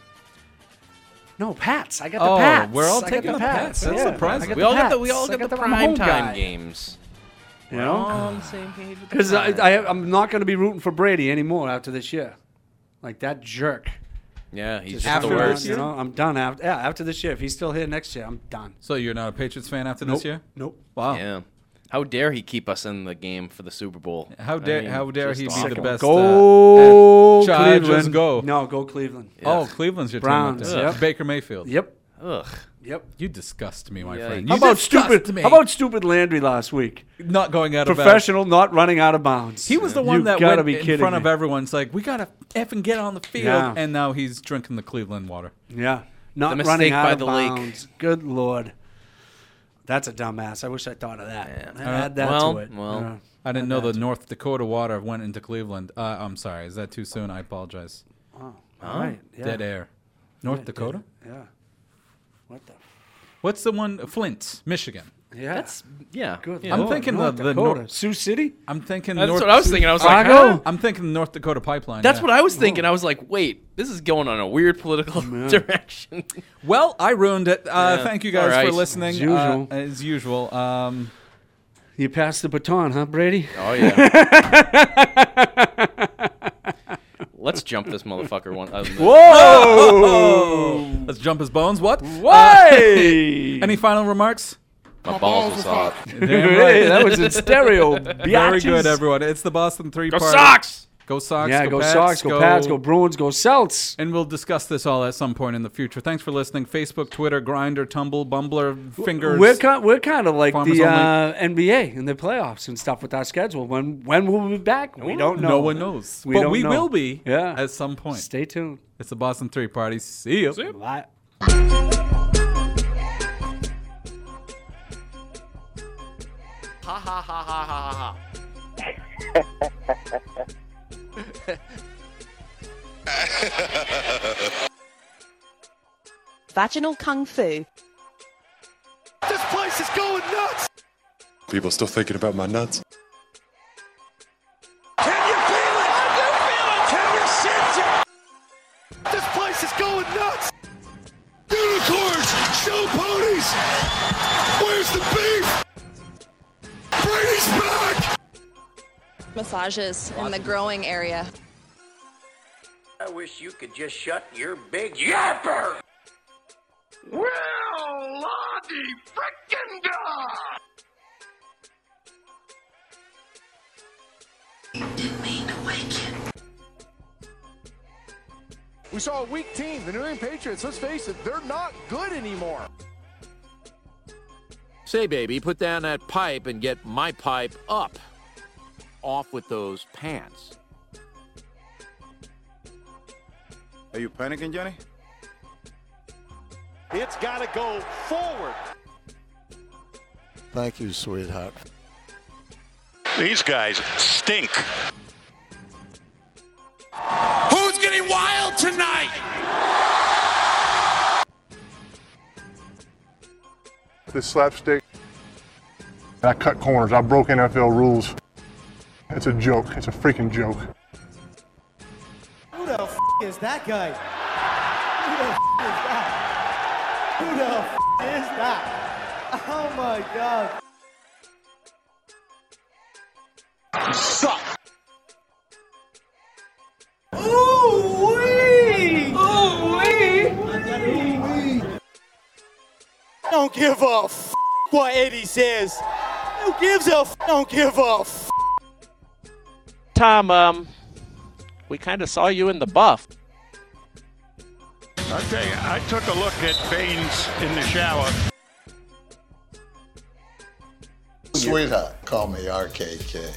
Speaker 18: No, Pats. I got the
Speaker 2: Oh,
Speaker 18: Pats.
Speaker 2: we're all
Speaker 18: I got
Speaker 2: taking the Pats. That's
Speaker 18: Yeah.
Speaker 2: surprising.
Speaker 18: I got
Speaker 6: We all
Speaker 18: the
Speaker 6: get the we
Speaker 18: Pats.
Speaker 6: all
Speaker 18: I
Speaker 6: get
Speaker 18: got
Speaker 6: the
Speaker 18: I'm a
Speaker 6: prime
Speaker 18: home
Speaker 6: time
Speaker 18: guy.
Speaker 6: games.
Speaker 18: You know?
Speaker 6: the same page with
Speaker 18: Because I, I, I'm not going to be rooting for Brady anymore after this year. Like that jerk.
Speaker 6: Yeah, he's just
Speaker 18: Just
Speaker 6: the
Speaker 18: after that,
Speaker 6: worst.
Speaker 18: You know, I'm done after. Yeah, after this year. If he's still here next year, I'm done.
Speaker 2: So you're not a Patriots fan after
Speaker 18: Nope.
Speaker 2: this year?
Speaker 18: Nope.
Speaker 2: Wow.
Speaker 6: Yeah. How dare he keep us in the game for the Super Bowl?
Speaker 2: How
Speaker 6: I
Speaker 2: dare
Speaker 6: mean,
Speaker 2: how dare
Speaker 6: just
Speaker 2: he be
Speaker 6: awful.
Speaker 2: the best?
Speaker 18: Go
Speaker 2: uh, Chargers
Speaker 18: Cleveland.
Speaker 2: go.
Speaker 18: No, uh, go Cleveland.
Speaker 2: Oh, Cleveland's your
Speaker 18: Browns,
Speaker 2: team. up there.
Speaker 18: yep.
Speaker 2: Baker Mayfield.
Speaker 18: Yep.
Speaker 6: Ugh.
Speaker 18: Yep.
Speaker 2: You disgust me, my
Speaker 6: Yeah,
Speaker 2: friend.
Speaker 6: you-
Speaker 2: You
Speaker 18: How about
Speaker 2: disgust
Speaker 18: stupid?
Speaker 2: Me.
Speaker 18: How about stupid Landry last week?
Speaker 2: not going out of bounds?
Speaker 18: Professional, not running out of bounds.
Speaker 2: He was the one
Speaker 18: you
Speaker 2: that
Speaker 18: gotta
Speaker 2: went
Speaker 18: be
Speaker 2: in
Speaker 18: kidding
Speaker 2: front
Speaker 18: me.
Speaker 2: of everyone. It's like we gotta effing get on the field,
Speaker 18: Yeah.
Speaker 2: and now he's drinking the Cleveland water.
Speaker 18: Yeah. Not
Speaker 6: mistake
Speaker 18: running out
Speaker 6: by
Speaker 18: of
Speaker 6: the lake.
Speaker 18: bounds. Good lord. That's a dumbass. I wish I thought of that. Add that
Speaker 6: Well,
Speaker 18: to it.
Speaker 6: well.
Speaker 18: Yeah.
Speaker 2: I didn't know the North Dakota water went into Cleveland. Uh, I'm sorry. Is that too soon? I apologize.
Speaker 18: All right. Yeah.
Speaker 2: Dead air. North Dakota.
Speaker 18: Yeah. What the?
Speaker 2: What's the one? Flint, Michigan.
Speaker 18: Yeah.
Speaker 6: That's yeah.
Speaker 18: good.
Speaker 6: yeah.
Speaker 2: I'm
Speaker 18: lord,
Speaker 2: thinking
Speaker 18: Oh, North
Speaker 2: the- the
Speaker 18: Dakota.
Speaker 2: Nor-
Speaker 18: Sioux City.
Speaker 2: I'm thinking.
Speaker 6: That's
Speaker 2: North,
Speaker 6: what I was thinking. I was like,
Speaker 18: Fargo?
Speaker 6: huh?
Speaker 2: I'm thinking North Dakota pipeline.
Speaker 6: That's
Speaker 2: yeah.
Speaker 6: what I was thinking. I was like, wait, this is going on a weird political *laughs* direction.
Speaker 2: Well, I ruined it. Uh,
Speaker 6: Yeah.
Speaker 2: Thank you
Speaker 6: It's all
Speaker 2: guys
Speaker 6: right.
Speaker 2: for listening.
Speaker 18: As usual.
Speaker 2: Uh, as usual. Um,
Speaker 18: You passed the baton,
Speaker 2: *laughs*
Speaker 18: huh, Brady?
Speaker 6: oh *laughs* yeah. Let's jump this motherfucker one. Uh,
Speaker 18: Whoa!
Speaker 2: let's jump his bones. What? Uh,
Speaker 18: Why?
Speaker 2: Any final remarks?
Speaker 6: my balls was hot.
Speaker 2: Damn
Speaker 18: *laughs* Hey,
Speaker 2: right.
Speaker 18: that was in stereo.
Speaker 2: Very good,
Speaker 18: biatches.
Speaker 2: everyone. It's the Boston Three.
Speaker 6: Go
Speaker 2: party.
Speaker 6: Sox!
Speaker 2: Go Sox.
Speaker 18: Yeah, go
Speaker 2: Pats,
Speaker 18: Sox, go Pats, go Bruins, go Celts.
Speaker 2: And we'll discuss this all at some point in the future. Thanks for listening. Facebook, Twitter, Grinder, Tumble, Bumbler, Fingers.
Speaker 18: We're kind, we're kind of like
Speaker 2: Farmers
Speaker 18: the
Speaker 2: only.
Speaker 18: uh, NBA and the playoffs and stuff with our schedule. When when will we be back? We don't know.
Speaker 2: No one knows.
Speaker 18: We
Speaker 2: but
Speaker 18: don't
Speaker 2: we
Speaker 18: know.
Speaker 2: will be
Speaker 18: Yeah.
Speaker 2: at some point.
Speaker 18: Stay tuned.
Speaker 2: it's the Boston Three Party. See you.
Speaker 18: Bye.
Speaker 6: Ha ha ha ha ha ha.
Speaker 26: Vaginal Kung Fu.
Speaker 27: People still thinking about my nuts.
Speaker 1: Can you feel it? I do feel it. Can you sense it? This place is going nuts. Unicorns, show ponies. Where's the beef? Brady's back.
Speaker 4: Massages in the growing area.
Speaker 28: I wish you could just shut your big yapper.
Speaker 1: Well, Lottie frickin' da!
Speaker 3: We saw a weak team, the New England Patriots. Let's face it, they're not good anymore.
Speaker 29: Say, baby, put down that pipe and get my pipe up. Off with those pants.
Speaker 30: Are you panicking, Johnny?
Speaker 3: It's got to go forward.
Speaker 31: Thank you, sweetheart.
Speaker 16: These guys stink.
Speaker 32: Who's getting wild tonight?
Speaker 14: This slapstick. I cut corners. I broke NFL rules. It's a joke. It's a freaking joke.
Speaker 33: Who the f- is that guy? Who the f- is that? Who the f- is that? Oh my god.
Speaker 16: Suck.
Speaker 33: Ooh wee! Ooh wee! Don't give a f- what Eddie says. Who gives a f- don't give a f-
Speaker 18: Tom, um, we kind of saw you in the buff.
Speaker 16: I tell you, I took a look at Baines in the shower.
Speaker 31: Sweetheart, call me RKK.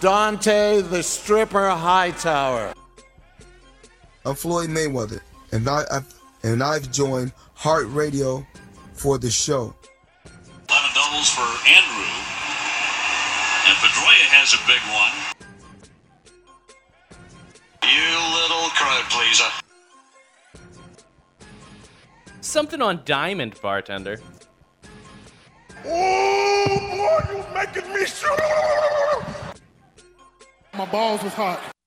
Speaker 33: Dante the stripper Hightower.
Speaker 18: I'm Floyd Mayweather, and I, I and I've joined Heart Radio for the show.
Speaker 16: A lot of doubles for Andrew. And Pedroia has a big one. You little crowd pleaser.
Speaker 6: Something on Diamond Bartender.
Speaker 34: My balls was hot.